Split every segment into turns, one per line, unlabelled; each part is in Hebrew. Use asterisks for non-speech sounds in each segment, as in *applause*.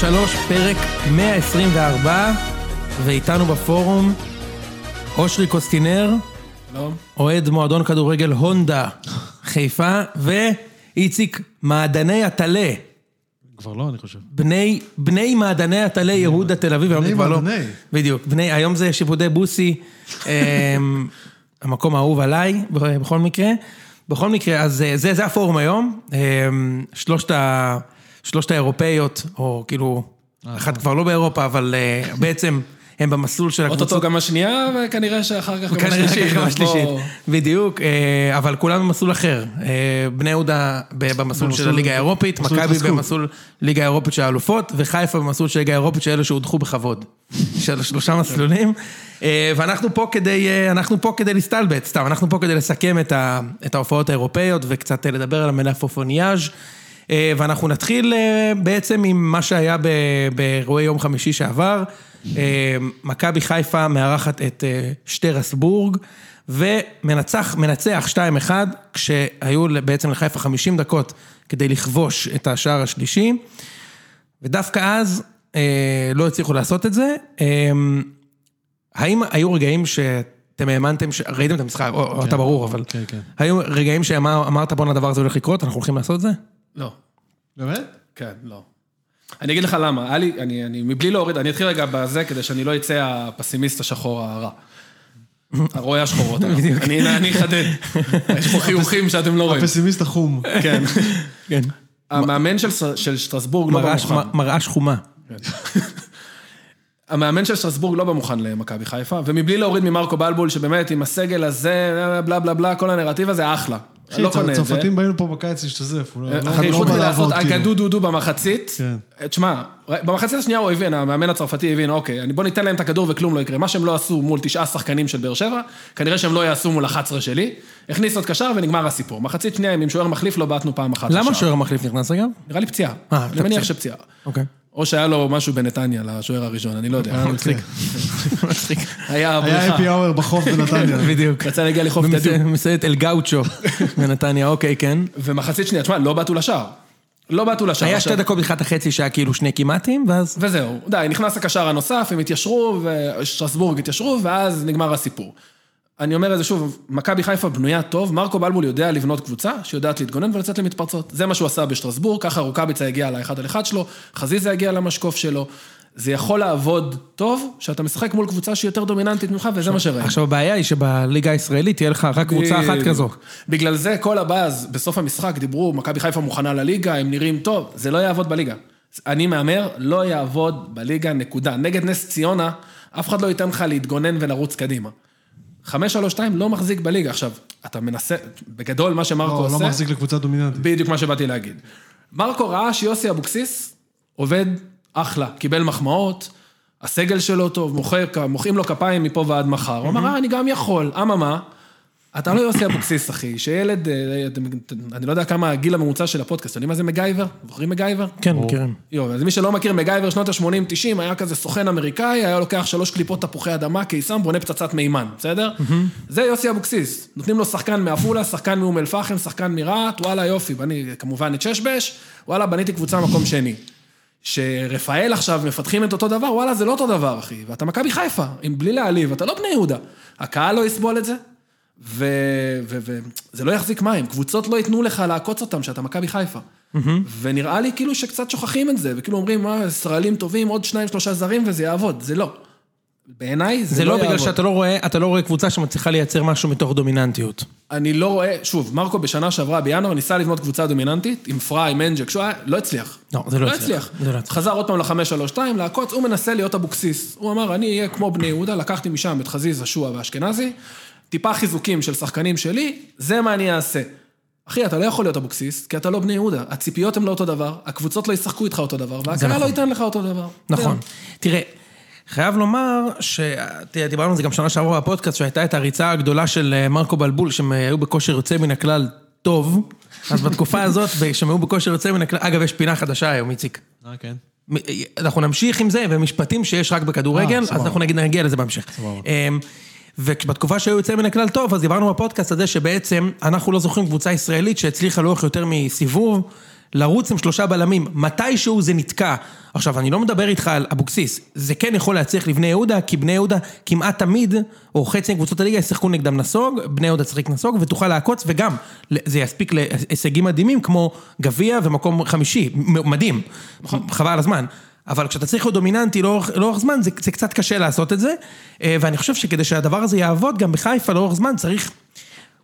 3, פרק 124, ואיתנו בפורום אושרי קוסטינר,
שלום.
אוהד מועדון כדורגל הונדה חיפה, ואיציק מעדני הטלה,
כבר לא, אני חושב.
בני, בני מעדני הטלה יהודה תל אביב, היום
בני
זה כבר לא...
מעדני.
בדיוק, בני, היום זה שיפודי בוסי, אמ, *laughs* המקום האהוב עליי, ב- בכל מקרה. בכל מקרה, אז אה, זה, זה הפורום היום, אמ, שלושת, ה, שלושת האירופאיות, או כאילו,
אה.
אחת כבר לא באירופה, אבל אה, בעצם הם במסלול של *laughs* הקבוצות.
אוטוטו גם השנייה, וכנראה שאחר כך גם
כנראה
השלישית. לא,
גם
אז בוא-
השלישית, בדיוק, אה, אבל כולם במסלול אחר. אה, בני יהודה ב- במסלול של
במסלול-
הליגה האירופית,
מסלול
מכבי
התרסקות.
במסלול ליגה האירופית של האלופות, וחיפה במסלול של ליגה האירופית של אלה שהודחו בכבוד. *laughs* של שלושה מסלולים. אה, ואנחנו פה כדי, אה, אנחנו פה כדי להסתלבט, סתם, אנחנו פה כדי לסכם את ה- את ההופעות האירופאיות וקצת אה, לדבר על המלאפופוניאז'. אה, ואנחנו נתחיל אה, בעצם עם מה שהיה ב- באירועי יום חמישי שעבר. אה, מכבי חיפה מארחת את אה, שטרסבורג, ומנצח, מנצח 2-1, כשהיו ל- בעצם לחיפה 50 דקות כדי לכבוש את השער השלישי, ודווקא אז אה, לא הצליחו לעשות את זה. אה, האם היו רגעים שאתם האמנתם, ש... ראיתם את המשחק, או, או אתה ברור, אבל...
כן, כן.
היו רגעים שאמרת בואנה הדבר הזה הולך לקרות, אנחנו הולכים לעשות את זה?
לא,
באמת?
כן, לא. אני אגיד לך למה, היה לי, אני, אני, מבלי להוריד, אני אתחיל רגע בזה כדי שאני לא אצא הפסימיסט השחור הרע. הרואה השחורות, הרע. אני אני אחדד. יש פה חיוכים שאתם לא
*laughs*
רואים.
הפסימיסט החום.
כן.
כן.
המאמן של ס- של שטרסבורג לא בא מוכן.
מראה שחומה.
המאמן של שטרסבורג לא בא מוכן למכבי חיפה, ומבלי להוריד ממרקו בלבול, שבאמת עם הסגל הזה, בלה בלה בלה, כל הנרטיב הזה, אחלה. אני
אחי,
לא קונה את זה. אה,
הצרפתים באים לפה בקיץ להשתזף. הוא לא- לא-
אחי,
לא
חוץ
בא
מלעשות
לעבוד, כאילו.
אגדו דודו במחצית, אה,
כן.
תשמע, במחצית השנייה הוא הבין, המאמן הצרפתי הבין, אוקיי, אני- בוא ניתן להם את הכדור וכלום לא יקרה. מה שהם לא עשו מול תשעה שחקנים של באר שבע, כנראה שהם לא יעשו מול 11 שלי. הכניס עוד קשר ונגמר הסיפור. מחצית שנייה, אם עם שוער מחליף, לא בעטנו פעם אחת.
למה
לשער.
השוער המחליף נכנס אגב?
נראה לי פציעה.
אה,
אני מניח
פציעה.
שפציעה.
אוקיי.
או שהיה לו משהו בנתניה לשוער הראשון, אני לא יודע.
מצחיק. *laughs* מצחיק.
היה
היה
בריחה.
אפי האואר
*laughs*
בחוף בנתניה. לא,
בדיוק.
רצה להגיע לחוף גדיו.
מסיימת אל
*laughs*
גאוצ'ו בנתניה, אוקיי, כן.
ומחצית שנייה, תשמע, לא בעטו לשער. לא בעטו לשער.
היה
עכשיו-
שתי דקות בתחילת החצי שהיה כאילו שני כמעטים, ואז...
וזהו, די, נכנס הקשר הנוסף, הם התיישרו, ושטרסבורג התיישרו, ואז נגמר הסיפור. אני אומר את זה שוב, מכבי חיפה בנויה טוב, מרקו בלבול יודע לבנות קבוצה שיודעת להתגונן ולצאת למתפרצות. זה מה שהוא עשה בשטרסבורג, ככה רוקאביצה הגיע לאחד על אחד שלו, חזיזה הגיע למשקוף שלו. זה יכול לעבוד טוב, שאתה משחק מול קבוצה שהיא יותר דומיננטית ממך, וזה מה שראינו.
עכשיו הבעיה היא שבליגה הישראלית תהיה לך רק קבוצה אחת
בדיוק.
כזו.
בגלל זה כל הבאז, בסוף המשחק דיברו, מכבי חיפה מוכנה לליגה, הם נראים טוב, זה לא יעבוד בליגה. אני מהמר, לא יעבוד בליגה, נקודה. נגד נס ציונה, אף אחד לא ייתן לך להתגונן ולרוץ קדימה. 5-3-2 לא מחזיק בליגה. עכשיו, אתה מנסה, בגדול מה שמרקו
לא
עושה...
לא מחזיק לקבוצה דומיננטית.
בדיוק מה שבאתי להגיד. מרקו ראה שיוסי אבוקסיס עובד אחלה, קיבל מחמאות, הסגל שלו טוב, מוחא- מוחאים לו כפיים מפה ועד מחר. הוא אמר, אה, אני גם יכול, אממה, אתה לא יוסי אבוקסיס, אחי, שילד, אה, אתם- אני לא יודע כמה הגיל הממוצע של הפודקאסט, אתם יודעים מה זה מגייבר? זוכרים מגייבר?
כן, מכירים.
יו, אז מי שלא מכיר, מגייבר שנות ה-80-90, היה כזה סוכן אמריקאי, היה לוקח שלוש קליפות תפוחי אדמה, קיסם, בונה פצצת מימן, בסדר? זה יוסי אבוקסיס. נותנים לו שחקן מעפולה, שחקן מאום אל-פחם, שחקן מרהט, וואלה יופי, בני כמובן את ששבש, וואלה, בניתי קבוצה מקום שני. שרפאל עכשיו מפתחים את אותו דבר, וואלה, זה לא אותו דבר, אחי. ואתה מכבי חיפה, אם בלי להעליב, אתה לא בני יהודה. הקהל לא יסבול את זה, וזה לא יחזיק מים. קבוצות לא ייתנו לך לעקוץ אותם שאתה מכבי חיפה. ונראה לי כאילו שקצת שוכחים את זה, וכאילו אומרים, מה, ישראלים טובים, עוד שניים, שלושה זרים וזה יעבוד. זה לא. בעיניי זה,
זה לא בגלל
יעבוד.
שאתה לא רואה, אתה לא רואה קבוצה שמצליחה לייצר משהו מתוך דומיננטיות.
אני לא רואה, שוב, מרקו בשנה שעברה, בינואר, ניסה לבנות קבוצה דומיננטית, עם פריי, מנג'ק, שהוא היה, לא הצליח.
לא, זה לא
לא
הצליח.
הצליח.
זה לא הצליח.
חזר עוד פעם ל-532, לעקוץ, הוא מנסה להיות אבוקסיס. הוא אמר, אני אהיה כמו בני יהודה, לקחתי משם את חזיזה, שועה ואשכנזי, טיפה חיזוקים של שחקנים שלי, זה מה אני אעשה. אחי, אתה לא יכול להיות אבוקסיס, כי אתה לא בני יהודה. הציפיות הן לא אותו דבר, הקבוצות לא ישחקו איתך אותו דבר, והקהל
נכון.
לא ייתן לך אותו דבר. כן.
נכון.
לא.
תראה, חייב לומר שדיברנו על זה גם שנה שעברה בפודקאסט, שהייתה את הריצה הגדולה של אה, מרקו בלבול, שהם אה, היו בכושר יוצא מן הכלל טוב, אז בתקופה הזאת, ב- שהם היו בכושר יוצא מן הכלל, אגב, יש פינה חדשה היום, איציק.
אה, כן.
מ- אה, אנחנו נמשיך עם זה, ומשפטים שיש רק
אה,
בכדורגל, אז
סבבה.
אנחנו נגיד נגיע לזה בהמשך. אמ, ובתקופה שהיו יוצא מן הכלל טוב, אז דיברנו בפודקאסט הזה שבעצם אנחנו לא זוכרים קבוצה ישראלית שהצליחה לאורך יותר מסיבוב לרוץ עם שלושה בלמים, מתישהו זה נתקע. עכשיו, אני לא מדבר איתך על אבוקסיס, זה כן יכול להצליח לבני יהודה, כי בני יהודה כמעט תמיד, או חצי מקבוצות הליגה, ישחקו נגדם נסוג, בני יהודה תשחק נסוג, ותוכל לעקוץ, וגם זה יספיק להישגים מדהימים, כמו גביע ומקום חמישי, מ- מדהים, חבל על הזמן. אבל כשאתה צריך להיות דומיננטי לאורך, לאורך זמן, זה, זה קצת קשה לעשות את זה, אה, ואני חושב שכדי שהדבר הזה יעבוד, גם בחיפה לאורך זמן צריך...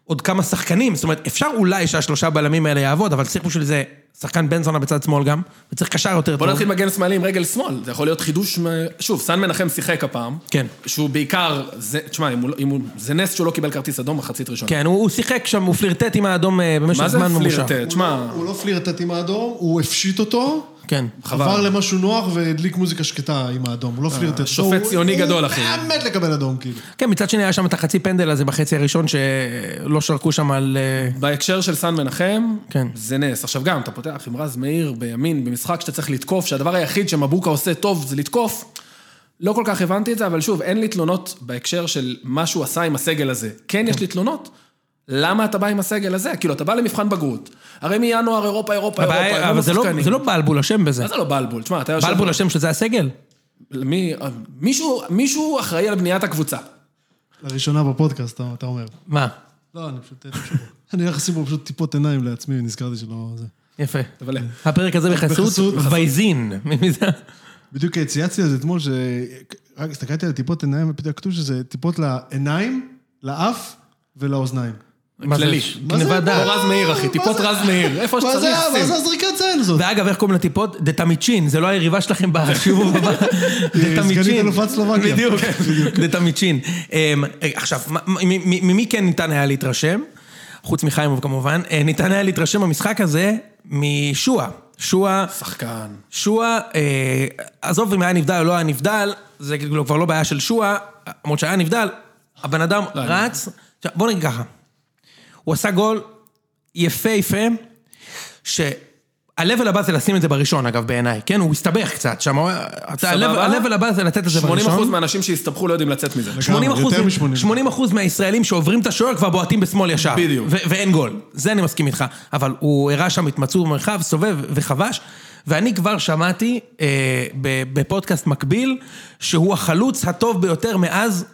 עוד כמה שחקנים, זאת אומרת, אפשר אולי שהשלושה בלמים האלה יעבוד, אבל צריך בשביל זה שחקן בן זונה בצד שמאל גם, וצריך קשר יותר
בוא
טוב.
נתחיל מגן שמאלי עם רגל שמאל, זה יכול להיות חידוש, מ- שוב, סן מנחם שיחק הפעם.
כן.
שהוא בעיקר, זה- תשמע, אם הוא לא- אם הוא- זה נס שהוא לא קיבל כרטיס אדום מחצית ראשונה.
כן, הוא, הוא שיחק שם, הוא פלירטט עם האדום אה, במשך
מה זה
זמן ממושך.
פלירטט? תשמע,
הוא לא פלירטט עם האדום, הוא הפשיט אותו,
כן.
עבר למשהו נוח והדליק מוזיקה שקטה עם האדום, הוא לא פלירטט.
אה, שופט
הוא-
ציוני גדול, אחי.
הוא באמת לקבל אדום, כאילו.
כן, מצד שני היה שם את החצי פנדל הזה בחצי הראשון, שלא שרקו שם על... אה,
בהקשר של סן מנחם,
כן.
זה נס. עכשיו גם, אתה פותח עם רז מאיר בימין, במשחק שאתה צריך לתקוף, שהדבר היחיד שמבוקה עושה טוב זה לתקוף. לא כל כך הבנתי את זה, אבל שוב, אין לי תלונות בהקשר של מה שהוא עשה עם הסגל הזה. כן, יש לי תלונות. למה אתה בא עם הסגל הזה? כאילו, אתה בא למבחן בגרות. הרי מינואר אירופה, אירופה, אירופה,
הבעיה-
אירופה,
אבל זה לא- זה לא בלבול אשם בזה.
מה זה לא בלבול? תשמע, אתה יושב...
בלבול אשם שזה הסגל?
מי- מישהו- מישהו אחראי על בניית הקבוצה.
לראשונה בפודקאסט, אתה- אתה אומר.
מה?
לא, אני פשוט... *laughs* אני הולך לשים פה פשוט טיפות עיניים לעצמי, ונזכרתי שלא... זה.
יפה.
אבל
הפרק הזה בחסות
בחסות-
וייזין. מי זה?
בדיוק צייצתי על זה אתמול, שרק הסתכלתי על טיפות עיניים, ופתאום כתוב שזה טיפות לעיניים, לאף ולאוזניים.
מה זה?
כללי.
מה זה?
גניבת
או
דעת.
רז מאיר, אחי, טיפות רז מאיר, איפה
מה זה
שצריך.
מה
שים.
זה הזריקת זין הזאת?
ואגב, איך קוראים לטיפות? דתמיצ'ין, זה לא היריבה שלכם בשיעור הבא. דתמיצ'ין.
סגנית אלופת סלובקיה.
בדיוק, דתמיצ'ין. אמ, עכשיו, מה- מ- מ- ממי כן ניתן היה להתרשם? חוץ מחיימוב כמובן. אה, ניתן היה להתרשם במשחק הזה משועה. שועה
שחקן.
שועה, אה, עזוב אם היה נבדל או לא היה נבדל, זה כאילו כבר לא בעיה של שועה, למרות שהיה נבדל, הבן אדם רץ, עכשיו, בוא נגיד ככה, הוא עשה גול יפהפה, שהלבל הבא זה לשים את זה בראשון אגב בעיניי, כן? הוא הסתבך קצת שם, הוא- ה-level- ה-level הבא זה לתת את זה
80
בראשון.
אחוז מהאנשים שהסתבכו לא יודעים לצאת מזה.
80
יותר
אחוז,
מ-
80 אחוז מהישראלים שעוברים את השוער כבר בועטים בשמאל ישר.
בדיוק.
ו- ואין גול. זה אני מסכים איתך. אבל הוא הראה שם התמצאות במרחב, סובב וחבש, ואני כבר שמעתי אה, ב- בפודקאסט מקביל, שהוא החלוץ הטוב ביותר מאז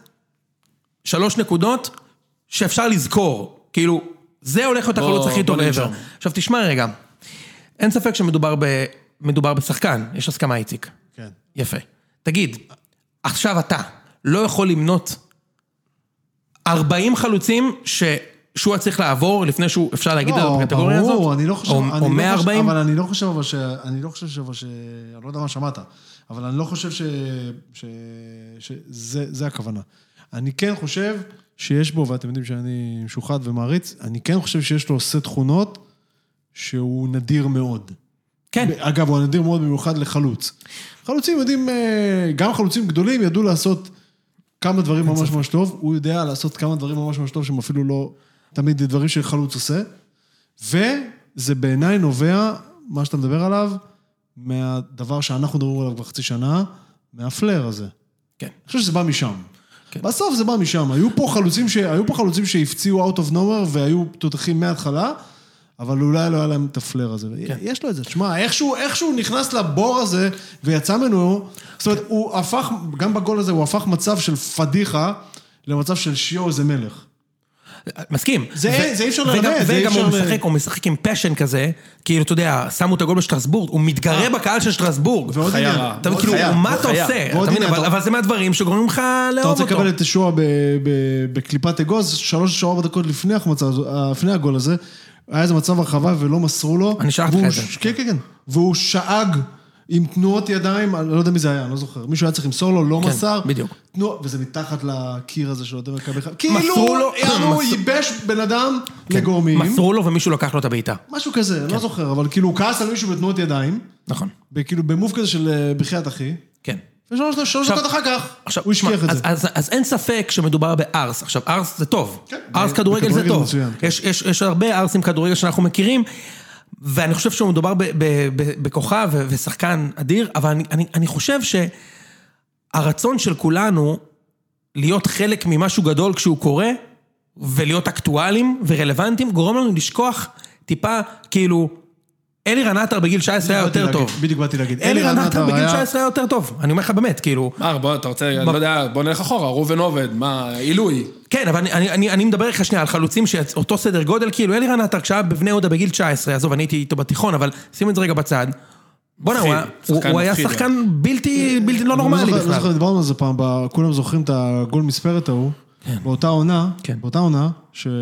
שלוש נקודות שאפשר לזכור. כאילו, זה הולך להיות
בוא-
החלוץ הכי טוב
בוא
ever.
ננשום.
עכשיו תשמע רגע, אין ספק שמדובר ב- מדובר בשחקן, יש הסכמה איציק.
כן.
יפה. תגיד, עכשיו אתה לא יכול למנות 40 חלוצים ששועה צריך לעבור לפני שהוא, אפשר להגיד על
לא,
הקטגוריה הזאת?
ברור, אני לא חושב...
או-
אני
או
לא
140?
חושב- אבל אני לא חושב אבל ש... אני לא חושב אבל ש... אני לא יודע מה שמעת, אבל אני לא חושב ש... ש... שזה זה הכוונה. אני כן חושב שיש בו, ואתם יודעים שאני משוחד ומעריץ, אני כן חושב שיש לו סט תכונות שהוא נדיר מאוד.
כן.
אגב, הוא נדיר מאוד במיוחד לחלוץ. חלוצים יודעים, אה, גם חלוצים גדולים ידעו לעשות כמה דברים ממש ממש טוב, הוא יודע לעשות כמה דברים ממש ממש טוב שהם אפילו לא תמיד דברים שחלוץ עושה. וזה בעיניי נובע, מה שאתה מדבר עליו, מהדבר שאנחנו מדברים עליו כבר חצי שנה, מהפלר הזה.
כן.
אני חושב שזה בא משם.
כן.
בסוף זה בא משם. היו פה חלוצים, ש... היו פה חלוצים שהפציעו out of nowhere והיו תותחים מההתחלה, אבל אולי לא היה להם את הפלר הזה. כן. יש לו את זה. תשמע, איכשהו, איכשהו נכנס לבור הזה ויצא ממנו, זאת אומרת, הוא הפך, גם בגול הזה הוא הפך מצב של פדיחה למצב של שיו זה מלך.
מסכים.
זה-
ו-
זה אי אפשר
וגם-
ללמד, זה אי
וגם
אפשר
הוא
ל-
משחק, הוא משחק עם פשן כזה, כאילו, אתה יודע, שמו את הגול בשטרסבורג, הוא
אה.
מתגרה בקהל של שטרסבורג.
ועוד
חיה
עניין.
רעה.
אתה מבין,
ועוד
כאילו,
חיה,
מה
ועוד
אתה
חיה.
עושה?
ועוד
אתה מבין,
הנה,
אבל
אתה-
אבל זה מהדברים שגורמים לך
אתה
לאהוב
רוצה
אותו.
לקבל את שועה ב- ב- בקליפת אגוז, שלוש שעות ארבע דקות לפני החמצה הזו, אה, לפני הגול הזה, היה איזה מצב הרחבה ולא מסרו לו.
אני שלחתי לך
והוא
את זה.
ש- כן, כן, כן. והוא שאג עם תנועות ידיים, אני לא יודע מי זה היה, אני לא זוכר. מישהו היה צריך למסור לו, לא
כן,
מסר.
בדיוק.
תנוע, וזה מתחת לקיר הזה של יותר מכבי חיפה. כאילו,
מסרו לו- כן,
יענו,
מסרו- כן,
ייבש בן אדם לגורמים.
מסרו כן. לו ומישהו לקח לו את הבעיטה.
משהו כזה, אני לא זוכר, אבל כאילו הוא כעס על מישהו בתנועות ידיים,
נכון.
כאילו במוב כזה של אה, בחייאת אחי.
כן.
ושלוש שלוש
עכשיו-
דקות אחר כך,
עכשיו,
הוא השכיח
שמע,
את זה.
אז, אז, אז אין ספק שמדובר בארס. עכשיו, ארס זה טוב.
כן.
ארס
ב-
כדורגל זה
בכדורגל
טוב.
מצוין, כן.
יש, יש, יש הרבה ארסים כדורגל שאנחנו מכירים, ואני חושב שמדובר ב- ב- ב- בכוכב ו- ושחקן אדיר, אבל אני, אני, אני חושב שהרצון של כולנו להיות חלק ממשהו גדול כשהוא קורה, ולהיות אקטואלים ורלוונטיים, גורם לנו לשכוח טיפה, כאילו, אלירן עטר בגיל 19 היה
באתי
יותר
להגיד,
טוב.
בדיוק באתי להגיד.
אלירן עטר בגיל
היה-
19 היה יותר טוב. אני אומר לך באמת, כאילו...
מה, בוא, אתה רוצה, אני לא יודע, בוא נלך אחורה, ראובן עובד, מה, עילוי.
כן, אבל אני, אני, אני, אני מדבר איתך שנייה על חלוצים שאותו סדר גודל, כאילו אלירן עטר כשהיה בבני יהודה בגיל 19, עזוב, אני הייתי איתו בתיכון, אבל שים את זה רגע בצד. בואנה, הוא, היה-
מפחיד,
הוא,
שחקן
הוא היה
מפחיד, אה.
שחקן בלתי, בלתי לא
אני לא
נורמלי
זוכר- לא
בכלל.
זוכר, דיברנו על זה פעם, ב- כולם זוכרים את הגול מספרת ההוא. באותה עונה,
כן.
באותה עונה, שהוא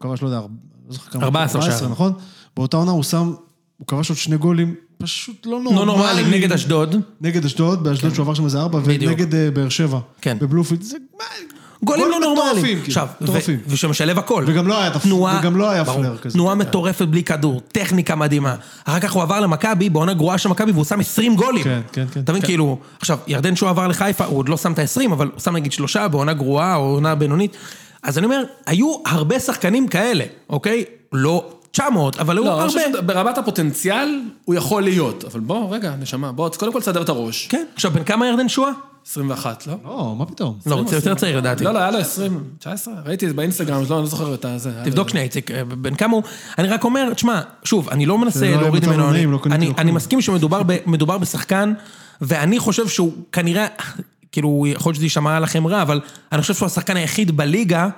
כבש, לא יודע, ארבע- לא זוכר כמה,
14 שערים.
נכון? באותה עונה הוא שם, הוא כבש עוד שני גולים, פשוט לא נורמלי.
לא נורמלי, נגד אשדוד.
נגד אשדוד, באשדוד שהוא עבר שם איזה ארבע,
בדיוק.
ונגד אה, באר שבע.
כן.
בבלומפילד, זה... מה-
גולים לא
גולים מטורפים,
נורמליים.
כאילו,
עכשיו, ו-
מטורפים.
ושמשלב הכל.
וגם לא היה תפ-
תנועה-
וגם לא היה
ברור.
פלר כזה.
תנועה מטורפת בלי כדור, טכניקה מדהימה. אחר כך הוא עבר למכבי, בעונה גרועה של מכבי, והוא שם 20 גולים.
כן, כן, כן.
אתה מבין, כאילו, עכשיו, ירדן שהוא עבר לחיפה, הוא עוד לא שם את ה-20, אבל הוא שם נגיד שלושה בעונה גרועה או עונה בינונית. אז אני אומר, היו הרבה שחקנים כאלה, אוקיי? לא 900, אבל היו
לא, אני
הרבה.
חושב שברמת הפוטנציאל הוא יכול להיות, אבל בוא, רגע, נשמה, בוא, קודם כל תסדר את הראש.
כן. עכשיו, בן כמה ירדן שואה?
21, לא?
לא, מה פתאום?
לא, הוא יותר צעיר לדעתי.
לא, לא, היה לו 20, 19? ראיתי את זה באינסטגרם, אז לא, אני לא זוכר את הזה. היה
תבדוק
לו-
שנייה, איציק, אה, בן כמה הוא... אני רק אומר, תשמע, שוב, אני לא
זה לא
מנסה
היה
להוריד
מצב
ממנו...
לא נעים,
אני-
לא קניתי
אני-
לו
אני
כלום.
מסכים שמדובר ב- מדובר בשחקן, ואני חושב שהוא כנראה... כאילו, יכול להיות שזה יישמע לכם רע, אבל אני חושב שהוא השחקן היחיד בליגה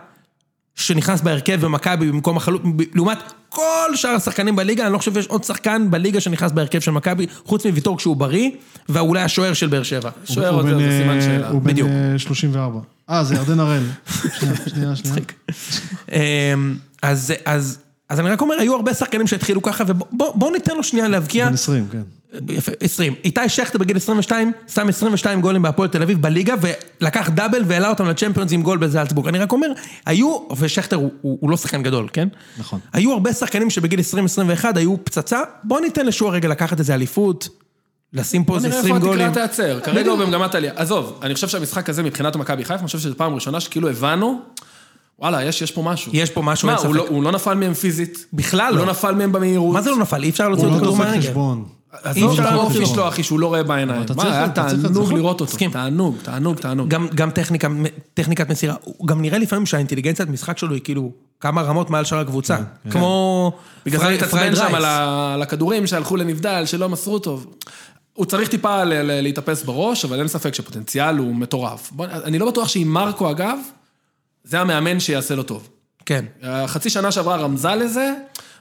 שנכנס בהרכב במכבי במקום החלוץ, ב- לעומת כל שאר השחקנים בליגה, אני לא חושב שיש עוד שחקן בליגה שנכנס בהרכב של מכבי, חוץ מוויטור כשהוא בריא, ואולי השוער של באר שבע.
שוער עוד
הוא
זה
בן,
זה סימן
אה,
שאלה.
הוא בן
בדיוק.
אה, 34. אה, זה ירדן
*laughs*
הראל. שנייה, שנייה, שנייה.
אמ, אז, אז, אז אני רק אומר, היו הרבה שחקנים שהתחילו ככה, ובואו ניתן לו שנייה להבקיע.
בן 20, כן.
יפה, 20. איתי שכטר בגיל 22, שם 22 גולים בהפועל תל אביב בליגה, ולקח דאבל והעלה אותם לצ'מפיונס עם גול בזלצבורג. אני רק אומר, היו, ושכטר הוא, הוא, הוא לא שחקן גדול, כן?
נכון.
היו הרבה שחקנים שבגיל 20-21 היו פצצה, בואו ניתן לשוער רגע לקחת איזה אליפות, לשים פה
בוא
איזה
נראה
20
איפה
גולים.
התקרה לא תיעצר, כרגע הוא במגמת עלייה. עזוב, אני חושב שהמשחק הזה מבחינת מכבי חיפה, אני חושב שזו פעם ראשונה שכאילו הבנו, וואלה, יש יש פה משהו.
יש פה משהו,
מה,
אין
הוא
ספק.
לא- הוא לא נפל מהם פיזית?
בכלל
הוא לא
לא.
נפל מהם במהירות? לא,
מה זה לא נפל? אי אפשר להוציא
הוא
אותו
לא
כדור
דופק
מהרגל.
חשבון. לא
אי
עזוב את
אפשר
האופי
לעשות
שלו, אחי, שהוא לא רואה בעיניים.
אתה צריך-
מה, היה
אתה צריך- אתה
תענוג
צריך-
לראות אותו.
נכון? מסכים.
תענוג, תענוג, תענוג.
גם, גם טכניקה, טכניקת מסירה, הוא גם נראה לפעמים שהאינטליגנציית משחק שלו היא כאילו כמה רמות מעל שאר הקבוצה. כמו
כן, בגלל זה
פרי-
אני מתעצבן
פרייד
שם
רייס.
על ה- על הכדורים שהלכו לנבדל, שלא מסרו טוב. הוא צריך טיפה ל- ל- להתאפס בראש, אבל אין ספק שפוטנציאל הוא מטורף. בוא- אני לא בטוח שעם מרקו, אגב, זה המאמן שיעשה לו טוב.
כן.
החצי שנה שעברה רמזה לזה,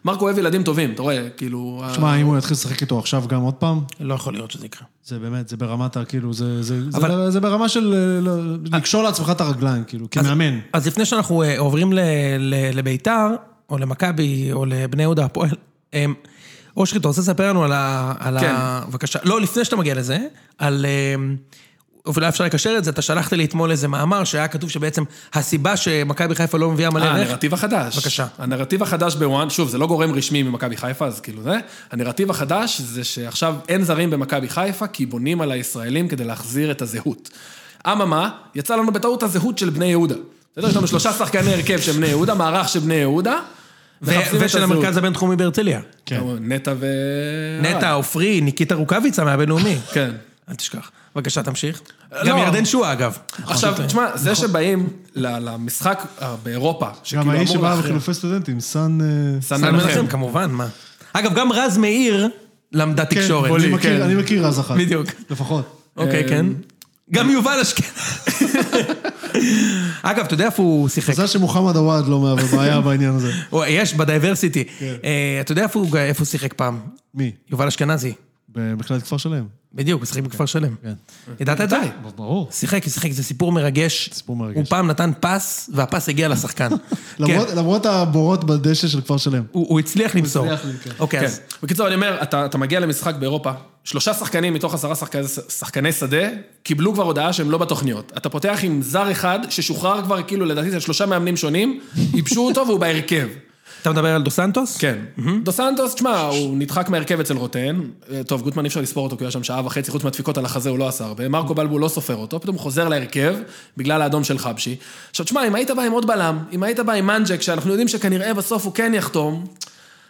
מרקו אוהב ילדים טובים, אתה רואה, כאילו...
שמע, אם הוא יתחיל לשחק איתו עכשיו גם עוד פעם,
לא יכול להיות שזה יקרה.
זה באמת, זה ברמת ה... כאילו, זה, זה,
אבל-
זה, זה ברמה של אה, לא- לקשור לעצמך את הרגליים, כאילו, כמאמן.
אז לפני שאנחנו אה, עוברים ל- ל- לביתר, או למכבי, או לבני יהודה הפועל, אמ, אושרי, אתה רוצה לספר לנו על ה... על ה...
כן.
בבקשה. לא, לפני שאתה מגיע לזה, על... אמ, ואולי אפשר לקשר את זה, אתה שלחת לי אתמול איזה מאמר שהיה כתוב שבעצם הסיבה שמכבי חיפה לא מביאה מלא
אה,
רכב...
הנרטיב החדש.
בבקשה.
הנרטיב החדש בוואן, שוב, זה לא גורם רשמי ממכבי חיפה, אז כאילו זה. הנרטיב החדש זה שעכשיו אין זרים במכבי חיפה, כי בונים על הישראלים כדי להחזיר את הזהות. אממה, יצא לנו בטעות הזהות של בני יהודה. בסדר? יש לנו שלושה שחקני הרכב של בני יהודה, מערך של בני יהודה.
ו- ושל המרכז הבינתחומי בהרצליה.
כן.
נטע ו...
אה.
נטע, עופרי, ניקיטה רוקאביצה מהבינלאומי.
כן.
אל תשכח. בבקשה, תמשיך.
לא.
גם ירדן שועה, אגב.
נכון,
עכשיו,
אוקיי.
תשמע, זה שבאים ל- למשחק אה, באירופה, שכאילו
גם
אמור
האיש שבא
להכריע.
בחילופי סטודנטים, סאן... אה,
סן
סן
מנחם.
מנחם, כמובן, מה? אגב, גם רז מאיר למדה
כן,
תקשורת.
אני
כן.
מכיר- אני מכיר אז אחת.
בדיוק.
לפחות.
אוקיי,
אה,
כן. גם יובל
*laughs*
אשכנזי. אגב, אתה יודע איפה הוא שיחק?
מזל שמוחמד עוואד לא מהווה בעיה בעניין הזה.
או, יש, בדייברסיטי.
כן.
אה, אתה יודע איפה הוא- איפה הוא שיחק פעם?
מי?
יובל אשכנזי.
במכללת כפר שלם.
בדיוק, הוא שיחק
אוקיי.
בכפר שלם.
כן.
ידעת את זה?
ברור.
שיחק, שיחק, זה סיפור מרגש.
סיפור מרגש.
הוא פעם נתן פס, והפס הגיע לשחקן. כן.
*laughs* למרות הבורות בדשא של כפר שלם.
הוא הוא הצליח למסור.
הצליח לי, כן.
אוקיי,
כן.
אז
בקיצור, אני אומר, אתה, אתה מגיע למשחק באירופה, שלושה שחקנים מתוך עשרה שחקני, שחקני שדה, קיבלו כבר הודעה שהם לא בתוכניות. אתה פותח עם זר אחד, ששוחרר כבר, כאילו, לדעתי זה שלושה מאמנים שונים, ייבשו אותו והוא בהרכב.
אתה מדבר על דו סנטוס?
כן. דו סנטוס, תשמע, הוא נדחק מהרכב אצל רוטן. אה, טוב, גוטמן אי אפשר לספור אותו, כי הוא היה שם שעה וחצי, חוץ מהדפיקות על החזה, הוא לא עשה הרבה. מרקו בלבו לא סופר אותו, פתאום הוא חוזר להרכב, בגלל האדום של חבשי. עכשיו, תשמע, אם היית בא עם עוד בלם, אם היית בא עם מנג'ק, שאנחנו יודעים שכנראה בסוף הוא כן יחתום,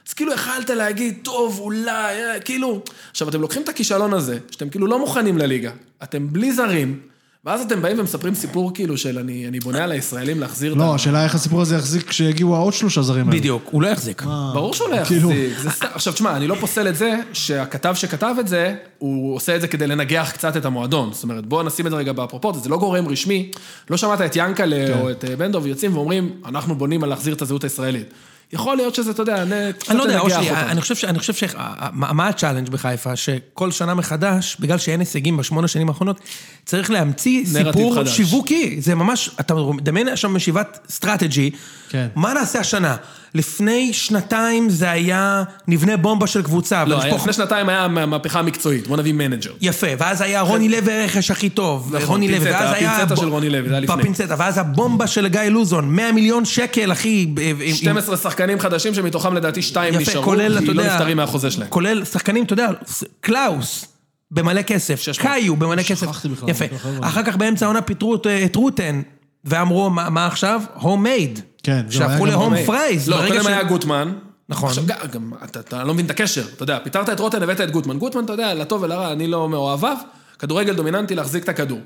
אז כאילו יכלת להגיד, טוב, אולי, אה, כאילו... עכשיו, אתם לוקחים את הכישלון הזה, שאתם כאילו לא מוכנים לליגה, אתם בלי זרים, ואז אתם באים ומספרים סיפור כאילו של אני, אני בונה על הישראלים להחזיר את
לא,
ה...
השאלה איך הסיפור הזה יחזיק כשיגיעו העוד שלושה זרים האלה.
בדיוק, הוא לא יחזיק.
ברור שהוא לא
כאילו-
יחזיק. זה סתם. עכשיו, תשמע, אני לא פוסל את זה שהכתב שכתב את זה, הוא עושה את זה כדי לנגח קצת את המועדון. זאת אומרת, בואו נשים את זה רגע בפרופורציות, זה לא גורם רשמי. לא שמעת את ינקלה
כן.
או את אה, בן דב יוצאים ואומרים, אנחנו בונים על להחזיר את הזהות הישראלית. יכול להיות שזה, אתה יודע, נ- קצת
אני לא יודע,
לנגח
אושרי,
אותם.
אני חושב ש... אני חושב ש... מה מה הצ'אלנג' בחיפה? שכל שנה מחדש, בגלל שאין הישגים בשמונה שנים האחרונות, צריך להמציא
נרטיב
סיפור
חדש.
שיווקי. זה ממש, אתה מדמיין עכשיו ישיבת סטרטג'י.
כן.
מה נעשה השנה? לפני שנתיים זה היה נבנה בומבה של קבוצה.
לא,
ונשפוך-
היה- לפני שנתיים היה המהפכה המקצועית, בוא נביא מנג'ר.
יפה, ואז היה רוני לוי הרכש הכי טוב,
כן. נכון,
רוני לוי,
פינצטה,
ואז היה...
הפינצטה
ב-
של רוני לוי, זה היה לפני.
בפינצטה, ואז הבומבה של גיא לוזון, 100 מיליון שקל, אחי. ב- עם- עם-
12 שחקנים חדשים שמתוכם לדעתי שתיים
יפה,
נשארו,
כולל, אתה
כי לא
יודע-
נפטרים מהחוזה שלהם.
כולל שחקנים, אתה יודע, ס- קלאוס, במלא כסף, קאיו, במלא כסף.
שכחתי בכלל,
יפה.
אני לא חייב
אחר כך באמצע העונה פיטרו את- אה, את רוטן, ואמרו, מה מה עכשיו? הום מייד.
כן, זהו, היה
שהפכו
גם
להום
homemade.
פרייז.
לא,
ברגע
קודם
ש-
היה גוטמן.
נכון.
עכשיו גם- גם, אתה- אתה לא מבין את הקשר, אתה יודע, פיטרת את רוטן, הבאת את גוטמן. גוטמן, אתה יודע, לטוב ולרע, אני לא מאוהביו, כדורגל דומיננטי להחזיק את הכדור.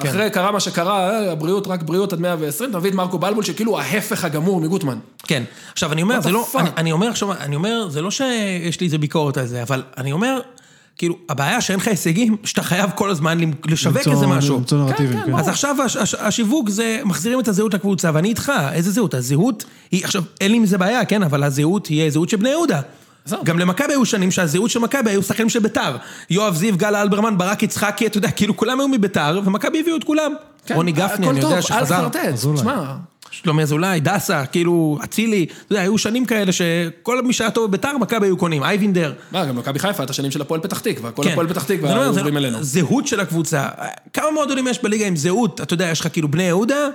כן.
אחרי קרה מה שקרה, אה, הבריאות, רק בריאות עד 120, אתה מביא את מרקו בלבול, שכאילו ההפך הגמור מגוטמן.
כן. עכשיו, אני אומר,
What
זה
the
לא...
fuck?
אני, אני אומר עכשיו, אני אומר, זה לא שיש לי איזה ביקורת על זה, אבל אני אומר, כאילו, הבעיה שאין לך הישגים, שאתה חייב כל הזמן למ- לשווק
למצוא-
איזה משהו.
למצוא נרטיבים,
כן,
כן.
אז עכשיו הש, הש, השיווק זה, מחזירים את הזהות לקבוצה, ואני איתך, איזה זהות? הזהות היא, עכשיו, אין לי עם זה בעיה, כן, אבל הזהות תהיה זהות של בני יהודה.
זהו.
גם למכבי היו שנים שהזהות של מכבי היו שחקנים של ביתר. יואב זיו, גל אלברמן, ברק יצחקי, אתה יודע, כאילו כולם היו מביתר, ומכבי הביאו את כולם.
כן,
רוני
הכל
גפני, אני
טוב,
יודע שחזר.
אל תחרטט,
אזולאי.
תשמע,
שלומי אזולאי, דסה, כאילו, אצילי, אתה יודע, היו שנים כאלה שכל מי שהיה טוב בביתר, מכבי היו קונים, אייבינדר.
מה, גם מכבי חיפה, את השנים של הפועל פתח תקווה, כל
כן.
הפועל פתח
זה לא-
תקווה
זה-
עוברים אלינו.
זהות של הקבוצה. כמה מועדונים יש בליגה עם זהות? אתה יודע, יש לך כאילו בני יהודה,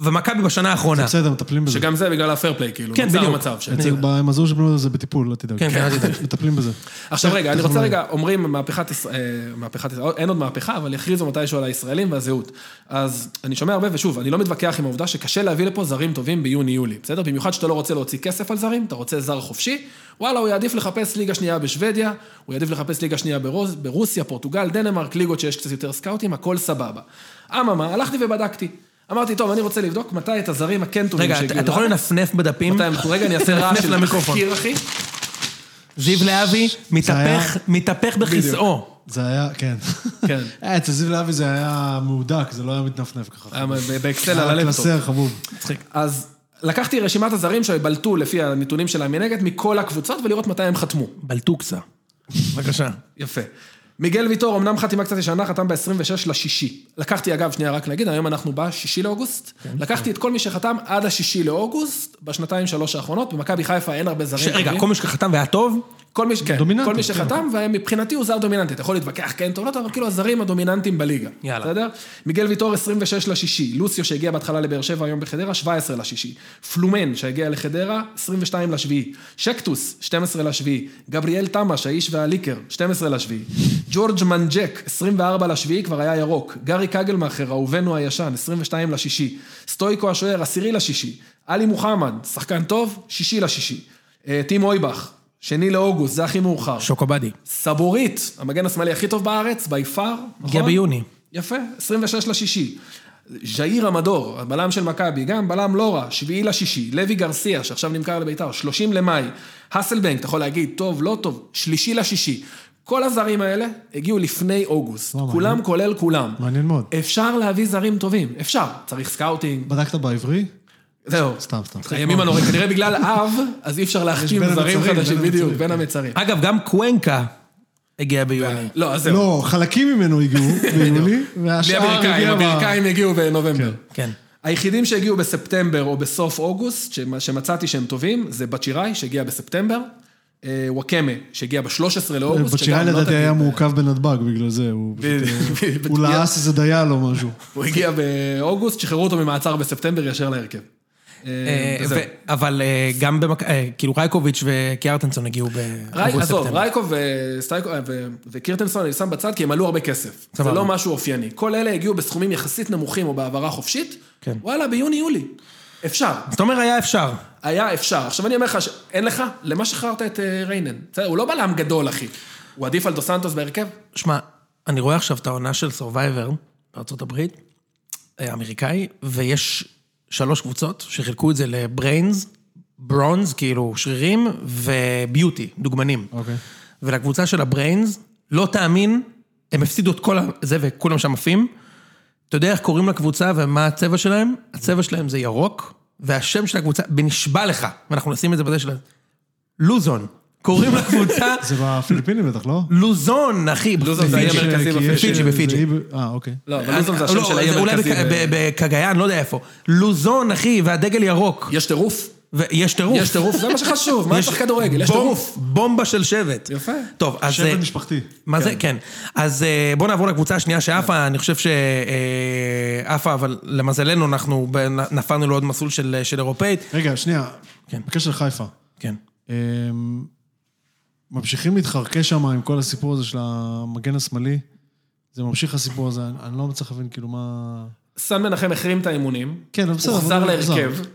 ומכבי בשנה האחרונה.
בסדר, מטפלים בזה.
שגם זה בגלל הפייר פליי, כאילו,
כן,
נוצר
בדיוק.
המצב ש...
אצל- במזור של בני יהודה זה בטיפול, אל תדאג.
כן, כן, אל תדאג.
מטפלים בזה.
עכשיו
כן,
רגע, אני רוצה
טכנולוגיה.
רגע, אומרים מהפכת ישראל, אה, מהפכת ישראל, אין עוד מהפכה, אבל יכריזו מתישהו על הישראלים והזהות. אז אני שומע הרבה, ושוב, אני לא מתווכח עם העובדה שקשה להביא לפה זרים טובים ביוני-יולי, בסדר? במיוחד שאתה לא רוצה להוציא כסף על זרים, אתה רוצה זר חופשי, וואלה, הוא יעדיף לחפש ליגה שנייה בשוודיה, הוא יעדיף לחפש ליגה שנייה ברוס, ברוסיה, פורטוגל, דנמרק, ליגות שיש קצת יותר סקאוטים, הכל סבבה. אממה, הלכתי ובדקתי. אמרתי, טוב, אני רוצה לבדוק מתי את הזרים הכן טובים
רגע,
שהגיעו
אתה- אתה יכול
לארץ,
לנפנף בדפים?
מתי הם- רגע, אני אעשה רעש
לנפנף
של *laughs*
למיקרופון.
תחקיר, אחי.
זיו להבי
היה-
מתהפך, מתהפך בכיסאו.
זה היה, כן.
כן.
אה, אצל זיו להבי זה היה מהודק, זה לא היה מתנפנף ככה.
היה
אה,
באקסל אה, על הלפטופ.
קלסר חבוב.
אז לקחתי רשימת הזרים שבלטו לפי הנתונים שלהם מנגד מכל הקבוצות ולראות מתי הם חתמו.
בלטוקסה. בבקשה.
יפה. מיגל ויטור, אמנם חתימה קצת ישנה, חתם ב-26 לשישי. לקחתי, אגב, שנייה רק נגיד, היום אנחנו ב-6 לאוגוסט.
כן.
לקחתי את כל מי שחתם עד ה-6 לאוגוסט, בשנתיים שלוש האחרונות, במכבי חיפה אין הרבה זרים.
רגע,
טובים.
כל מי שחתם והיה טוב?
כל מי, ש- כן,
דומיננטי,
כל מי
כן.
שחתם, ומבחינתי הוא זר דומיננטי. אתה יכול להתווכח, כן, טוב, לא טוב, אבל כאילו הזרים הדומיננטיים בליגה.
יאללה.
בסדר? מיגל ויטור 26 לשישי, לוסיו שהגיע בהתחלה לבאר שבע היום בחדרה, 17 לשישי. פלומן שהגיע לחדרה, 22 לשביעי. שקטוס, 12 לשביעי. גבריאל תמש, האיש והליקר, 12 לשביעי. ג'ורג' מנג'ק, 24 לשביעי, כבר היה ירוק. גארי קגלמאכר, אהובנו הישן, 22 לשישי. סטויקו השוער, 10 לשישי. עלי מוחמד, שחקן טוב, 6 לשישי. אה, טים אויבך, שני לאוגוסט, זה הכי מאוחר.
שוקובדי.
סבורית, המגן השמאלי הכי טוב בארץ, by far, נכון?
הגיע ביוני.
יפה, 26 לשישי. ז'איר המדור, הבלם של מכבי, גם בלם לא רע, 7 לשישי. לוי גרסיה, שעכשיו נמכר לביתר, 30 למאי. האסלבנק, אתה יכול להגיד, טוב, לא טוב, שלישי לשישי. כל הזרים האלה הגיעו לפני אוגוסט.
וואו,
כולם כולל כולם.
לא מעניין מאוד.
אפשר להביא זרים טובים, אפשר. צריך סקאוטינג,
בדקת בעברי?
זהו.
סתם, סתם.
הימים הנוראים, לא כנראה בגלל אב, אז אי אפשר להחתים
בין
זרים
המצרים,
חדשים,
בין
בדיוק,
המצרים,
בין המצרים.
אגב, גם קוונקה הגיע ביוני.
לא, אז זהו.
לא, חלקים ממנו הגיעו ביולי,
בלי
והשאר
הברכיים,
הגיע ב-
הברכיים הגיעו בנובמבר.
כן.
היחידים שהגיעו בספטמבר או בסוף אוגוסט, שמה- שמצאתי שהם טובים, זה בצ'יראי שהגיע בספטמבר, אה, וואקמה שהגיע ב-13 לאוגוסט,
בצ'יראי
שגם לא
אה, לדעתי
תגיד-
היה מעוכב בנתב"ג, בגלל זה, הוא פשוט- אה,
*laughs* בדיוק.
הוא לעס איזה דייל או משהו.
הוא הגיע באוגוסט, שחררו אותו ממעצר בספטמבר ישר להרכב. אה,
אה,
וזהו.
ו- אבל אה, גם במק... אה, כאילו רייקוביץ' וקיארטנסון הגיעו
רי-
באוגוסט
עזוב,
ספטמבר.
רייקו וסטייקו- אה, ו- וקירטנסון אני שם בצד כי הם עלו הרבה כסף. זה
סבבה.
לא משהו אופייני. כל אלה הגיעו בסכומים יחסית נמוכים או בהעברה חופשית,
כן.
וואלה, ביוני-יולי. אפשר.
זאת אומרת, היה אפשר.
היה אפשר. עכשיו אני אומר לך, שאין לך, למה שחררת את אה, ריינן? בסדר, הוא לא בלם גדול, אחי. הוא עדיף על דו סנטוס בהרכב?
שמע, אני רואה עכשיו את העונה של סורווייבר, בארצות הברית, אה, אמריקאי, ויש שלוש קבוצות שחילקו את זה לבריינס, ברונז, כאילו שרירים, וביוטי, דוגמנים.
אוקיי.
ולקבוצה של הבריינס, לא תאמין, הם הפסידו את כל זה וכולם שם עפים. אתה יודע איך קוראים לקבוצה ומה הצבע שלהם? הצבע שלהם זה ירוק, והשם של הקבוצה, בנשבע לך, ואנחנו נשים את זה בזה של... ה- לוזון. קוראים לקבוצה
זה בפיליפינים בטח, לא?
לוזון, אחי.
לוזון זה
בפיג'י.
העיר
כי
המרכזי
יש-
בפיג'י,
בפיג'י.
בפיג'י.
זה אי- אה, אוקיי.
לא, אבל לוזון זה השם
לא,
של האי
אולי
המרכזי.
בק-
ב-
ב- בקגיין, לא יודע איפה. לוזון, אחי, והדגל ירוק.
יש טירוף?
ויש טירוף.
יש טירוף, זה מה שחשוב, מה צריך כדורגל? יש
בום-
טירוף.
בומבה של שבט.
יפה.
טוב, אז... אה,
שבט משפחתי.
מה זה? כן. אז אה, בואו נעבור לקבוצה השנייה
כן.
שעפה, אני חושב שעפה, אבל למזלנו אנחנו ב- נפלנו לעוד מסלול של אה, של אירופאית.
רגע, שנייה.
כן.
בקשר לחיפה.
כן.
אמ, ממשיכים להתחרקש שם עם כל הסיפור הזה של המגן השמאלי. זה ממשיך הסיפור הזה, אני- אני לא מצליח להבין כאילו מה...
סן מנחם החרים את האימונים.
כן, אבל בסדר,
הוא
אבל לא-
חזר
הוא
להרכב.
חזר.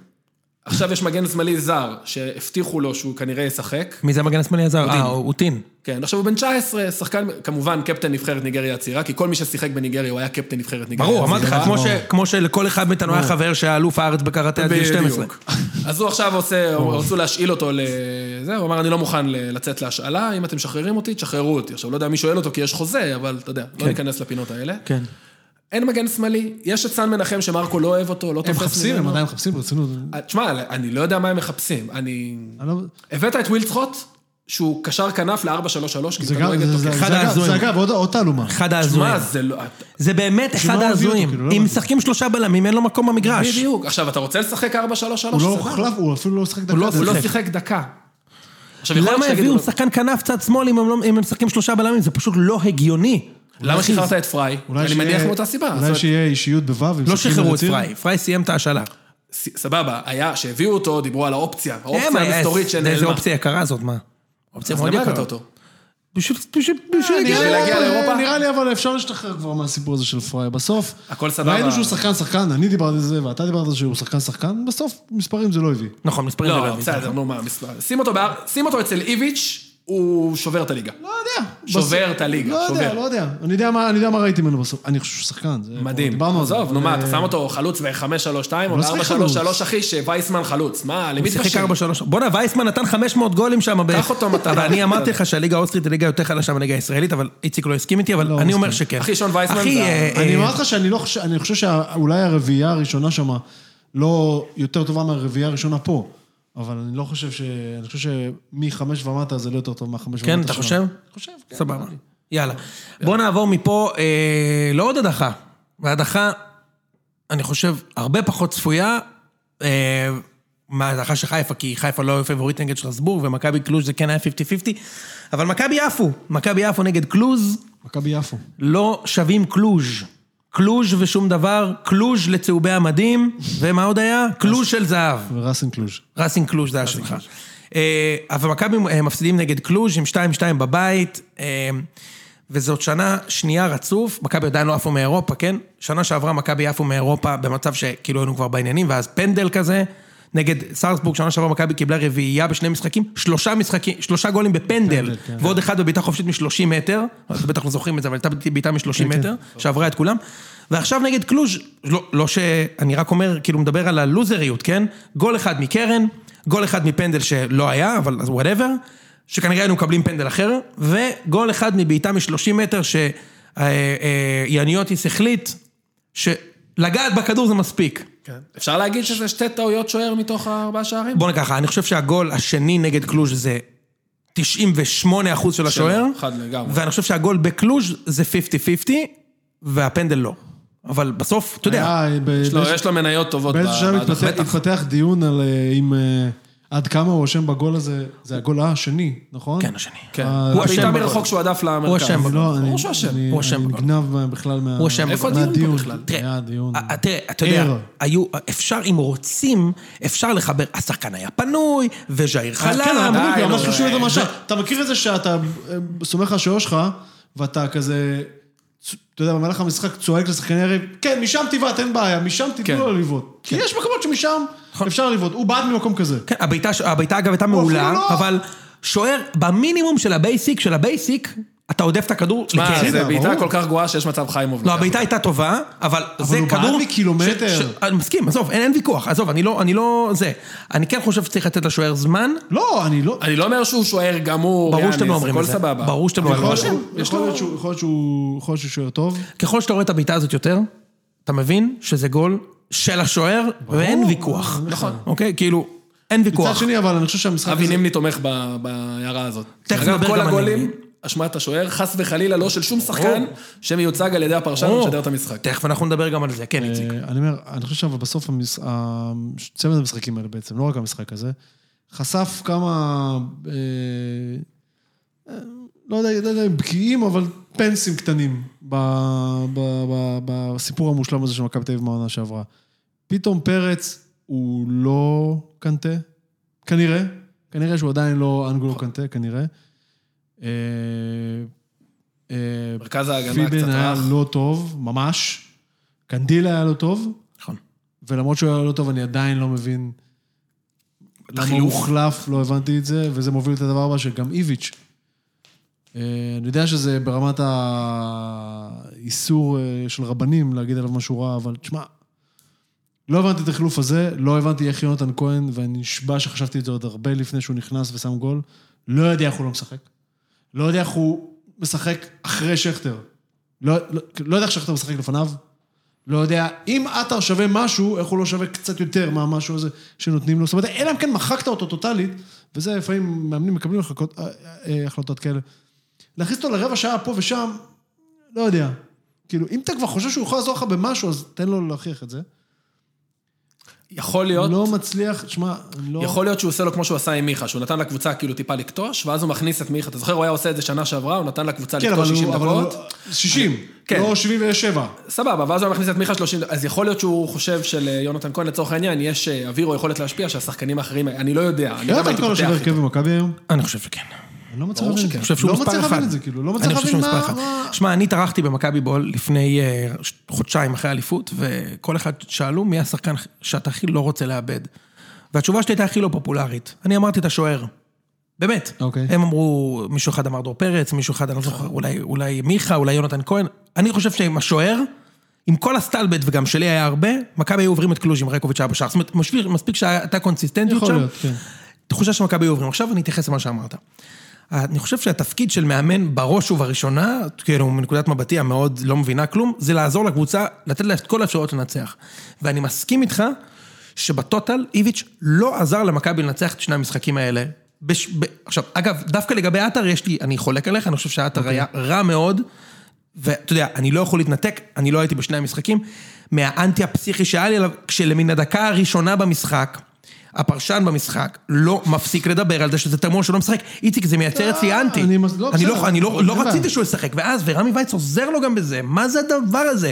עכשיו יש מגן שמאלי זר, שהבטיחו לו שהוא כנראה ישחק.
מי זה המגן השמאלי הזר? אה, הוא טין.
כן, עכשיו הוא בן 19, שחקן, כמובן קפטן נבחרת ניגריה הצעירה, כי כל מי ששיחק בניגריה הוא היה קפטן נבחרת ניגריה
ברור, אמרתי לך,
הצעירה.
כמו ש- כמו שלכל אחד מאיתנו היה חבר שהיה אלוף הארץ בקראטה עד גיל 12.
בדיוק. אז הוא עכשיו עושה, רצו להשאיל אותו לזה, הוא אמר, אני לא מוכן ל- לצאת להשאלה, אם אתם משחררים אותי, תשחררו אותי. עכשיו, לא יודע מי שואל אותו, כי יש חוזה, אבל אתה יודע, לא ניכנס לפינות האלה.
כן.
אין מגן שמאלי, יש את סן מנחם שמרקו לא אוהב אותו, לא
הם
תופס
מחפשים, הם
ממנו.
עדיין מחפשים ברצינות.
תשמע, אני לא יודע מה הם מחפשים. אני...
אני לא-
הבאת את וילדסחוט, שהוא קשר כנף ל-4-3-3, כי לא
זה גם,
כדורגל
זה-
תוקף.
זה-
אחד
זה אגב-
ההזויים.
זה אגב עוד- עוד תעלומה.
אחד ההזויים.
שמע, זה לא...
זה באמת
לא
אחד
הביאו אותו,
ההזויים.
כאילו, לא
אם
הבנתי.
משחקים שלושה בלמים, אין לו מקום במגרש.
בדיוק. עכשיו, אתה רוצה לשחק 4-3-3?
הוא לא הוחלף, הוא אפילו לא שחק דקה.
לא-
הוא לא
שיחק.
שיחק דקה. עכשיו, יכול להיות
למה
שיגידו
הביאו
לו-
שחקן כנף צד שמאל אם הם לא- אם הם משחקים שלושה בלמים? זה פשוט לא הגיוני.
למה שחררת את פריי?
אולי
אני
שיהיה-
מניח מאותה סיבה. זאת
אולי
אומרת,
שיהיה אישיות בו' אם
לא
משחקים
שחררו את
ברצינות.
פריי, פריי סיים את ההשאלה.
ס- סבבה, היה, שהביאו אותו, דיברו על האופציה.
כן,
הם,
האופציה המסתורית
אה, איזה
שנעלמה.
אופציה יקרה זאת, מה? אופציה
אז
מאוד
למה הבאת
יקרה.
אותו? אה,
פשוט, פשוט, פשוט
נראה
בשביל
לי
להגיע
אבל-
לאירופה?
נראה לי אבל אפשר להשתחרר כבר מהסיפור הזה של פריי. בסוף,
הכל סבבה.
ראינו שהוא שחקן שחקן, אני דיברתי על זה ואתה דיברת על זה שהוא שחקן שחקן, בסוף מספרים זה לא הביא.
נכון, מספרים זה
לא,
הביא.
בסדר, נו מה, מספר. שים אותו בהר- שים אותו אצל איביץ', הוא שובר את הליגה.
לא יודע.
שובר
בסוף-
את הליגה,
לא
שובר.
יודע, לא יודע. אני יודע מה- אני יודע מה ראיתי ממנו בסוף. אני חושב שהוא שחקן. זה- כבר
מדהים.
דיברנו על זה.
עזוב, נו
אבל,
מה, אתה
אה,
שם אותו חלוץ ב-5-3-2 או
לא שיחק חלוץ.
ב-4-3-3, אחי, שווייסמן חלוץ. מה, למי
שיחק
תקשיב?
4-3. בואנה, וייסמן נתן 500 גולים שם. ב-
קח אותו מתנה.
אבל אני אמרתי לך שהליגה האוסטרית היא ליגה יותר חלשה מהליגה הישראלית, אבל איציק לא הסכים איתי, אבל
לא,
אני אומר
מסכים.
שכן.
אחי, שון וייסמן
אחי,
זה-
אה,
אני
אה,
אומר לך שאני לא חושב, אני חושב שאולי הרביעייה הראשונה שמה לא יותר טובה מהרביעייה הראשונה פה. אבל אני לא חושב ש... אני חושב שמחמש ומטה זה לא יותר טוב מהחמש ומטה
כן, אתה
שם.
חושב?
חושב, כן.
סבבה. יאללה. בוא נעבור מפה אה, לעוד הדחה. והדחה, אני חושב, הרבה פחות צפויה אה, מההדחה של חיפה, כי חיפה לא היו פבוריט נגד שלסבורג, ומכבי קלוז זה כן היה 50-50, אבל מכבי יפו, מכבי יפו נגד קלוז,
מכבי יפו.
לא שווים קלוז'. קלוז' ושום דבר, קלוז' לצהובי המדים, ומה עוד היה? קלוז' של זהב.
וראסן קלוז'.
רסין קלוז' זה היה שלך. אה, אבל מכבי אה, מפסידים נגד קלוז' עם 2-2 בבית, אה, וזאת שנה שנייה רצוף, מכבי עדיין לא עפו מאירופה, כן? שנה שעברה מכבי עפו מאירופה במצב שכאילו היינו כבר בעניינים, ואז פנדל כזה. נגד סרסבורג, שנה שעברה מכבי קיבלה רביעייה בשני משחקים, שלושה משחקים, שלושה גולים בפנדל, ועוד אחד בבעיטה חופשית מ-30 מטר, אתם בטח לא זוכרים את זה, אבל הייתה בעיטה מ-30 מטר, שעברה את כולם, ועכשיו נגד קלוז', לא, לא ש... אני רק אומר, כאילו מדבר על הלוזריות, כן? גול אחד מקרן, גול אחד מפנדל שלא היה, אבל אז וואטאבר, שכנראה היינו מקבלים פנדל אחר, וגול אחד מבעיטה מ-30 מטר שיאניוטיס החליט שלגעת בכדור זה מספיק.
כן. אפשר להגיד שזה שתי טעויות שוער מתוך הארבעה שערים?
בוא נגיד ככה, אני חושב שהגול השני נגד קלוז' זה 98 אחוז של השוער,
חד לגמרי.
ואני חושב שהגול בקלוז' זה 50-50, והפנדל לא. אבל בסוף, אתה יודע,
*laughs*
היה אה, ב-
יש לו- לא, יש לו מניות טובות.
באיזה
ב-
שלב
בהדחה.
התפתח-
בטח.
התפתח דיון על אה, אם אה, עד כמה הוא אשם בגול הזה, זה הגול השני, נכון?
כן, השני.
כן.
אה,
הוא
הבעיטה
אשם
מרחוק
מרחוק שהוא הדף למרכז.
אשם
אני לא, אני,
ברור שהוא אשם.
אני,
הוא אשם
אני
בגול.
נגנב בכלל מה...
הוא אשם
איפה
בגול.
הדיון פה
מהדיון.
בכלל?
תראה,
היה דיון.
אה, תראה, אתה יודע,
ער.
היו, אפשר, אם רוצים, אפשר לחבר, השחקן היה פנוי, וז'איר חלם. לא,
כן, אבל
די,
בדיוק,
נו,
ממש חשוב
אה,
את המשל. אתה מכיר את זה שאתה אה, סומך על השוער שלך, ואתה כזה, צ- אתה יודע, במהלך המשחק צועק לשחקני הריב, כן, משם תבעט, אין בעיה, משם
כן.
תיתנו לו לבעוט. כי יש מקומות שמשם
נכון.
אפשר לבעוט, הוא בעט ממקום כזה.
כן, הבעיטה, ש- הבעיטה אגב הייתה מעולה,
אפילו לא-
אבל שוער במינימום של הבייסיק, של הבייסיק, אתה עודף את הכדור
מה,
לקרן.
זה בעיטה
כן, ברור.
כל כך גרועה שיש מצב חיימוב.
לא,
לוקח.
הבעיטה הייתה טובה, אבל זה
הוא בעט
כדור...
מקילומטר.
ש- ש- אני מסכים, עזוב, אין אין ויכוח, עזוב, אני לא, אני לא... זה. אני כן חושב שצריך לתת לשוער זמן.
לא, אני לא...
אני לא אומר שהוא שוער גמור,
ברור שאתם לא
יאניס,
אומרים את זה.
הכל סבבה.
ברור שאתם לא
אבל
אומרים את
הוא
זה.
אשם, יש
יכול
לו...
להיות שהוא- יכול להיות שהוא יכול להיות שהוא שוער טוב.
ככל שאתה רואה את הבעיטה הזאת יותר, אתה מבין שזה גול של השוער, ואין ויכוח.
נכון.
אוקיי? כאילו, אין
מצד
ויכוח.
שני, אבל אני חושב שהמשחק
אבי
הזה...
נימני תומך ב- בהערה הזאת.
תכף
אגב,
נדבר
כל
גם על
הגולים,
נימני.
אשמת השוער, חס וחלילה לא של שום שחקן שמיוצג על ידי הפרשן
ברור.
ומשדר את המשחק.
תכף אנחנו נדבר גם על זה, כן, איציק.
אה, אני אומר, אני חושב שאבל בסוף המש- ה- צמד המשחקים האלה בעצם, לא רק המשחק הזה, חשף כמה... אה, אה, לא יודע, לא יודע אם בקיאים, אבל פנסים קטנים ב- ב- ב- בסיפור המושלם הזה של מכבי תל אביב מהעונה שעברה. פתאום פרץ הוא לא קנטה, כנראה. כנראה שהוא עדיין לא אנגולו קנטה, כנראה. אה, אה,
מרכז ההגנה קצת
פיבן היה
רך.
לא טוב, ממש. קנדיל היה לא טוב,
נכון.
ולמרות שהוא היה לא טוב, אני עדיין לא מבין למה הוא
החילוף.
הוחלף, לא הבנתי את זה, וזה מוביל את הדבר הבא שגם איביץ'. אה, אני יודע שזה ברמת האיסור אה, של רבנים להגיד עליו משהו רע, אבל תשמע, לא הבנתי את החילוף הזה, לא הבנתי איך יונתן כהן, ואני נשבע שחשבתי את זה עוד הרבה לפני שהוא נכנס ושם גול, לא יודע איך הוא לא משחק. לא יודע איך הוא משחק אחרי שכטר. לא, לא, לא יודע איך שכטר משחק לפניו. לא יודע, אם עטר שווה משהו, איך הוא לא שווה קצת יותר מהמשהו הזה שנותנים לו. זאת אומרת, אלא אם כן מחקת אותו טוטאלית, וזה לפעמים מאמנים מקבלים החלטות, אה, אה, החלטות כאלה. להכניס אותו לרבע שעה פה ושם, לא יודע. כאילו, אם אתה כבר חושב שהוא יכול לעזור לך במשהו, אז תן לו להוכיח את זה.
יכול להיות,
לא מצליח, שמע, אני לא...
יכול להיות שהוא עושה לו כמו שהוא עשה עם מיכה, שהוא נתן לקבוצה כאילו טיפה לקטוש, ואז הוא מכניס את מיכה. אתה זוכר, הוא היה עושה את זה שנה שעברה, הוא נתן לקבוצה
כן, אבל
לקטוש 60
הוא... אבל הוא-
דקות.
60,
כן.
לא 77.
סבבה, ואז הוא היה מכניס את מיכה 30, אז יכול להיות שהוא חושב שליונתן כהן לצורך העניין יש אה, אוויר או יכולת להשפיע שהשחקנים האחרים, אני לא יודע, אני גם
יונתן
הייתי
כהן יושב
פותח
בהרכב
כן.
איתו.
במכבי היום?
אני חושב שכן.
אני לא מצליח להבין את זה.
אני חושב שהוא
לא
מספר אחד.
מצליח להבין את זה, כאילו, לא מצליח
אני חושב
להבין
שהוא
מה...
מספר אחד.
מה-
שמע, אני טרחתי במכבי בול לפני אה, ש- חודשיים אחרי האליפות, וכל אחד שאלו מי השחקן שאתה הכי לא רוצה לאבד. והתשובה שלי הייתה הכי לא פופולרית. אני אמרתי את השוער. באמת.
אוקיי.
הם אמרו, מישהו אחד אמר דור פרץ, מישהו אחד, אני לא זוכר, אולי, אולי מיכה, אולי יונתן כהן. אני חושב שעם השוער, עם כל הסטלבט וגם שלי היה הרבה, מכבי היו עוברים את קלוז' עם רקוביץ' היה בשער. זאת אומרת, משביר- מספיק שהייתה קונסיסטנטיות
יכול
שם.
להיות, כן.
תחושה שמכבי היו עוברים. עכשיו אני אתייחס למה שאמרת. אני חושב שהתפקיד של מאמן בראש ובראשונה, כאילו מנקודת מבטי המאוד לא מבינה כלום, זה לעזור לקבוצה, לתת לה את כל האפשרויות לנצח. ואני מסכים איתך שבטוטל איביץ' לא עזר למכבי לנצח את שני המשחקים האלה. בש... ב... עכשיו, אגב, דווקא לגבי עטר יש לי, אני חולק עליך, אני חושב שעטר היה רע מאוד, ואתה יודע, אני לא יכול להתנתק, אני לא הייתי בשני המשחקים, מהאנטי הפסיכי שהיה לי עליו, כשלמן הדקה הראשונה במשחק, הפרשן במשחק לא מפסיק לדבר על זה שזה תמוה שהוא לא משחק. איציק, זה מייצר אצלי
אה,
אנטי.
אני מס- לא,
אני
בסדר.
לא, אני לא, לא
אין בעיה.
רציתי שהוא ישחק, ואז, ורמי וייץ עוזר לו גם בזה, מה זה הדבר הזה?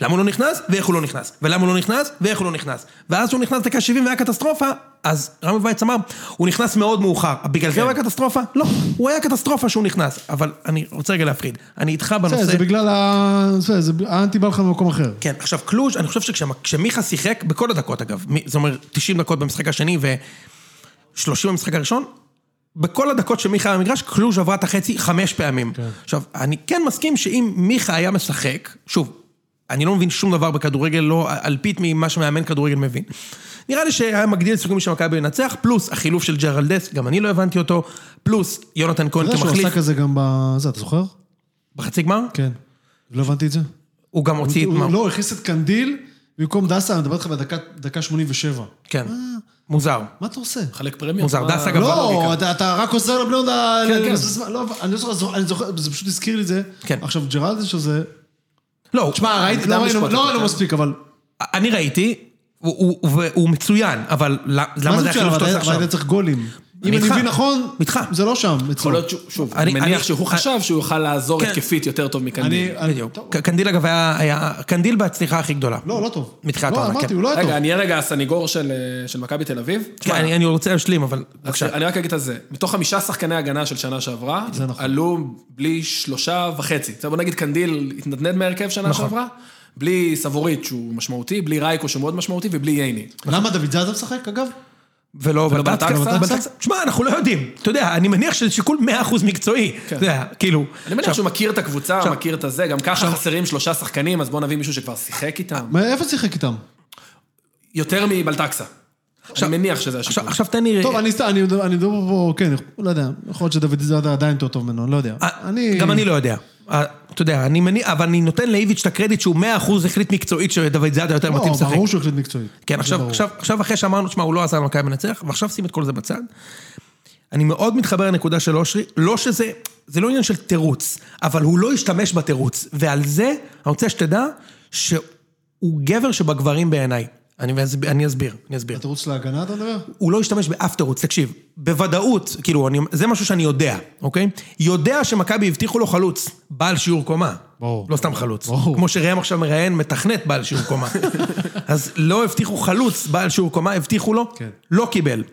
למה הוא לא נכנס, ואיך הוא לא נכנס, ולמה הוא לא נכנס, ואיך הוא לא נכנס. ואז הוא נכנס דקה 70 והיה קטסטרופה, אז רמי וייץ אמר, הוא נכנס מאוד מאוחר, בגלל
כן.
זה הוא היה קטסטרופה? לא, הוא היה קטסטרופה שהוא נכנס, אבל אני רוצה רגע להפריד, אני איתך
בסדר,
בנושא.
כן, זה בגלל ה... בסדר, זה- האנטי בא לך ממקום אחר.
כן, עכשיו קלוז', אני חושב שכשמיכה שיחק, בכל הדקות אגב, מ- זאת אומרת, 90 דקות במשחק השני ו-30 במשחק הראשון, בכל הדקות שמיכה היה במגרש, קלוז' עברה את החצי חמש פעמים. כן. עכשיו, אני כן מסכים שאם מיכה היה משחק, שוב, אני לא מבין שום דבר בכדורגל, לא אלפית ממה שמאמן כדורגל מבין. נראה לי שהיה מגדיל את סיכויים של מכבי לנצח, פלוס החילוף של ג'רלדס, גם אני לא הבנתי אותו, פלוס יונתן כהן
אתה יודע שהוא
כמחליף,
עשה כזה גם בזה, אתה זוכר?
בחצי גמר,
כן. לא הבנתי את זה.
הוא גם הוציא את...
הוא-
מה-
לא, הוא הכניס את קנדיל במקום דסה, אני מדבר איתך בדקה דקה 87.
כן,
אה.
מוזר.
מה אתה עושה?
חלק פרמיות.
מוזר,
מה-
דסה גם-
לא,
לוגיקה.
אתה, אתה רק עוזר לבני יהודה...
כן, כן.
לזמן- לא, אני לא זוכר, אני זוכר, זה פשוט הזכיר לי את זה.
כן.
עכשיו, ג'רלדש שזה...
לא,
תשמע, ראיתי, לא
מוקדם
ראינו
לשפוט
לא
אותו,
ראינו
כן.
מספיק, אבל...
אני ראיתי, הוא- הוא הוא מצוין, אבל ל-
מה
למה
זה
זה החילוף
ג'רלדש?
שאתה עושה
אבל
עכשיו?
היית צריך גולים. אם אני
איתך.
מבין נכון,
איתך.
זה לא שם.
יכול
אצלו.
להיות שהוא, שוב,
אני-
אני מניח
אני-
שהוא
אני-
חשב שהוא יוכל לעזור
כן.
התקפית יותר טוב מקנדיל.
אני...
בדיוק.
טוב,
ק- קנדיל אגב היה, היה, קנדיל בהצליחה הכי גדולה.
לא, לא טוב.
מתחילת
לא,
העונה,
אמרתי,
כן.
הוא לא היה טוב.
רגע, אני אהיה רגע הסניגור של אה, של מכבי תל אביב.
כן,
תשמע,
אני, אני רוצה להשלים, אבל
אז
בבקשה.
אני רק אגיד את זה, מתוך חמישה שחקני הגנה של שנה שעברה,
זה נכון.
עלו בלי שלושה וחצי. בסדר, בוא נגיד קנדיל התנדנד מהרכב שנה
נכון.
שעברה, בלי סבורית שהוא משמעותי, בלי רייקו שהוא מאוד משמעותי ובלי ייני.
למה דוד זאדה משחק, אגב?
ולא
בלטקסה?
בלטקסה? שמע, אנחנו לא יודעים. אתה יודע, אני מניח שזה שיקול 100% מקצועי. אתה יודע, כאילו...
כן. אני מניח שהוא מכיר את הקבוצה,
עכשיו-
מכיר את הזה, גם ככה חסרים שלושה שחקנים, אז בואו נביא מישהו שכבר שיחק איתם.
מה, איפה שיחק איתם?
יותר מבלטקסה. אני מניח שזה
עכשיו-
השיקול.
עכשיו תן לי... אה,
טוב, אני סתם, אני מדבר אני מדבר פה, כן, לא יודע, יכול להיות שדוד זאדה עדיין יותר טוב ממנו, אני לא יודע.
אה,
אני...
גם אני לא יודע. אה, אתה יודע, אני מניח, אבל אני נותן לאיביץ' את הקרדיט שהוא 100% החליט מקצועית שדוד זאדה יותר
לא,
מתאים לשחק.
ברור שהוא החליט מקצועית.
כן,
זה
עכשיו,
ברור.
עכשיו, עכשיו אחרי שאמרנו, שמע, הוא לא עשה למכבי מנצח, ועכשיו שים את כל זה בצד. אני מאוד מתחבר לנקודה של אושרי, לא שזה, זה לא עניין של תירוץ, אבל הוא לא השתמש בתירוץ, ועל זה אני רוצה שתדע שהוא גבר שבגברים בעיניי. אני, מסב- אני אסביר, אני אסביר.
התירוץ של ההגנה אתה מדבר?
הוא לא השתמש באף תירוץ, תקשיב, בוודאות, כאילו, אני, זה משהו שאני יודע, אוקיי? יודע שמכבי הבטיחו לו חלוץ, בעל שיעור קומה.
ברור.
לא סתם חלוץ.
ברור.
כמו שראם עכשיו מראיין, מתכנת בעל שיעור
*laughs*
קומה. אז לא הבטיחו חלוץ בעל שיעור קומה, הבטיחו לו,
כן.
לא קיבל.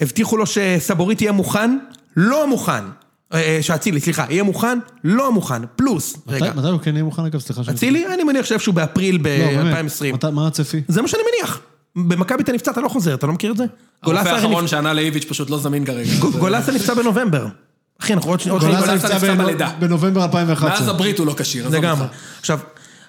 הבטיחו לו שסבורית יהיה מוכן, לא מוכן. אה, שאצילי, סליחה, יהיה מוכן, לא מוכן. פלוס, רגע.
מתי מתי הוא כן יהיה מוכן אגב? סליחה שאני...
אצילי, אני מניח שאיפשהו באפריל
לא, באמת.
ב-2020.
מתי- מה הצפי?
זה מה שאני מניח. במכבי אתה נפצע, אתה לא חוזר, אתה לא מכיר את זה?
הרופא
גולסה הרי
האחרון שענה לאיביץ' פשוט לא זמין כרגע.
נפ- גו- גולסה נפצע בנובמבר. אחי, אנחנו עוד שנייה... עוד שנייה
גולסה
גולסה-
נפצע
בנו-
בלידה.
בנובמבר
מאז
2011.
הברית הוא לא כשיר, עזוב
לגמרי.
אותך.
עכשיו,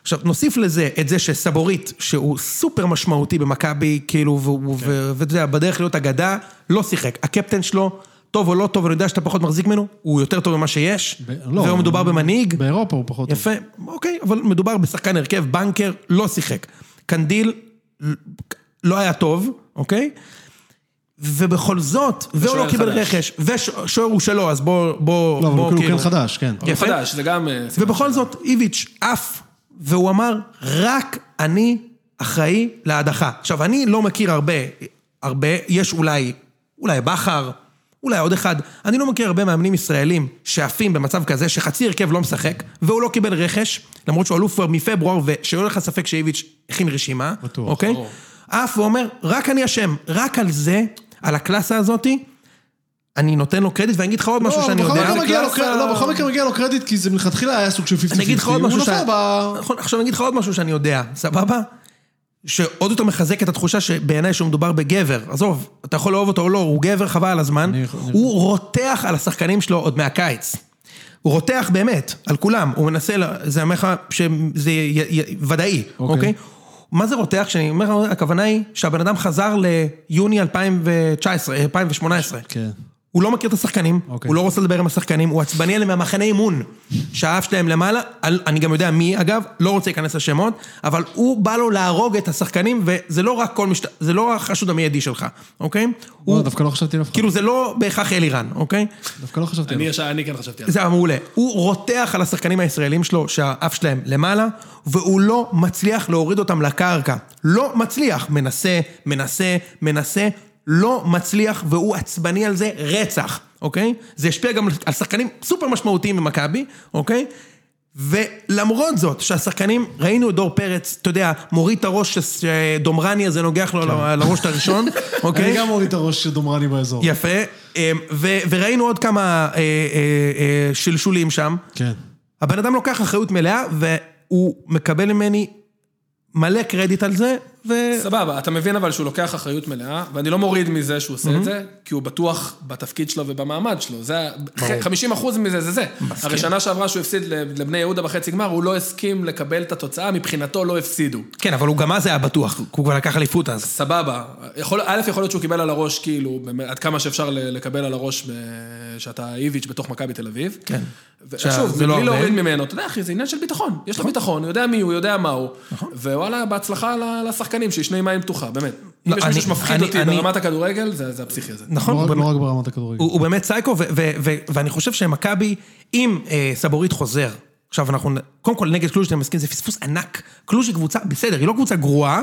עכשיו, נוסיף לזה את זה שסבורית, שהוא סופר משמעותי במכבי, כאילו, והוא- ו- ואתה יודע, בדרך להיות אגדה, לא שיחק. הקפטן שלו, טוב או לא טוב, אני יודע שאתה פחות מחזיק ממנו, הוא יותר טוב ממה שיש,
ב- לא.
והוא מדובר במנהיג.
באירופה הוא פחות טוב.
יפה, אוקיי, אבל מדובר בשחקן הרכב, בנקר, לא שיחק. קנדיל לא היה טוב, אוקיי? ובכל זאת, והוא
ושוער
לא קיבל
חדש.
רכש, ושוער הוא שלו, אז בוא, בוא,
לא, אבל
בוא,
הוא כאילו כן חדש, כן.
הוא
יפה.
חדש, זה גם... אה, סימן.
ובכל זאת, איביץ' עף, והוא אמר, רק אני אחראי להדחה. עכשיו, אני לא מכיר הרבה, הרבה, יש אולי, אולי בכר, אולי עוד אחד, אני לא מכיר הרבה מאמנים ישראלים שעפים במצב כזה, שחצי הרכב לא משחק, והוא לא קיבל רכש, למרות שהוא אלוף כבר מפברואר, ושלא לך ספק שאיביץ' הכין רשימה,
בטוח.
אוקיי?
ברור.
עף ואומר, רק אני אשם, רק על זה, על הקלאסה הזאתי, אני נותן לו קרדיט, ואני אגיד לך עוד משהו
לא,
שאני
בכל
יודע.
מקרה מגיע לו
קלאסה-
קרדיט- לא, בכל מקרה מגיע לו קרדיט, כי זה מלכתחילה היה סוג של 50-50.
אני אגיד לך עוד משהו
הוא נפל ב...
נכון, עכשיו אני אגיד לך עוד משהו שאני יודע, סבבה? שעוד יותר מחזק את התחושה שבעיניי שהוא מדובר בגבר. עזוב, אתה יכול לאהוב אותו או לא, הוא גבר חבל על הזמן.
אני יכול- אני
הוא רותח על השחקנים שלו עוד מהקיץ. הוא רותח באמת, על כולם. הוא מנסה, ל- זה אומר לך שזה י- י- ודאי,
אוקיי.
אוקיי? מה זה רותח? כשאני אומר, לך, הכוונה היא שהבן אדם חזר ליוני 2019, 2018.
כן.
הוא לא מכיר את השחקנים, okay.
אוקיי.
הוא לא רוצה לדבר עם השחקנים, הוא עצבני עליהם מהמחנה אימון, שהאף שלהם למעלה, אל- אני גם יודע מי אגב, לא רוצה להיכנס לשמות, אבל הוא בא לו להרוג את השחקנים, וזה לא רק כל משת... זה לא החשוד המיידי שלך, אוקיי? הוא...
לא, דווקא לא חשבתי על אף אחד.
כאילו זה לא בהכרח אלירן, אוקיי?
דווקא לא חשבתי
אני
על אף
ישר- אני כן חשבתי על זה.
זה היה מעולה. הוא רותח על השחקנים הישראלים שלו, שהאף שלהם למעלה, והוא לא מצליח להוריד אותם לקרקע. לא מצליח. מנסה, מנסה, מנסה, לא מצליח, והוא עצבני על זה רצח, אוקיי? זה השפיע גם על שחקנים סופר משמעותיים במכבי, אוקיי? ולמרות זאת, שהשחקנים, ראינו את דור פרץ, אתה יודע, מוריד את הראש ש- שדומרני הזה נוגח לו על הראש את הראשון,
אחד.
אוקיי?
*laughs* אני גם מוריד את הראש של דומרני באזור.
יפה, אמ, ו- וראינו עוד כמה אה, אה, אה, שלשולים שם.
כן.
הבן אדם לוקח אחריות מלאה, והוא מקבל ממני מלא קרדיט על זה, ו...
סבבה, אתה מבין אבל שהוא לוקח אחריות מלאה, ואני לא מוריד מזה שהוא עושה את זה, כי הוא בטוח בתפקיד שלו ובמעמד שלו. זה ה- 50% מזה זה זה. הרי שנה שעברה שהוא הפסיד לב- לבני יהודה בחצי גמר, הוא לא הסכים לקבל את התוצאה, מבחינתו לא הפסידו.
כן, אבל הוא גם אז היה בטוח, כי הוא כבר לקח אליפות אז.
סבבה. יכול, א', יכול להיות שהוא קיבל על הראש, כאילו, באמת, עד כמה שאפשר ל- לקבל על הראש ב- שאתה איביץ' בתוך מכבי תל אביב.
כן. עכשיו,
ושוב,
זה לא
מבלי
הרבה. נכון.
להוריד ממנו, אתה יודע, אחי, זה עניין של ביטחון. יש לו ביטחון, הוא יודע מי הוא, יודע מה הוא. ווואלה, בהצלחה ל- לשחקנים, שישני מים פתוחה, באמת. אם
לא,
יש
אני-
מישהו שמפחיד
אני-
אותי
אני-
ברמת הכדורגל, זה זה הפסיכי הזה.
נכון,
לא
הוא
רק-
באמת-
לא רק ברמת הכדורגל.
הוא הוא באמת סייקו, ו- ו- ו- ואני חושב שמכבי, אם אה, סבורית חוזר, עכשיו אנחנו, נ- קודם כל נגד קלוז' אתה מסכים, זה פספוס ענק. קלוז' היא קבוצה, בסדר, היא לא קבוצה גרועה,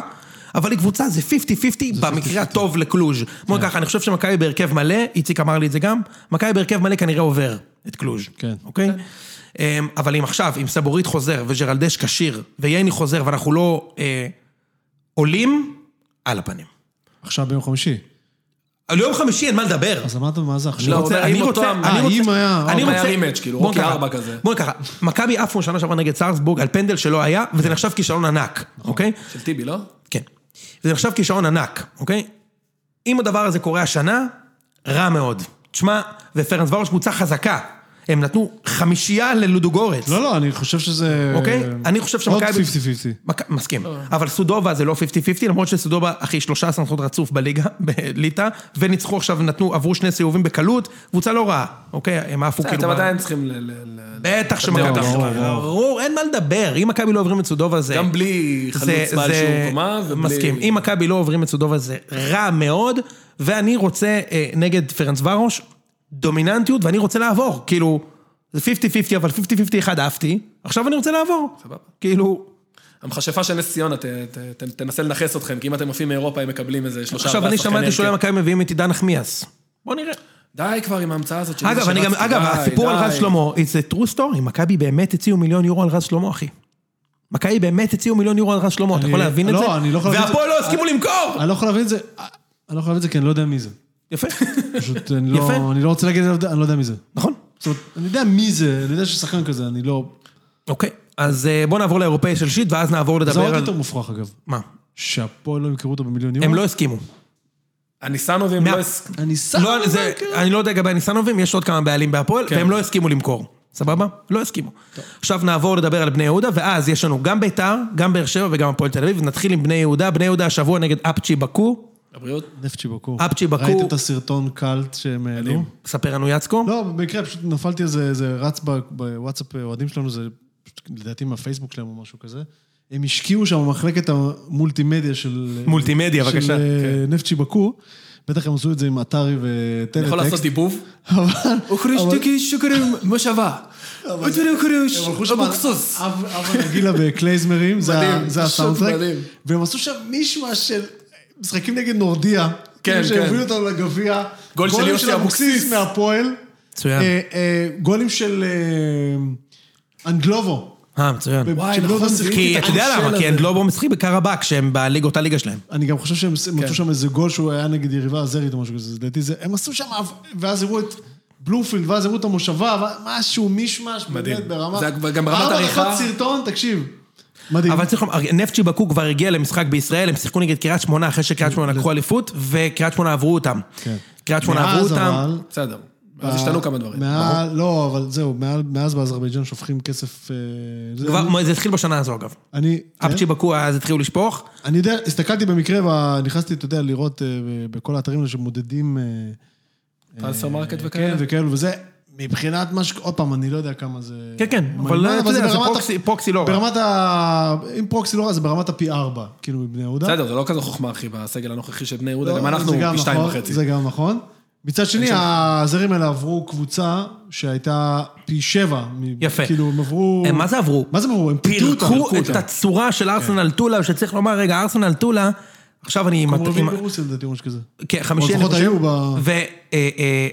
אבל היא קבוצה, זה 50-50 במקרה הטוב לקלוז'. בוא ככה, אני חושב שמכבי בהרכב מלא, איציק אמר לי את זה גם, מכבי בהרכב מלא כנראה עובר את קלוז'.
כן.
אוקיי? אמ, אבל אם עכשיו, אם סבורית חוזר, וג'רלדש כשיר, וייני חוזר, ואנחנו לא אה, עולים, על הפנים.
עכשיו ביום חמישי.
על יום חמישי אין מה לדבר.
אז אמרת מה זה עכשיו?
לא,
רוצה-
אומר,
אני
אם
רוצה-
אותו-
אני
אה,
רוצה-
אם היה-
אני
אם היה
רוצה-
rematch, כאילו,
בוא
רוקי
ככה,
ארבע כזה.
בוא ככה, מכבי עפו שנה שעברה נגד סארסבורג על פנדל שלא היה, וזה נחשב
נכון.
כישלון ענק, אוקיי?
של טיבי, לא?
כן. וזה נחשב כישרון ענק, אוקיי? אם הדבר הזה קורה השנה, רע מאוד. תשמע, ופרנס ורוש קבוצה חזקה. הם נתנו חמישייה ללודוגורץ.
לא, לא, אני חושב שזה...
אוקיי? אני חושב שמכבי...
אה, עוד 50-50.
מק- מסכים. אבל סודובה זה לא 50-50, למרות שסודובה אחי 13 נחות רצוף בליגה, *laughs* בליטא, וניצחו עכשיו, נתנו, עברו שני סיבובים בקלות, קבוצה לא רעה, אוקיי? הם עפו כאילו...
אתם
ב-
עדיין צריכים ל... ל- ל-
בטח שמכבי...
ברור,
ברור.
ברור, אין מה לדבר. אם מכבי לא עוברים את סודובה זה...
גם בלי חלוץ
זה-
בעל
זה-
שיעור קומה, ובלי...
מסכים. אם מכבי לא עוברים את סודובה זה רע מאוד, ואני רוצה אה, נגד פרנס ורוש דומיננטיות, ואני רוצה לעבור. כאילו, זה 50-50, אבל 50-50 אחד עפתי, עכשיו אני רוצה לעבור.
סבבה.
כאילו...
המכשפה של נס ציונה, ת- ת- ת- תנסה לנכס אתכם, כי אם אתם עפים מאירופה, הם מקבלים איזה שלושה...
עכשיו
ארבעה כן.
אני
שחקני
שמעתי שאולי
הרכב.
מכבי מביאים את עידן נחמיאס. בוא נראה.
די כבר עם ההמצאה הזאת של...
אגב, אני גם,
שרצתי,
אגב,
די,
הסיפור על
די.
רז שלמה, it's a true story, מכבי באמת הציעו מיליון יורו על רז שלמה, אחי. מכבי באמת הציעו מיליון יורו על רז שלמה, אתה
אני-
יכול להבין את זה?
לא, אני לא יכול להבין את
והפועל
זה.
לא הסכימו למכור!
אני לא יכול להבין את זה, אני לא יכול להבין את זה כי אני לא יודע מי זה.
יפה,
פשוט אני לא-
יפה.
אני לא רוצה להגיד, אני לא יודע- אני לא יודע מי זה.
נכון.
זאת אומרת, אני יודע מי זה, אני יודע ששחקן כזה, אני לא...
אוקיי, אז אה, בוא נעבור לאירופאי של שיט, ואז נעבור
זה
לדבר
עוד
על...
יותר מופרך אגב.
מה?
שהפועל לא ימכרו אותו במיליון יורו.
הם לא הסכימו.
הניסנובים
מה-
לא... הס-
אני שם...
לא, זה- אני לא יודע לגבי הניסנובים, יש עוד כמה בעלים בהפועל, והם לא הסכימו למכור. סבבה? לא הסכימו. עכשיו נעבור לדבר על בני יהודה, ואז יש לנו גם ביתר, גם באר שבע וגם הפועל תל אביב. נתחיל עם בני יהודה. בני יהודה השבוע נגד אפצ'י בקו.
הבריאות?
נפצ'י בקור.
אפצ'י בקור.
ראיתם את הסרטון קאלט שהם העלו?
ספר לנו יצקו.
לא, במקרה פשוט נפלתי על זה, זה רץ ב- בוואטסאפ אה, אוהדים שלנו, זה פשוט לדעתי מהפייסבוק שלהם או משהו כזה. הם השקיעו שם במחלקת המולטימדיה של...
מולטימדיה, בבקשה.
של אה, נפצ'י בקור. בטח הם עשו את זה עם אתרי וטלטקסט.
יכול לעשות דיבוב?
אבל...
אוכריש
אבל-
תיקי שוקרים מושבה. אוכריש אוכריש
הם הלכו שם על
אבוקסוס.
אב- אבא נגילה בקלייזמרים, זה ה-
מדהים,
זה
פשוט
הסאונדטרק.
מדהים.
והם עשו שם מישמע של משחקים נגד נורדיה. כאילו שהובילו אותנו לגביע.
גול כן, של
גולים
יוסי אבוקסיס.
מהפועל.
מצוין.
אה, אה, גולים של אה, אנגלובו.
אה, מצוין.
וואי,
שלא
נכון,
זזיתי
כי
את
אתה יודע
הכושל
למה, כי
הזה.
הם לא בו משחקים בקרבאק, שהם בליגה, אותה ליגה שלהם.
אני גם חושב שהם
כן.
מצאו שם איזה גול שהוא היה נגד יריבה אזרית או משהו כזה, זה לדעתי זה, הם עשו שם, ואז הראו את בלומפילד, ואז הראו את המושבה, משהו מישמש, באמת, ברמה...
זה גם ברמת עריכה.
ארבע דקות סרטון, תקשיב. מדהים.
אבל צריך לומר, נפצ'י בקו כבר הגיע למשחק בישראל, הם שיחקו נגד קריית שמונה אחרי שקריית שמונה לקחו אליפות, וקריית שמונה עברו אותם.
כן.
קריית שמונה עברו
מאז,
אותם.
אבל, אה,
בסדר. אז השתנו כמה דברים. נכון?
מעל, לא, אבל זהו, מעל- מאז באזרבייג'ן שופכים כסף... אה, זה-
כבר-
אני-
זה התחיל בשנה הזו אגב.
אני... כן.
אפצ'י בקו אז התחילו לשפוך.
אני יודע, הסתכלתי במקרה, ב- נכנסתי, אתה יודע, לראות אה, ב- בכל האתרים האלה שמודדים... אה,
טרנספר מרקט
כן,
וכאלה.
וכאלו וזה. מבחינת מה ש... עוד פעם, אני לא יודע כמה זה...
כן, כן,
מה,
אבל אתה
זה
יודע, זה
ברמת ה-
פרוקסי- פרוקסי לא רע.
ברמת ה... אם פרוקסי לא רע, זה ברמת הפי ארבע, כאילו, מבני יהודה.
בסדר, זה לא כזה חוכמה, אחי, בסגל הנוכחי של בני יהודה,
לא,
גם אנחנו
זה
פי שתיים
נכון,
וחצי.
זה גם נכון. מצד שני, הזרים האלה עברו קבוצה שהייתה פי שבע. מ-
יפה.
כאילו, הם עברו...
הם מה זה עברו?
מה זה הם עברו? הם פיתו אותם.
פירקו
פירקו
את
אותם.
הצורה של ארסנל טולה, שצריך לומר, רגע, ארסנל טולה, עכשיו אני...
הם
מת-
רביעי
עם-
ברוסיה, לדעתי, או משהו כזה.
כן, חמישי,
לפחות היו ב-
אה,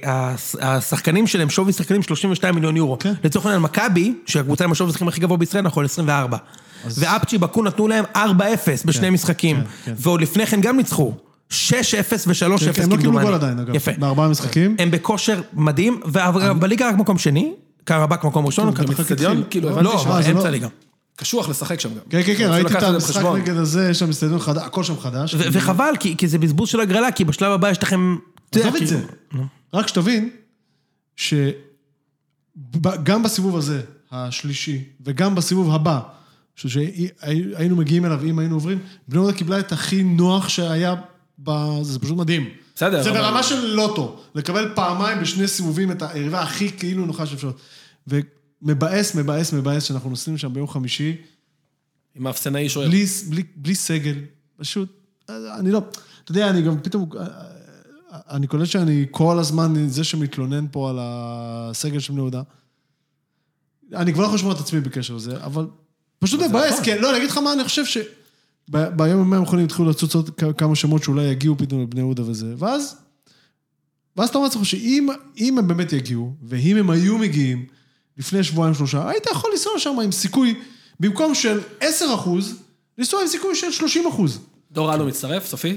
והשחקנים שלהם, שווי שחקנים 32 מיליון יורו.
כן.
לצורך העניין, מכבי, שהקבוצה עם השווי שחקנים הכי גבוה בישראל, אנחנו על 24. ואפצ'י בקו נתנו להם 4-0 בשני משחקים.
כן.
ועוד לפני כן גם ניצחו. 6-0 ו-3-0
כן, כן, הם לא קיבלו גול עדיין, אגב.
כאילו יפה.
בארבעה משחקים.
הם בכושר מדהים, ואגב, בליגה רק מקום שני, קרבק מקום ראשון,
גם
קרבק-
אצטדיון, כאילו, הבנתי
לא,
אה, זה
אמצע
לא-
ליגה.
קשוח לשחק שם גם.
כן, כן, כן,
רצו
ראיתי את
לקחת זה
המשחק
בחשבון.
נגד הזה, יש שם אצטדיון חדש, הכל שם חדש.
ו- וחבל, כי כי זה בזבוז של הגרלה, כי בשלב הבא יש לכם... אתה יודע,
עזוב את
כאילו-
זה. רק שתבין, שגם בסיבוב הזה, השלישי, וגם בסיבוב הבא, שהיינו מגיעים אליו אם היינו עוברים, בני יהודה קיבלה את הכי נוח שהיה, ב- זה פשוט מדהים.
בסדר,
זה
אבל-
ברמה של לוטו, לקבל פעמיים בשני סיבובים את היריבה הכי כאילו נוחה שאפשר. ומבאס, מבאס, מבאס שאנחנו נוסעים שם ביום חמישי,
עם האפסנאי שוער.
בלי, בלי, בלי סגל, פשוט, אני לא, אתה יודע, אני גם פתאום, אה, אני קולט שאני כל הזמן זה שמתלונן פה על הסגל של בני יהודה. אני כבר לא יכול לשמור את עצמי בקשר לזה, אבל פשוט מבאס, כי לא, אני אגיד לך מה אני חושב ש... ב- ביום ימים האחרונים התחילו לצוץ עוד כ- כמה שמות שאולי יגיעו פתאום לבני יהודה וזה, ואז... ואז אתה אומר לעצמך שאם אם הם באמת יגיעו, ואם הם היו מגיעים לפני שבועיים שלושה, היית יכול לנסוע שם עם סיכוי, במקום של 10 אחוז, לנסוע עם סיכוי של 30 אחוז.
דור אלו מצטרף, סופי?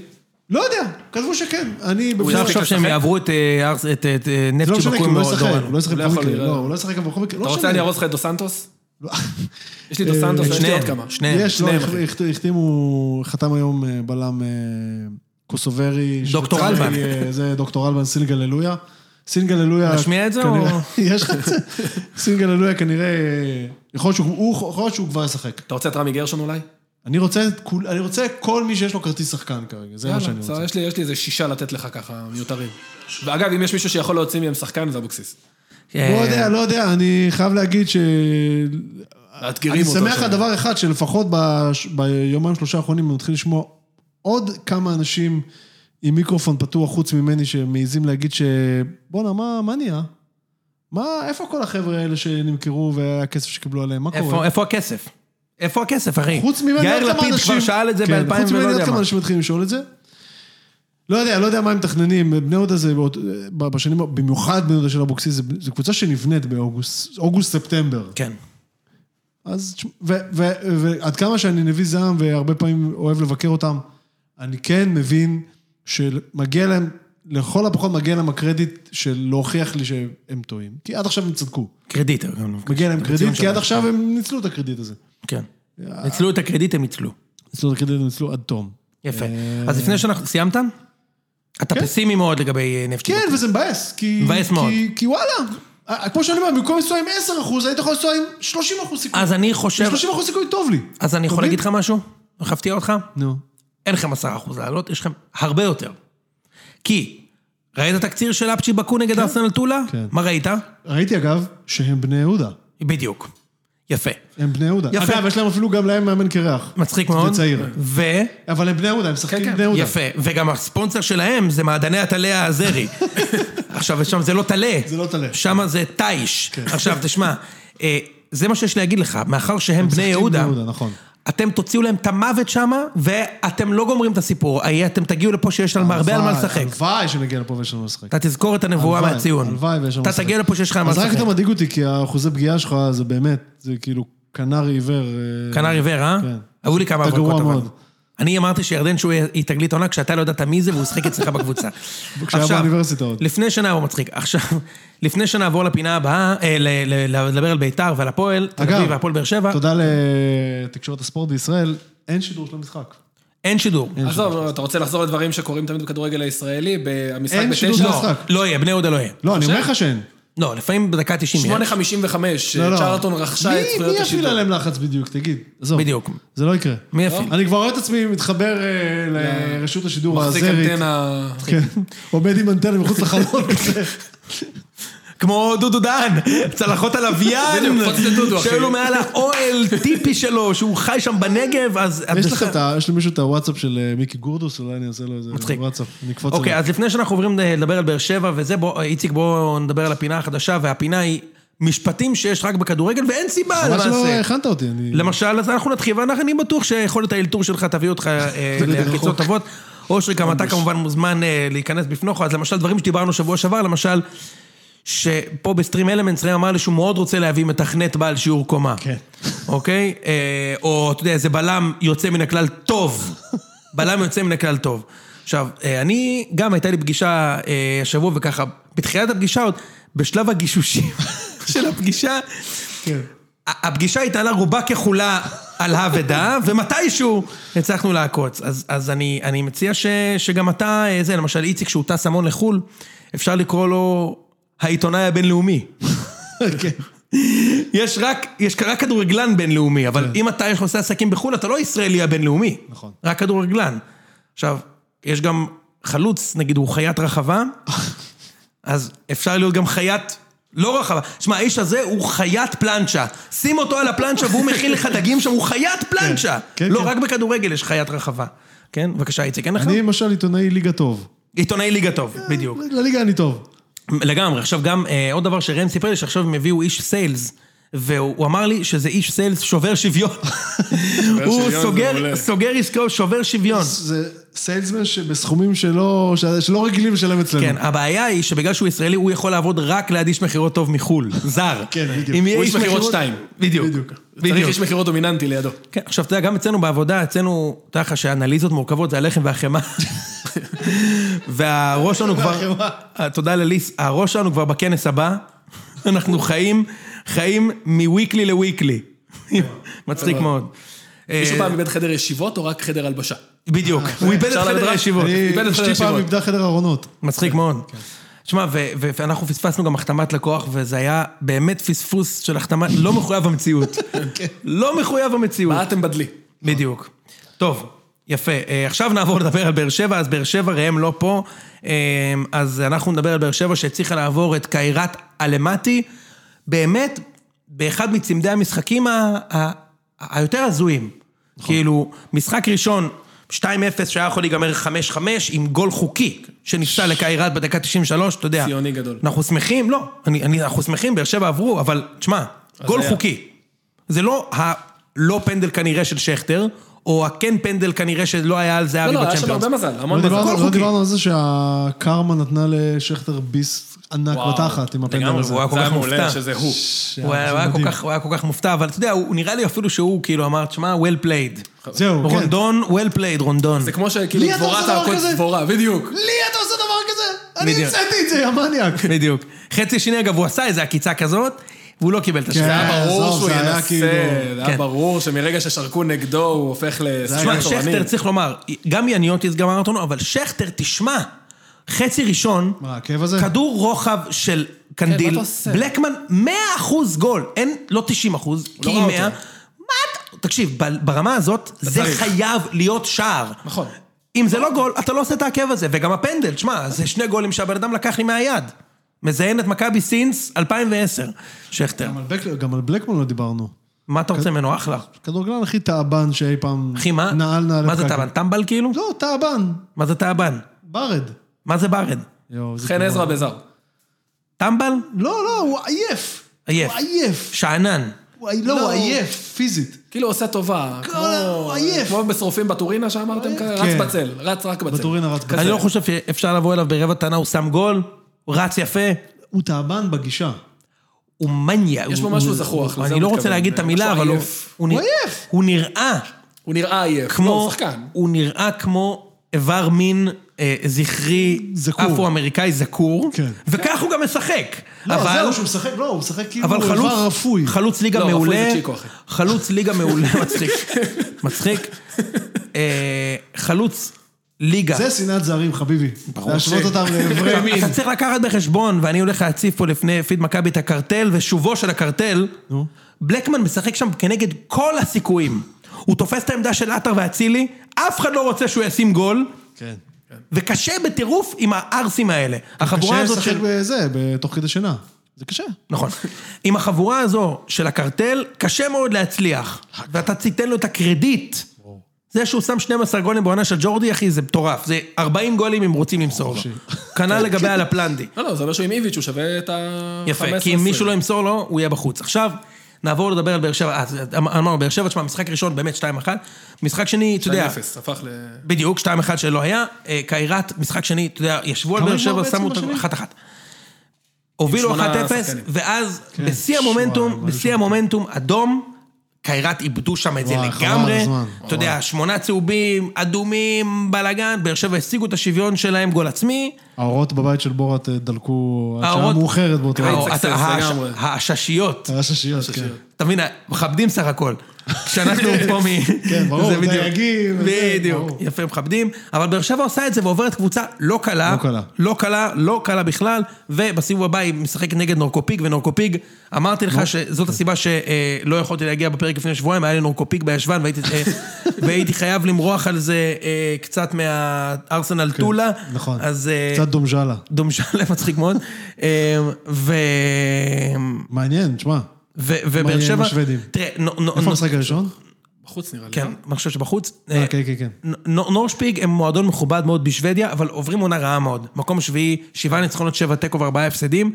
לא יודע, כתבו שכן. אני...
אפשר
ישחק
לחשוב שהם
לשחק?
יעברו את אה, ארס- את- את, אה,
זה לא
נפצ'י
משנה, כי
בקו
הוא
עם
לא
דורון.
ישחק, הוא לא ישחק
לא
בכל
יכול,
מקרה.
לא.
לא, הוא לא ישחק גם בכל מקרה. לא
אתה רוצה
משנה.
אני ארוס לך את דו סנטוס?
לא. אה,
יש לי דו סנטוס,
את
יש לי עוד
שניהם,
כמה.
שניהם.
יש, לא,
שניהם, אחי.
החת- החתימו, חתם היום אה, בלם אה, קוסוברי.
דוקטור
שוויצרי,
אלבן.
אה, זה דוקטור אלבן, סינגל אלויה. סינגל אלויה...
נשמיע את זה
כנראה-
או-
*laughs* יש לך את זה. סינגל אלויה כנראה... אה, יכול להיות שהוא- הוא- יכול להיות שהוא כבר ישחק.
אתה רוצה את רמי גרשון אולי?
אני רוצה, את כול- אני רוצה כל מי שיש לו כרטיס שחקן כרגע, זה מה שאני
בסדר,
רוצה.
יש לי- יש לי איזה שישה לתת לך ככה, מיותרים. ואגב, אם יש מישהו שיכול להוציא מהם שחקן, זה אבוקסיס.
אה,
לא יודע, לא יודע, אני חייב להגיד ש...
מאתגרים
אני
אותו.
שמח
שם.
על דבר אחד, שלפחות בש- ביומיים שלושה האחרונים אני מתחיל לשמוע עוד כמה אנשים עם מיקרופון פתוח חוץ ממני שמעיזים להגיד ש... בואנה, מה, מה נהיה? מה, איפה כל החבר'ה האלה שנמכרו והכסף שקיבלו עליהם? מה
איפה-
קורה?
איפה הכסף? איפה הכסף, אחי?
חוץ ממני עוד כמה
יאיר
אנשים...
לפיד כבר שאל את זה
כן,
ב-2000
חוץ ממני
ולא
עוד
יודע
כמה
מה.
אנשים מתחילים לשאול את זה. לא יודע, לא יודע מה הם מתכננים, בני יהודה זה, באות- ב- בשנים, במיוחד בני יהודה של אבוקסיס, זה- זו קבוצה שנבנית באוגוסט, אוגוסט-ספטמבר.
כן.
אז, תשמע, ו- ו- ועד כמה שאני נביא זעם והרבה פעמים אוהב לבקר אותם, אני כן מבין שמגיע להם, לכל הפחות מגיע להם הקרדיט של להוכיח לי שהם טועים. כי עד עכשיו הם צדקו.
קרדיט.
מגיע להם
בציון
קרדיט, כי עד
שלהם.
עכשיו הם ניצלו את הקרדיט הזה.
כן.
אה.
ניצלו את הקרדיט, הם ניצלו.
ניצלו את הקרדיט, הם ניצלו עד תום.
יפה. אז לפני שאנחנו... סיימת? אתה
אה. כן.
פסימי מאוד לגבי אה, נפט.
כן, וזה מבאס, כי...
מבאס
כי-
מאוד.
כי וואלה, אה, כמו שאני אומר, במקום לנסוע עם 10%, היית יכול לנסוע עם 30% סיכוי.
אז אני חושב...
30% סיכוי טוב לי. אוקיי?
אז אני יכול
מבין?
להגיד לך משהו? איך אפתיע אותך?
נו.
אין לכם עשרה אחוז לעלות, יש לכם הרבה יותר. כי, ראית את התקציר של אפצ'י בקו נגד ארסנל טולה?
כן.
מה ראית?
ראיתי אגב, שהם בני יהודה.
בדיוק. יפה.
הם בני יהודה.
יפה.
אגב, יש להם אפילו גם להם מאמן קרח.
מצחיק מאוד.
זה צעיר.
ו...
אבל הם בני יהודה, הם משחקים בני יהודה.
יפה. וגם הספונסר שלהם זה מעדני הטלה
*laughs*
האזרי. עכשיו, שם זה לא טלה.
זה לא טלה. כן.
שם זה טייש. עכשיו, תשמע, אה, זה מה שיש להגיד לך, מאחר שהם בני
משחקים
יהודה,
בני יהודה, נכון.
אתם תוציאו להם את המוות שמה, ואתם לא גומרים את הסיפור. אה, אתם תגיעו לפה שיש לנו הרבה על מה
הלוואי,
לשחק.
הלוואי שנגיע לפה ויש לנו מה לשחק.
אתה תזכור את הנבואה
הלוואי,
מהציון.
הלוואי ויש לנו
אתה
לשחק.
תגיע לפה שיש לך מה
אז רק
לשחק.
אתה מדאיג אותי, כי האחוזי פגיעה שלך זה באמת, זה כאילו כנר עיוור. אה,
כנר עיוור, אה?
כן.
היו לי כמה
אתה גרוע
הברקות אבל.
מאוד.
אני אמרתי שירדן שהוא היא תגלית עונה כשאתה לא ידעת מי זה והוא שיחק אצלך
*laughs*
בקבוצה.
כשהיה
עכשיו,
באוניברסיטה עוד.
לפני שנה הוא מצחיק. עכשיו, לפני שנעבור לפינה הבאה, אה, ל- ל- לדבר על ביתר ועל הפועל, תל
אגב,
אביב והפועל באר שבע,
תודה לתקשורת הספורט בישראל, אין שידור של המשחק.
אין שידור. לא,
עזוב, לא, אתה רוצה לחזור לדברים שקורים תמיד בכדורגל הישראלי, במשחק
אין שידור
בתשע?
של המשחק.
לא יהיה, בני יהודה לא יהיה.
לא, אני אומר לך שאין.
לא, לפעמים בדקה 90 יהיה.
8.55,
לא, לא.
צ'רלטון רכשה
מי-
את זכויות
מי יפעיל
השידור.
עליהם לחץ בדיוק, תגיד. עזוב.
בדיוק.
זה לא יקרה.
מי יפעיל?
אני כבר רואה את עצמי מתחבר אה, לרשות השידור
מחזיק
האזרית.
אנטנה...
כן. עומד עם אנטנה מחוץ לחלון כזה.
כמו דודו דן, צלחות הלוויין,
בדיוק, קפוץ לדודו, אחי.
שהיו לו מעל האוהל טיפי שלו, שהוא חי שם בנגב, אז...
יש לכם את ה... יש למישהו את הוואטסאפ של אה, מיקי גורדוס? אולי אני אעשה לו איזה
מצחיק.
וואטסאפ. נקפוץ עליו.
אוקיי, אז לפני שאנחנו עוברים לדבר על באר שבע וזה, בוא, אה, איציק, בואו נדבר על הפינה החדשה, והפינה היא משפטים שיש רק בכדורגל, ואין סיבה
חבל שלא
למעשה.
לא הכנת אותי, אני...
למשל, אז אנחנו נתחיל, ואני בטוח שיכולת האלתור שלך תביא אותך אה,
זה
לעקיצות
רחוק.
טובות. אושרי, גם אתה כמובן מוזמן אה, להיכנס בפנוכו, אז למשל, דברים שדיברנו שבוע שעבר, למשל, שפה בסטרים אלמנטס ראם אמר לי שהוא מאוד רוצה להביא מתכנת בעל שיעור קומה.
כן.
אוקיי? אה, או, אתה יודע, איזה בלם יוצא מן הכלל טוב. בלם יוצא מן הכלל טוב. עכשיו, אה, אני, גם הייתה לי פגישה אה, השבוע וככה, בתחילת הפגישה עוד, בשלב הגישושים *laughs* של הפגישה,
כן. *laughs*
ה- הפגישה התנהלה רובה ככולה על האבדה, ומתישהו הצלחנו לעקוץ. אז, אז אני, אני מציע ש, שגם אתה, אה, זה, למשל איציק, שהוא טס המון לחו"ל, אפשר לקרוא לו העיתונאי הבינלאומי.
כן.
יש רק, יש רק כדורגלן בינלאומי, אבל אם אתה, יש לך עושה עסקים בחו"ל, אתה לא ישראלי הבינלאומי.
כן. נכון.
רק כדורגלן. עכשיו, יש גם חלוץ, נגיד, הוא חיית
*laughs*
רחבה, אז אפשר להיות גם חיית לא רחבה. שמע, האיש הזה הוא חיית פלנצ'ה. שים אותו על הפלנצ'ה והוא מכין לך דגים שם, הוא חיית פלנצ'ה.
*laughs* כן,
לא,
כן.
רק בכדורגל יש חיית רחבה. כן, בבקשה, איציק, אין לך?
אני אה, למשל עיתונאי ליגה טוב.
עיתונאי ליגה טוב, בדיוק.
לליגה אני טוב.
לגמרי. עכשיו גם אה, עוד דבר שראם סיפר לי, שעכשיו הם הביאו איש סיילס, והוא הוא אמר לי שזה איש סיילס שובר
*laughs*
שוויון. הוא
שוויון זה
סוגר,
מעולה.
סוגר עסקאות, שובר שוויון.
זה סיילסמן שבסכומים שלא שלא רגילים לשלם אצלנו.
כן, הבעיה היא שבגלל שהוא ישראלי, הוא יכול לעבוד רק ליד איש מכירות טוב מחו"ל, זר.
כן, בדיוק.
אם יהיה
הוא איש מכירות שתיים.
בדיוק.
בדיוק.
צריך
בדיוק.
איש מכירות דומיננטי לידו.
כן, עכשיו, אתה יודע, גם אצלנו בעבודה, אצלנו, אתה יודע לך שאנליזות מורכבות זה הלחם והחמאה. והראש שלנו כבר... אה, תודה לליס. הראש שלנו כבר בכנס הבא. אנחנו חיים, חיים מוויקלי לוויקלי. מצחיק מאוד.
מישהו
אה,
בא מבית חדר ישיבות או רק חדר הלבשה?
בדיוק, הוא איבד את
אפשר
חדר
לדרג?
הישיבות.
אני- כן. איבד את חדר
אשתי פעם
הישיבות.
איבדה חדר ארונות.
מצחיק מאוד. שמע, ו- ו- ואנחנו פספסנו גם החתמת לקוח, וזה היה באמת פספוס של החתמה לא מחויב
*laughs*
המציאות.
כן.
לא מחויב המציאות.
בעטתם בדלי.
בדיוק. טוב, יפה. אה, עכשיו נעבור לדבר על באר שבע, אז באר שבע, ראם לא פה. אה, אז אנחנו נדבר על באר שבע שהצליחה לעבור את קיירת אלמטי. באמת, באחד מצמדי המשחקים ה- ה- ה- היותר הזויים. כאילו, משחק ראשון, 2-0 שהיה יכול להיגמר 5-5 עם גול חוקי שנפסל לקיירת בדקה 93, אתה יודע.
ציוני גדול.
אנחנו שמחים, לא, אני, אני, אנחנו שמחים, באר שבע עברו, אבל תשמע, גול
היה.
חוקי. זה לא הלא פנדל כנראה של שכטר, או הכן פנדל כנראה שלא היה על זהבי
לא, לא, היה שם
אה, בצ'מפיונס.
הרבה מזל, המון
לא
מזל.
דיברנו-
הכל
לא
חוקי.
דיברנו על זה שהקרמה נתנה לשכטר ביס ענק
וואו,
בתחת עם הפנדל
לגמרי,
הזה.
הוא היה כל
זה היה
כך מופתע.
מעולה שזה הוא.
הוא היה- הוא היה כל כך- הוא היה כל כך מופתע, אבל אתה יודע, הוא נראה לי אפילו שהוא כאילו אמר, תשמע, well played.
זהו, כן.
רונדון, well played, רונדון.
זה כמו שכאילו
לי אתה
דבורה
עושה דבר
תעקוד
כזה?
דבורה, בדיוק.
לי אתה עושה דבר כזה? אני
בדיוק.
המצאתי את זה, המניאק.
בדיוק. חצי שני, אגב, הוא עשה איזה עקיצה כזאת, והוא לא קיבל את השאלה.
זה היה
אה,
ברור
עזוב,
שהוא
זה היה
ינסה,
כאילו-
זה היה
כן.
ברור שמרגע ששרקו נגדו הוא הופך
תשמע,
לשחקן תורני.
שכטר צריך לומר, גם יניוטיס גמר אותנו, אבל שכטר, תשמע, חצי ראשון,
מה, הכאב הזה?
כדור רוחב של
מה
קנדיל,
אתה עושה?
בלקמן 100 אחוז גול, אין, לא 90 אחוז,
לא
כי
ראה
100. מה
אותו.
אתה... תקשיב, ב- ברמה הזאת, זה
צריך.
חייב להיות שער.
נכון.
אם זה לא גול, אתה לא עושה את העקב הזה, וגם הפנדל, תשמע, זה שני גולים שהבן אדם לקח לי מהיד. מזיין את מכבי סינס 2010, שכטר.
גם על בלק- גם על בלקמן לא דיברנו.
מה אתה רוצה ממנו? אחלה.
כדורגלן הכי תאבן שאי פעם...
אחי, מה?
נעל נעל
מה זה טאבן? טמבל כאילו?
לא, תאבן.
מה זה טאבן?
ברד.
מה זה ברד?
יואו, איזה
חן
גרוע.
עזרא בזר.
טמבל?
לא, לא, הוא עייף.
עייף.
הוא עייף.
שאנן.
הוא עי- לא, הוא עייף, פיזית.
כאילו עושה טובה,
כל ה-
כמו
הוא עייף.
כמו בשרופים בטורינה שאמרתם, כזה,
כן.
רץ בצל, רץ רק בצל.
בטורינה רץ
כזה.
אני לא חושב שאפשר לבוא אליו ברבע טענה, הוא שם גול, הוא רץ יפה,
הוא תאבן בגישה.
הוא מניה.
יש
הוא-
בו משהו
הוא-
זחוח, לזה
אני
הוא
לא רוצה
מתכוון,
להגיד את
משהו
המילה, אבל הוא-
עייף.
נרא-
הוא עייף.
הוא נראה
הוא נראה עייף, לא,
כמו...
הוא שחקן.
הוא נראה כמו איבר מין אה, זכרי,
זקור.
אפרו-אמריקאי זקור,
כן.
וכך הוא גם משחק.
לא,
אבל...
זהו, שהוא משחק, לא, הוא משחק כאילו
אבל
איבר
חלוץ,
רפוי.
חלוץ ליגה
לא, רפוי
מעולה,
זה צ'יקו, אחי.
חלוץ ליגה מעולה,
*laughs*
מצחיק, מצחיק, אה, חלוץ ליגה,
זה שנאת זרים, חביבי. ברור להשוות
*laughs*
אותם לאברי מין.
אתה צריך לקחת בחשבון, ואני הולך להציף פה לפני פיד מכבי את הקרטל ושובו של הקרטל, בלקמן משחק שם כנגד כל הסיכויים. הוא תופס את העמדה של עטר ואצילי, אף אחד לא רוצה שהוא ישים גול,
כן.
וקשה בטירוף עם הערסים האלה. החבורה
קשה
הזאת
לשחק
של...
בזה, בתוך כדי שינה. זה קשה.
נכון. עם החבורה הזו של הקרטל, קשה מאוד להצליח. ואתה תיתן לו את הקרדיט. זה שהוא שם 12 גולים בעונה של ג'ורדי, אחי, זה מטורף. זה 40 גולים אם רוצים למסור לו. כנ"ל לגבי הלפלנדי.
לא, לא, זה אומר שהוא עם איביץ', הוא שווה את ה...
יפה,
15,
כי אם מישהו
20.
לא ימסור לו, הוא יהיה בחוץ. עכשיו, נעבור לדבר על באר שבע. אה, אז אמרנו, באר שבע, תשמע, משחק ראשון באמת 2-1. משחק שני, אתה יודע,
2-0, הפך ל...
בדיוק, 2-1 שלא היה. אה, קיירת, משחק שני, אתה יודע, ישבו על
כמה
באר
הגמר
שבע,
בעצם
שמו אותנו
בשני?
1-1. הובילו 1-0,
שמונה שחקנים.
ואז
כן.
בשיא
שוואי,
המומנטום,
משהו
בשיא המומנטום, אדום. קיירת איבדו שם את זה
וואי, חבל על
לגמרי.
הזמן.
אתה יודע, שמונה צהובים, אדומים, בלאגן, באר שבע השיגו את השוויון שלהם, גול עצמי.
האורות בבית של בורת אה, דלקו עד שעה
האורות-
מאוחרת באותו
האור-
יום.
סקסס
אתה- האש-
לגמרי.
העששיות.
היה ששיות, כן.
אתה מבין, מכבדים סך הכל. כשאנחנו פה מ...
כן, ברור,
זה בדיוק.
דייגים וזה,
בדיוק,
ברור.
יפה, מכבדים. אבל באר שבע עושה את זה ועוברת קבוצה לא קלה.
לא קלה.
לא קלה, לא קלה בכלל. ובסיבוב הבא היא משחקת נגד נורקופיג, ונורקופיג, אמרתי לך שזאת הסיבה שלא יכולתי להגיע בפרק לפני שבועיים, היה לי נורקופיג בישבן, והייתי- אה, והייתי חייב למרוח על זה אה, קצת מהארסנל טולה.
נכון.
אז... אה,
קצת דומז'לה.
דומשלה מצחיק מאוד. אה, ו...
מעניין, תשמע.
ו-
מה
ובאר
יהיה עם
שבע...
השוודים?
תראה, נו- נו-
איפה
נו-
המשחק הראשון?
בחוץ נראה לי.
כן,
לא?
אני חושב שבחוץ.
אה,
אה,
כן, כן, כן.
נ- נ- נורשפיג הם מועדון מכובד מאוד בשוודיה, אבל עוברים עונה רעה מאוד. מקום שביעי, שבעה ניצחונות, שבע תיקו וארבעה הפסדים.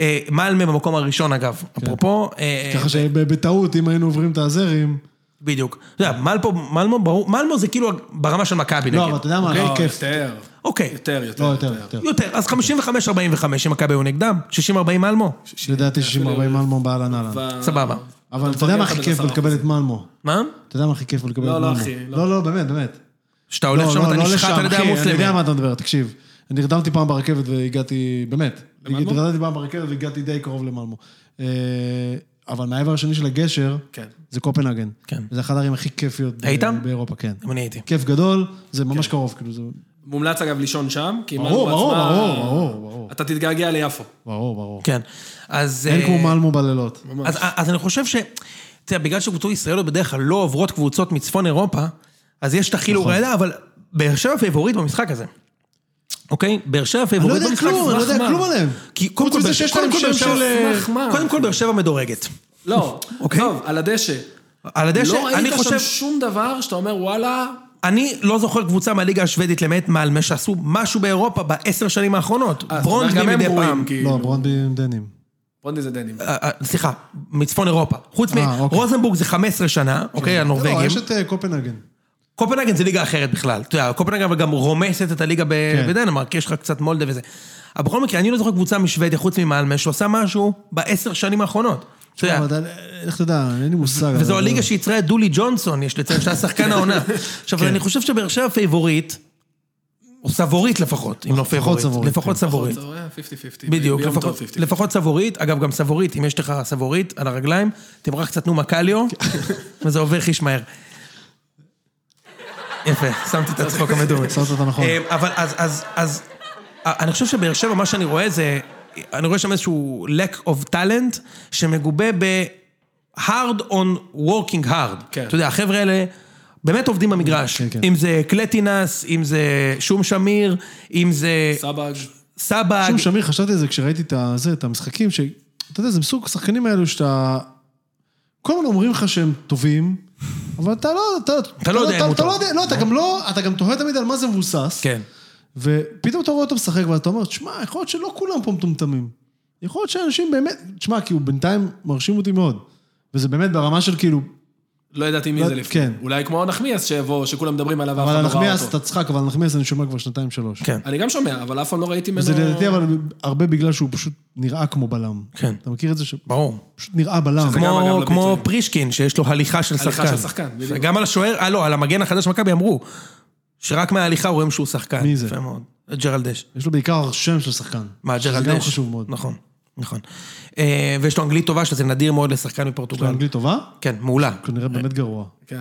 אה, מלמה במקום הראשון אגב, אפרופו, אה,
כן. ככה שבטעות, אם היינו עוברים את הזרים...
בדיוק. אתה יודע, מלפו, מלמו, ברור, מלמו זה כאילו ברמה של מכבי נגיד.
לא, אבל אתה יודע מה,
לא,
הכי כיף.
יותר.
אוקיי,
יותר, יותר.
לא, יותר, יותר.
יותר, אז 55-45 אם מכבי הוא נגדם, 60-40 מלמו, אוקיי.
לדעתי 60-40 מלמו באהלן אהלן.
ו-
סבבה.
אבל אתה יודע מה הכי
לא?
כיף בלקבל את מלמו?
מה?
אתה יודע מה הכי כיף בלקבל את
לא,
מלמו?
לא, אחי, לא.
לא, לא, באמת, באמת. לא,
שאתה הולך שם, אתה נשחט על ידי
אחי, אני
המוסלמים.
יודע מה אתה מדבר, תקשיב. אני נרדמתי פעם ברכבת והגעתי, באמת.
למלמו?
נרדמתי פעם ברכבת והגעתי די קרוב למלמו. אה, אבל מהעבר השני של הגשר,
כן.
זה קופנהגן.
כן.
זה אחת הערים הכי כיפיות ב-
היית?
באירופה, כן.
גם אני הייתי. כן.
כיף גדול, זה ממש קרוב, כאילו זה...
מומלץ אגב לישון שם, כי
ברור,
מלמו
ברור,
עצמה-
ברור, ברור, ברור.
אתה תתגעגע ליפו.
ברור, ברור.
כן. אז...
אין
אה,
כמו מלמו בלילות.
אז, אז אני חושב ש... אתה יודע, בגלל שקבוצות ישראליות בדרך כלל לא עוברות קבוצות מצפון אירופה, אז יש את החילו נכון. רעדה, אבל באר שבע פייבוריט במשחק הזה. אוקיי? באר שבע
אני לא
פייבוריט
יודע
במשחק
כלום, אני לא
סמך
יודע
מה?
כלום עליהם.
כי קודם
חוץ
כל,
מזה
באר-
שיש
קודם
להם
כל באר
שם
שבע-
של... אה,
סמך מה?
קודם כל באר שבע מדורגת.
לא,
אוקיי.
טוב, על הדשא.
על הדשא,
לא
אני
ראית
חושב...
שם שום דבר שאתה אומר, וואלה, אה,
אני לא זוכר קבוצה מהליגה השוודית למעט מלמה שעשו משהו באירופה בעשר שנים האחרונות.
אה, זאת אומרת,
ברונדבי
גם הם
מדי
גרועים,
פעם.
כאילו.
לא, ברונדים דנים.
ברונדי זה דנים.
אה, אה, סליחה, מצפון אירופה. חוץ מ...
אה, אוקיי.
רוזנבורג זה 15 שנה, אוקיי, הנורבגים.
לא, יש את אה, קופנהגן.
קופנהגן זה ליגה אחרת בכלל. אתה יודע, קופנהגן אבל גם רומסת את הליגה ב-
כן.
בדנמרק, יש לך קצת מולדה וזה. אבל בכל מקרה, אני לא זוכר קבוצה משוודיה חוץ ממלמה שעושה משהו בעשר שנים האחרונות. אתה יודע,
אבל אתה- איך אתה יודע, אין לי מושג. אבל-
וזו הליגה שייצרה את דולי ג'ונסון, יש לציין, שהיה שחקן
*laughs*
העונה.
כן.
עכשיו, אני חושב שבאר שבע פייבוריט, או סבורית לפחות, אם לא פייבוריט.
סבורית, כן.
לפחות סבורית.
אתה רואה? 50-50.
בדיוק,
ביום טוב
לפחות,
50-50.
לפחות סבורית, אגב גם סבורית, אם יש לך סבורית על הרגליים, תברח קצת נומה
*laughs*
קליו, וזה עובר חיש מהר. יפה, שמתי את הצחוק המדומה.
שמת אותו נכון.
אה, אבל אז, אז, אז, אה, אני חושב שבאר שבע, מה שאני רואה זה, אני רואה שם איזשהו lack of talent, שמגובה ב- hard on working hard.
כן.
אתה יודע, החבר'ה האלה... באמת עובדים במגרש,
כן, כן.
אם זה קלטינס, אם זה שום שמיר, אם זה
סבג.
סבג,
שום שמיר, חשבתי על זה כשראיתי את, ה- זה, את המשחקים, שאתה יודע, זה מסוג השחקנים האלו שאתה... כל הזמן אומרים לך שהם טובים, אבל אתה לא, אתה,
אתה לא יודע אם הוא
אתה
טוב.
לא יודע, לא, אתה גם לא, אתה גם תוהה תמיד על מה זה מבוסס.
כן.
ופתאום אתה רואה אותו משחק ואתה אומר, תשמע, יכול להיות שלא כולם פה מטומטמים. יכול להיות שאנשים באמת, תשמע, כי הוא בינתיים מרשים אותי מאוד. וזה באמת ברמה של כאילו,
לא ידעתי מי
לא-
זה לפני.
כן.
אולי כמו נחמיאס שיבוא, שכולם מדברים עליו ואף
אבל
אחד לא ראה
הנחמיאס,
אותו.
אתה צחק, אבל הנחמיאס אני שומע כבר שנתיים שלוש.
כן.
אני גם שומע, אבל אף פעם לא ראיתי ממנו...
וזה לדעתי, אבל הרבה בגלל שהוא פשוט נראה כמו בלם.
כן.
אתה מכיר את זה? ש-
ברור.
פשוט נראה בלם.
גם, אגב,
כמו,
לא
לביצועים.
כמו פרישקין, שיש לו הליכה של
הליכה
שחקן.
של שחקן, בדיוק.
גם על השוער, אה לא, על המגן החדש של מכבי אמרו, שרק מההליכה רואים שהוא שחקן.
מי זה?
יפה מאוד. ג'רלדש.
יש לו בעיקר שם של שחקן.
מה,
שזה
ג'רלדש?
גם חשוב מאוד.
נכון, נכון. אה, ויש לו אנגלית טובה, שזה נדיר מאוד לשחקן
יש לו
מפורטוגל.
אנגלית טובה?
כן, מעולה.
כנראה באמת גרוע.
כן.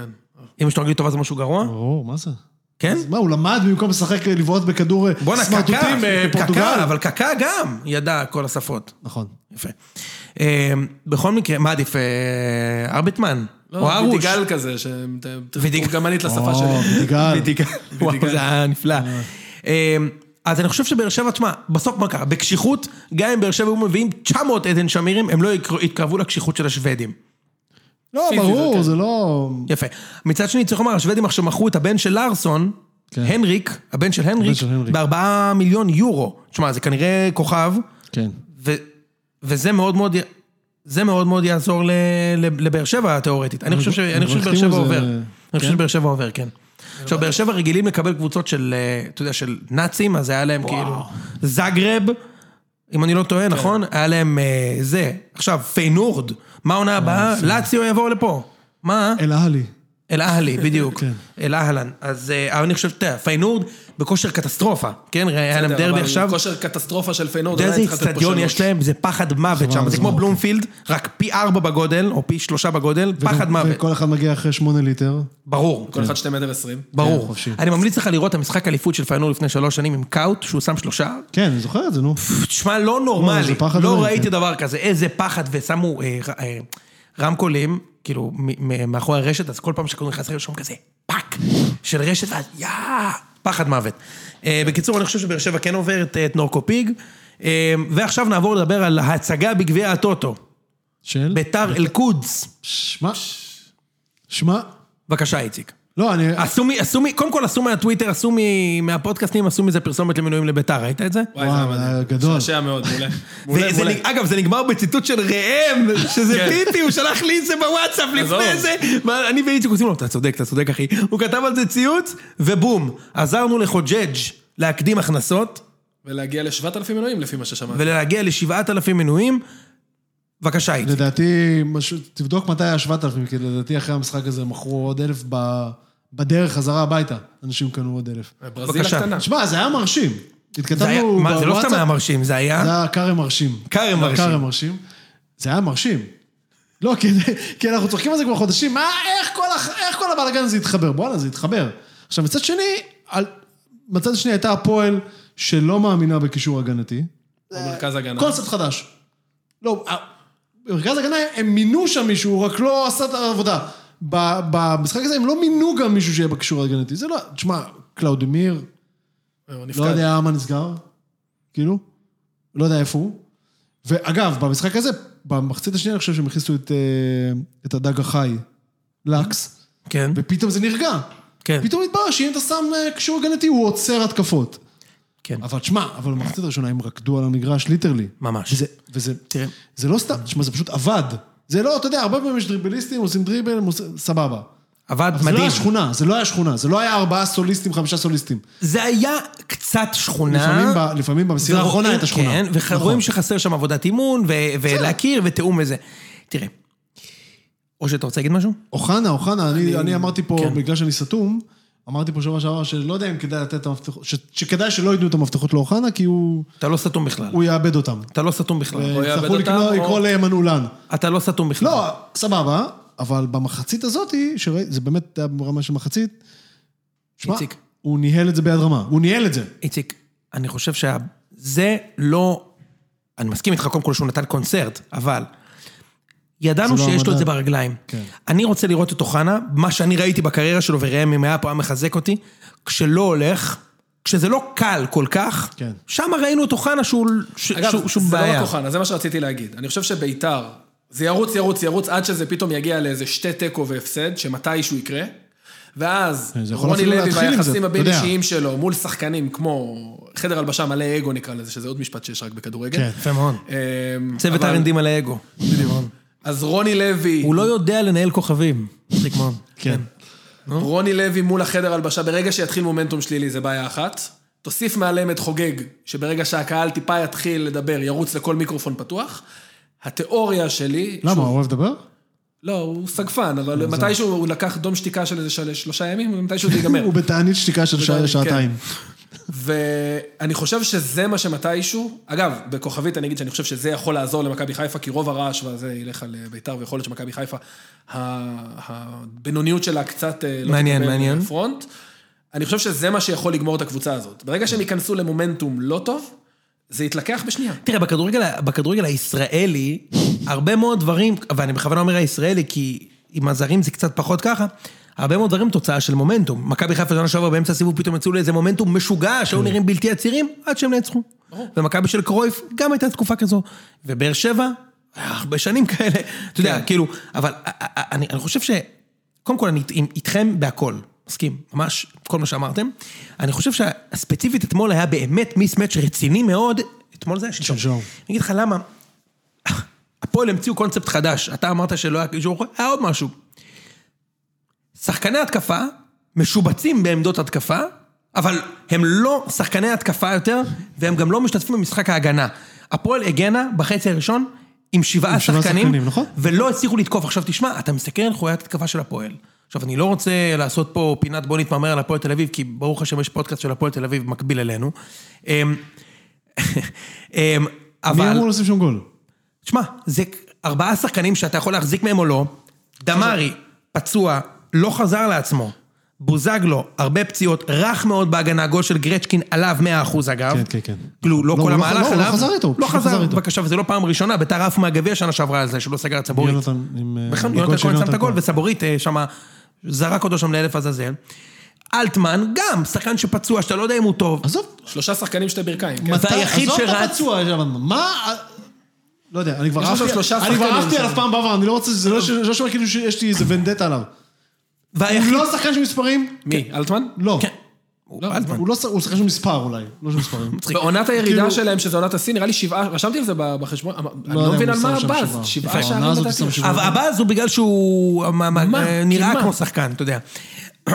אם יש לו אנגלית טובה זה משהו גרוע?
ברור, מה זה?
כן?
אז מה, הוא למד במקום לשחק אה, לבעוט בכדור אה,
בואנה, קקה,
סמרטוטים אה, פורטוגל?
קקה, אבל קקה גם ידע כל השפות.
נכון.
יפה. אה, בכל מקרה, מה עדיף, אה, ארביטמן? או
לא,
הרוש?
וידיגל כזה, שתרגום
וידיגל.
גמנית לשפה
או,
שלי.
בידיגל.
בידיגל. וואו, זה היה נפלא. אמ, אז אני חושב שבאר שבע, תשמע, בסוף מה קרה? בקשיחות, גם אם באר שבע היו מביאים 900 עדן שמירים, הם לא יקר- יתקרבו לקשיחות של השוודים.
לא,
פיזי זה,
ברור,
אוקיי.
כן.
זה לא...
יפה. מצד שני, צריך לומר, השוודים עכשיו מכרו את הבן של לארסון,
כן.
הנריק, הבן של הנריק,
של הנריק.
בארבעה מיליון יורו. תשמע, זה כנראה כוכב,
כן.
ו- וזה מאוד מאוד... י- זה מאוד מאוד יעזור ל- ל- לבאר שבע תיאורטית. אני חושב ש-
הם
אני חושב שבאר
החתימו
שבע
על זה-
עובר. אני חושב
כן?
שבאר שבע עובר, כן.
לא
עכשיו, באר שבע רגילים לקבל קבוצות של, אה, אתה יודע, של נאצים, אז היה להם כאילו... זגרב, אם אני לא טועה,
כן.
נכון? היה להם אה, זה. עכשיו, פיינורד, מה
אה,
העונה הבאה? לאציו יבואו לפה. מה?
אל אהלי.
אל אהלי, בדיוק.
כן.
אל אהלן. אז אה, אבל אני חושב, אתה יודע, פיינורד בכושר קטסטרופה, כן? היה להם
לא אבל
דרבי עכשיו.
כושר קטסטרופה של פיינורד.
אתה יודע
עדיין
איזה
צריך לתת פה
איצטדיון
שלוש.
יש להם? זה פחד מוות שם,
חבל
זה
הזמן.
כמו בלומפילד, רק פי ארבע בגודל, או פי שלושה בגודל, פחד מוות,
וכל אחד מגיע אחרי שמונה ליטר.
ברור.
כל אחד 2 מטר 20.
ברור.
כן, חופשי.
אני ממליץ לך לראות את המשחק אליפות של פיינור לפני שלוש שנים עם קאוט, שהוא שם שלושה.
כן, אני זוכר את זה, נו.
פפ, תשמע, לא נורמלי.
זה פחד
לא
אלוהים,
ראיתי
כן.
דבר כזה. איזה פחד, ושמו אה, ר- אה, רמקולים, כאילו, מ- מ- מאחורי הרשת, אז כל פעם שכדור נכנס לרשום כזה, פאק, של רשת, ואז יאה, פחד מוות. אה, בקיצור, אני חושב שבאר שבע כן עוברת אה, את נורקופיג. אה, ועכשיו נעבור לדבר על ההצגה בגביע הטוטו.
של?
ביתר אל-קודס.
שמע. שמע.
בבקשה, איציק.
לא, אני...
עשו מי, עשו מי, קודם כל עשו מהטוויטר, עשו מ- מהפודקאסטים, עשו מזה פרסומת למינויים לביתר, ראית את זה?
וואי, זה היה
וואו,
מדהים.
גדול.
שעשע מאוד,
*laughs*
מעולה.
זה-
מעולה,
זה
מעולה.
נג- אגב, זה נגמר בציטוט של ראם, שזה
כן.
פיטי, הוא שלח לי את זה בוואטסאפ לפני
עזוב.
זה. מה, אני ואיציק עושים לו, אתה צודק, אתה צודק אחי. הוא כתב על זה ציוץ, ובום, עזרנו לחוג'ג' להקדים הכנסות,
ולהגיע ל-7,000 מנויים לפי מה ששמעתי.
ולהגיע ל-7,000 מנויים. בבקשה, איציק.
לדעתי, משהו- תבדוק מתי היה 7,000, כי לדעתי אחרי המשחק הזה מכרו עוד אלף ב- בדרך חזרה הביתה. אנשים קנו עוד אלף.
ברזיל
בבקשה.
הקטנה.
שמע, זה היה מרשים.
זה היה-
התכתבנו
מה, זה לא סתם היה מרשים, זה היה...
זה היה כרם מרשים.
כרם
זה היה
מרשים.
כרם מרשים. זה היה מרשים. לא, כי- כי אנחנו צוחקים על זה כבר חודשים, מה, איך כל הח- איך כל הבלאגן הזה התחבר? וואלה, זה התחבר. עכשיו, מצד שני, על- מצד שני הייתה הפועל שלא מאמינה בקישור הגנתי.
או מרכז הגנה.
קונספט חדש. לא, ה- מרכז הגנה, הם מינו שם מישהו, הוא רק לא עשה את העבודה. ב- במשחק הזה הם לא מינו גם מישהו שיהיה בקישור הגנתי. זה לא, תשמע, קלאודמיר,
הוא
לא
נפקד.
יודע מה נסגר, כאילו, לא יודע איפה הוא. ואגב, במשחק הזה, במחצית השנייה אני חושב שהם הכניסו את, אה, את הדג החי, לקס,
כן,
ופתאום זה נרגע.
כן,
פתאום התברר שאם אתה שם אה, קישור הגנתי, הוא עוצר התקפות.
כן,
אבל שמע, אבל במחצית הראשונה הם רקדו על המגרש, ליטרלי.
ממש.
וזה, וזה,
תראה.
זה לא סתם, תשמע, זה פשוט עבד. זה לא, אתה יודע, הרבה פעמים יש דריבליסטים, עושים דריבל, הם עושים- סבבה.
עבד
אבל זה לא
מדהים.
היה שכונה, זה לא היה שכונה, זה לא היה ארבעה סוליסטים, חמישה סוליסטים.
זה היה קצת שכונה.
לפעמים, ב, לפעמים במסירה
ורואים-
האחרונה הייתה שכונה.
כן,
נכון.
ורואים שחסר שם עבודת אימון, ו- ולהכיר, ותיאום וזה. תראה, או שאתה רוצה להגיד משהו?
אוחנה, אוחנה, אני, אני אמרתי פה,
כן.
בגלל שאני סתום, אמרתי פה שבוע שעבר שלא יודע אם כדאי לתת את המפתחות, ש, שכדאי שלא ייתנו את המפתחות לאוחנה, כי הוא,
אתה לא סתום בכלל.
הוא אה, יאבד אותם.
אתה לא סתום בכלל.
יאבד
יצטרכו
אותם,
לקרוא-
או-
לקרוא למנעולן.
אתה לא סתום בכלל.
לא, סבבה, אבל במחצית הזאתי, שראי- זה באמת היה ברמה של מחצית, שמע,
איציק.
הוא ניהל את זה ביד רמה, הוא ניהל את זה.
איציק, אני חושב שזה לא... אני מסכים איתך קודם כל שהוא נתן קונצרט, אבל ידענו
זה לא
שיש לו את זה
המדע.
ברגליים.
כן.
אני רוצה לראות את אוחנה, מה שאני ראיתי בקריירה שלו, וראם אם היה פה היה מחזק אותי, כשלא הולך, כשזה לא קל כל כך,
כן.
שם ראינו את אוחנה שהוא, ש, שהוא,
אגב,
שהוא
זה
בעיה.
לא רק אוחנה, זה מה שרציתי להגיד. אני חושב שביתר, זה ירוץ, ירוץ, ירוץ, עד שזה פתאום יגיע לאיזה שתי תיקו והפסד, שמתישהו יקרה. ואז
זה יכול
רוני
אפילו
לוי
להתחיל עם זה,
והיחסים
אתה יודע.
הבין-אישיים שלו מול שחקנים כמו חדר הלבשה מלא אגו נקרא לזה, שזה עוד משפט שיש רק בכדורגל.
כן.
יפה מאוד.
אמ,
צוות
אבל-
R&D מלא אגו.
אז רוני לוי,
הוא לא יודע לנהל כוכבים. מצחיק מאוד.
כן.
רוני לוי מול החדר הלבשה, ברגע שיתחיל מומנטום שלילי זה בעיה אחת. תוסיף מעליהם את חוגג, שברגע שהקהל טיפה יתחיל לדבר, ירוץ לכל מיקרופון פתוח. התיאוריה שלי...
למה,
שוב,
הוא אוהב לדבר?
לא, הוא סגפן, אבל מתישהו הוא לקח דום שתיקה של איזה של- שלושה ימים, ומתישהו זה
כן.
*laughs*
ייגמר.
הוא בתענית שתיקה של שעה-
בתענית,
שעתיים.
ואני חושב שזה מה שמתישהו, אגב, בכוכבית אני אגיד שאני חושב שזה יכול לעזור למכבי חיפה, כי רוב הרעש והזה ילך על אה, ביתר, ויכול להיות שמכבי חיפה, ה- הבינוניות שלה קצת אה, לא
מעניין,
תקבל
מעניין.
פרונט. אני חושב שזה מה שיכול לגמור את הקבוצה הזאת. ברגע שהם ייכנסו למומנטום לא טוב, זה יתלקח בשנייה.
תראה, בכדורגל, בכדורגל הישראלי, הרבה מאוד דברים, ואני בכוונה אומר הישראלי, כי עם הזרים זה קצת פחות ככה, הרבה מאוד דברים תוצאה של מומנטום. מכבי חיפה שנה שעברה באמצע הסיבוב פתאום יצאו לאיזה מומנטום משוגע, שהיו נראים בלתי עצירים, עד שהם נעצרו. ומכבי של קרויף, גם הייתה תקופה כזו. ובאר שבע, היה הרבה שנים כאלה, אתה יודע, כאילו, אבל א- א- א- אני אני חושב ש... קודם כל, אני אית- עם- איתכם בהכל. מסכים, ממש, כל מה שאמרתם. אני חושב שספציפית אתמול היה באמת מיסמץ' רציני מאוד, אתמול זה היה שלשום.
שלשום.
אני אגיד לך למה. הפועל המציאו קונספט חדש, אתה אמרת שלא היה קישור, היה עוד משהו. שחקני התקפה משובצים בעמדות התקפה, אבל הם לא שחקני התקפה יותר, והם גם לא משתתפים במשחק ההגנה. הפועל הגנה בחצי הראשון עם שבעה
עם שבעה
שחקנים,
שחקנים, נכון.
ולא הצליחו לתקוף. עכשיו תשמע, אתה מסתכל על חוליית התקפה של הפועל. עכשיו, אני לא רוצה לעשות פה פינת בוא נתמרמר על הפועל תל אביב, כי ברוך השם יש פודקאסט של הפועל תל אביב מקביל אלינו. אמ, אמ,
מי
אבל...
אמור לשים שם גול?
תשמע, זה ארבעה שחקנים שאתה יכול להחזיק מהם או לא. דמארי, פצוע, לא חזר לעצמו. בוזגלו, הרבה פציעות, רך מאוד בהגנה, גול של גרצ'קין עליו 100% אגב.
כן, כן, כן.
כאילו, לא, כל
לא, הוא לא-
המהלך
לא, הוא
עליו.
לא חזר איתו, הוא
לא
פשוט לא
חזר,
חזר איתו.
בבקשה, וזה לא פעם ראשונה, ביתר עף מהגביע שנה שעברה על זה, שלא סגר את סבורית.
יונתן עם... אה,
נכון,
הגול
יונתן
של
כהן שם את
יונתן
הגול,
כהן.
וסבורית שם זרק אותו שם לאלף עזאזל. אלטמן, גם שחקן שפצוע, שאתה לא יודע אם הוא טוב.
עזוב,
שלושה שחקנים, שתי ברכיים, כן?
מתי- היחיד
עזוב את
שרץ-
הפצוע, יש שם, מה... אה, לא יודע, אני כבר
יש לו
עפתי-
שלושה
אני כבר
שחקנים
עפתי
שם.
עליו פעם בעבר, אני לא רוצה, זה לא ש- לא שומע כאילו שיש לי איזה
*laughs*
ונדטה עליו. הוא
והיחיד...
לא שחקן של מספרים?
מי? אלטמן?
לא.
כן. הוא אלטמן.
הוא לא ש- הוא שחקן של מספר אולי, לא של
*laughs*
מספרים.
בעונת הירידה
כאילו-
שלהם, שזו עונת השיא, נראה לי שבעה, רשמתי על זה ב- בחשבון, אמר-
יודע
אני לא
אם
מבין
הוא
על מה
שם שם
הבאז,
שבעה.
שבעה
העונה
שערים
הזאת
לדעתי.
הוא שם שבעה.
אבל הבאז הוא בגלל שהוא מה, מה,
מה?
אה, נראה
כי מה?
כמו שחקן, אתה יודע.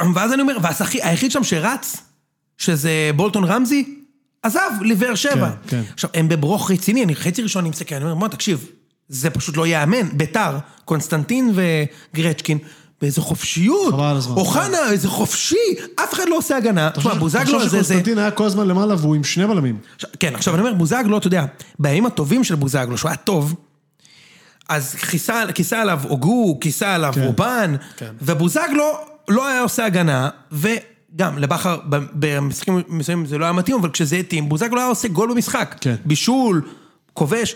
*clears throat* ואז אני אומר, והיחיד שם שרץ, שזה בולטון רמזי, עזב לבאר שבע.
כן, כן.
עכשיו, הם בברוך רציני, אני חצי ראשון אני מסתכל, אני אומר, בוא, תקשיב, זה פשוט לא ייאמן, ביתר, קונסטנטין וגרצ'קין. באיזה חופשיות,
חבל על הזמן.
אוחנה, איזה חופשי, אף אחד לא עושה הגנה. תשמע, בוזגלו
תחשוב
זה, לא, זה,
שקונסטנטין היה כל הזמן למעלה והוא עם שני בלמים.
עכשיו- כן, עכשיו אני אומר, בוזגלו, אתה יודע, בימים הטובים של בוזגלו, שהוא היה טוב, אז כיסה, כיסה עליו הוגו, כיסה עליו
כן.
רובן,
כן.
ובוזגלו לא היה עושה הגנה, וגם לבכר ב- במשחקים מסוימים זה לא היה מתאים, אבל כשזה התאים, בוזגלו היה עושה גול במשחק.
כן.
בישול, כובש.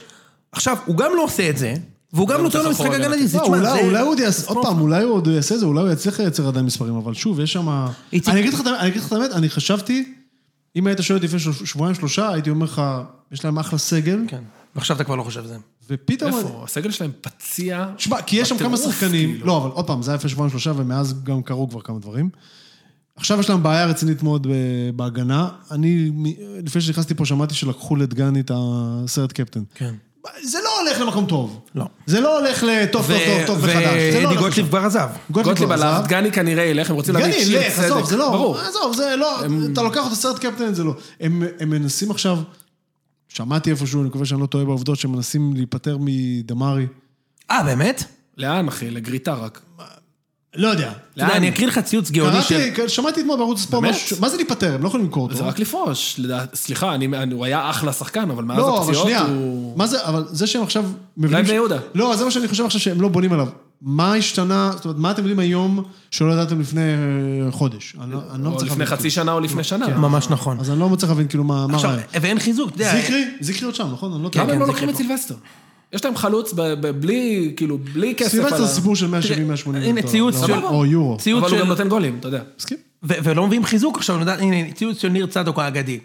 עכשיו, הוא גם לא עושה את זה, והוא גם לא טוען
משחק
למשחק
אחורה
הגנתי. זה-
לא,
תשמע,
אולי
זה-
אולי הוא עוד יעשה, עוד פעם, אולי הוא עוד יעשה את זה, אולי הוא יצליח לייצר עדיין מספרים, אבל שוב, יש שם...
איציק-
אני אגיד לך את האמת- אני אגיד לך את האמת, אני חשבתי, אם היית שואל אותי לפני שלוש- שבועיים, שלושה, הייתי אומר לך, יש להם אחלה סגל,
כן, ועכשיו אתה כבר לא חושב זה.
ופתאום...
איפה? הסגל שלהם פציע.
תשמע, כי יש שם כמה
בטירוף,
שחקנים,
כאילו.
לא, אבל עוד פעם, זה היה לפני שבועיים שלושה, ומאז גם קרו כבר כמה דברים. עכשיו יש להם בעיה רצינית מאוד ב- בהגנה. אני, מ- לפני שנכנסתי פה, שמעתי שלקחו לדגני את הסרט קפטן.
כן.
זה לא הולך למקום טוב.
לא.
זה לא הולך לטוב, טוב, טוב, טוב מחדש. זה לא
ואדי
הולך לשם.
גוטליב כבר עזב.
גוטליב
גוטליב
כבר
עליו,
לא עזב.
דגני כנראה ילך, הם רוצים להביא
גני,
שיר
לך,
צדק.
עזוב, זה לא,
ברור.
עזוב, זה לא, אתה לוקח את הסרט קפטן, זה לא. הם הם מנסים עכשיו, שמעתי איפשהו, אני מקווה שאני לא טועה בעובדות, שהם מנסים להיפטר מדמרי.
אה, באמת?
לאן, אחי? לגריטה רק.
לא יודע.
אתה יודע,
לאן?
אני אקריא לך ציוץ גאוני של...
קראתי, שמעתי אתמול בערוץ הספורט,
באמת?
משהו ש- מה זה להיפטר? הם לא יכולים למכור
זה
אותו.
רק לפרוש. לדעת- סליחה, אני- אני- הוא היה אחלה שחקן, אבל מאז
לא, אבל
הפציעות
שנייה.
הוא...
מה זה, אבל זה שהם עכשיו...
אולי בני יהודה.
לא, זה מה שאני חושב עכשיו שהם לא בונים עליו. מה השתנה, זאת אומרת, מה אתם יודעים היום שלא ידעתם לפני אה, חודש? אני לא- אני לא
או
מצליח
לפני
להבין.
חצי שנה או
כן.
לפני שנה.
ממש נכון.
אז אני לא מצליח להבין כאילו מה מה
עכשיו,
הרעיון.
ואין חיזוק, אתה יודע... אה,
זיקרי? זיקרי עוד שם, נכון? אני לא
למה
כן,
הם לא
זה
לוקחים את
כאילו.
סילבסטר? יש להם חלוץ ב- ב- בלי, כאילו, בלי כסף.
סביבת
על ה-
כן, הסיפור של 170 180
הנה, ציוץ של-
או יורו.
ציוץ
אבל הוא
של...
גם נותן גולים, אתה יודע.
מסכים?
ו- ולא מביאים חיזוק עכשיו, נודע- הנה, ציוץ של ניר צדוק האגדי.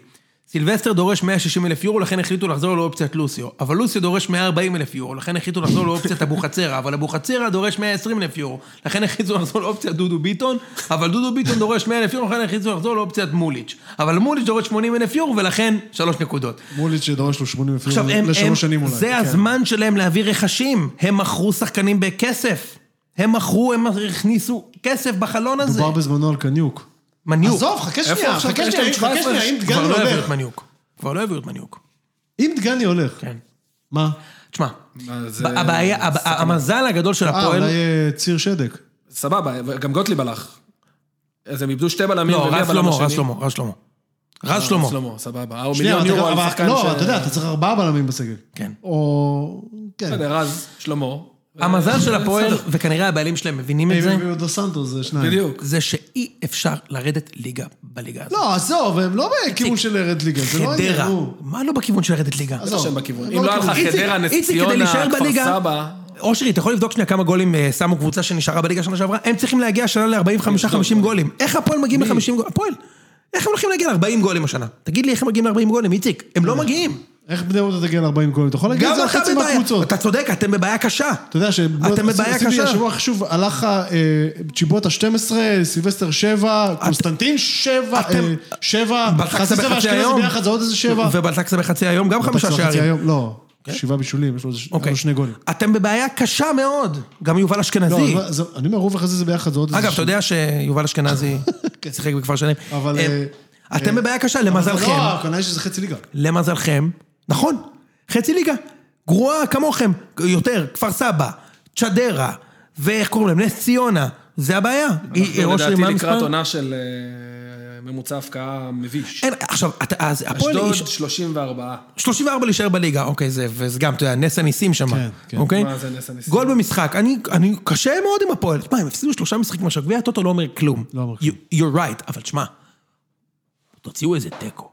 סילבסטר דורש 160 אלף יורו, לכן החליטו לחזור לאופציית לוסיו. אבל לוסיו דורש 140 אלף יורו, לכן החליטו לחזור לאופציית אבוחצירא. אבל אבוחצירא דורש 120 אלף יורו, לכן החליטו לחזור לאופציית דודו ביטון. אבל דודו ביטון דורש 100 אלף יורו, לכן החליטו לחזור לאופציית מוליץ'. אבל מוליץ' דורש 80 אלף יורו, ולכן שלוש נקודות.
מוליץ' שדורש לו 80
עכשיו,
אפילו
הם, הם,
לשלוש שנים אולי. כן.
זה הזמן שלהם להביא רכשים. הם מכרו שחקנים בכסף. הם מכרו, הם הכניסו כסף בחלון הזה.
דובר בזמנו על קניוק.
מניוק.
עזוב, חכה שנייה,
עכשיו?
חכה
יש
שנייה,
להם
חכה
17,
שנייה, אם
כבר
דגני
לא הביאו את
הולך.
מניוק. כבר לא הביאו את מניוק.
אם דגני הולך.
כן.
מה?
תשמע,
מה, זה-
ב- הבעיה, הב- המזל הגדול של
אה,
הפועל...
אולי אה, ציר שדק.
סבבה, גם גוטליב הלך. אז הם איבדו שתי בלמים.
לא,
ומי
רז
הבלם
שלמה,
השני?
רז שלמה, רז שלמה.
אה,
רז שלמה.
שלמה, סבבה. ההוא
שנייה,
מיליון
אתה-
יורו על
אבל-
שחקן
לא, אבל
ש-
אתה יודע, אתה צריך ארבעה בלמים בסגל.
כן.
או... כן.
בסדר, רז, שלמה.
המזל
אה,
של הפועל,
בסדר.
וכנראה הבעלים שלהם מבינים את
הם
זה,
הביאו את דו סנטוס, זה שניים.
בדיוק.
זה שאי אפשר לרדת ליגה בליגה הזאת.
לא, עזוב, הם לא בכיוון של ארד ליגה, זה לא
חדרה,
העניין. נו.
מה לא בכיוון של לרדת ליגה?
עזוב.
לא שם בכיוון.
לא
אם לא היה לך
בכיוון.
איציק,
חדרה, נס
איציק, כדי
ציונה,
להישאר
כפר
בליגה-
סבא.
אושרי, אתה יכול לבדוק שנייה כמה גולים אה, שמו קבוצה שנשארה בליגה שנה שעברה? הם צריכים להגיע השנה ל-45-50 גולים. איך הפועל מגיעים ל-50 גולים? הפועל. איך הם הולכים להגיע ל-40 גולים השנה? תגיד לי איך הם מגיעים ל-40 גולים, איציק. הם לא מגיעים.
איך בני יהודה תגיע ל-40 גולים? אתה יכול להגיד את
גם
זה על
לך
חצי
בבעיה.
מהקבוצות.
אתה צודק, אתם בבעיה קשה.
אתה יודע ש...
אתם בבעיה
עשיתי
קשה.
השבוע חישוב, הלך לך, אה, צ'יבוטה 12, סילבסטר 7, קונסטנטין אה, 7,
אתם-
7,
בלטקסה
חזיזה
בחצי
ואשכנזי
היום.
ביחד זה עוד איזה 7.
ובלטקסה בחצי היום גם חמישה שערים.
לא, שבעה בישולים, יש לו איזה-
אוקיי.
יש לו שני גולים.
אתם בבעיה קשה מאוד. גם יובל
לא,
אשכנזי.
אבל זה- אני אומר, רוב וחזיזה ביחד זה עוד איזה...
אגב, אתה יודע שיובל
*laughs*
אשכנזי שיחק בכפר שלם.
כן. אבל,
הם-
אה,
אתם
אה,
בבעיה קשה,
אבל
למזלכם.
לא, הכוונה היא שזה חצי ליגה.
למזלכם, נכון, חצי ליגה, גרועה כמוכם, יותר, כפר סבא, צ'דרה, ואיך קוראים להם? נס ציונה, זה הבעיה. היא-
אנחנו
ראש רימה
לדעתי לקראת
מספר-
עונה של אה, ממוצע הפקעה מביש.
אין, עכשיו, אתה- אז הפועל היא
אשדוד,
ש-
34.
34 להישאר בליגה, אוקיי, זה, וזה גם, אתה יודע, נס הניסים שם,
כן, כן.
אוקיי?
מה זה נס הניסים?
גול במשחק, אני, אני קשה מאוד עם הפועל, תשמע, הם הפסידו שלושה משחקים עכשיו, גביע הטוטו לא אומר כלום.
לא אומר כלום.
You- You're right, אבל תשמע, תוציאו איזה תיקו.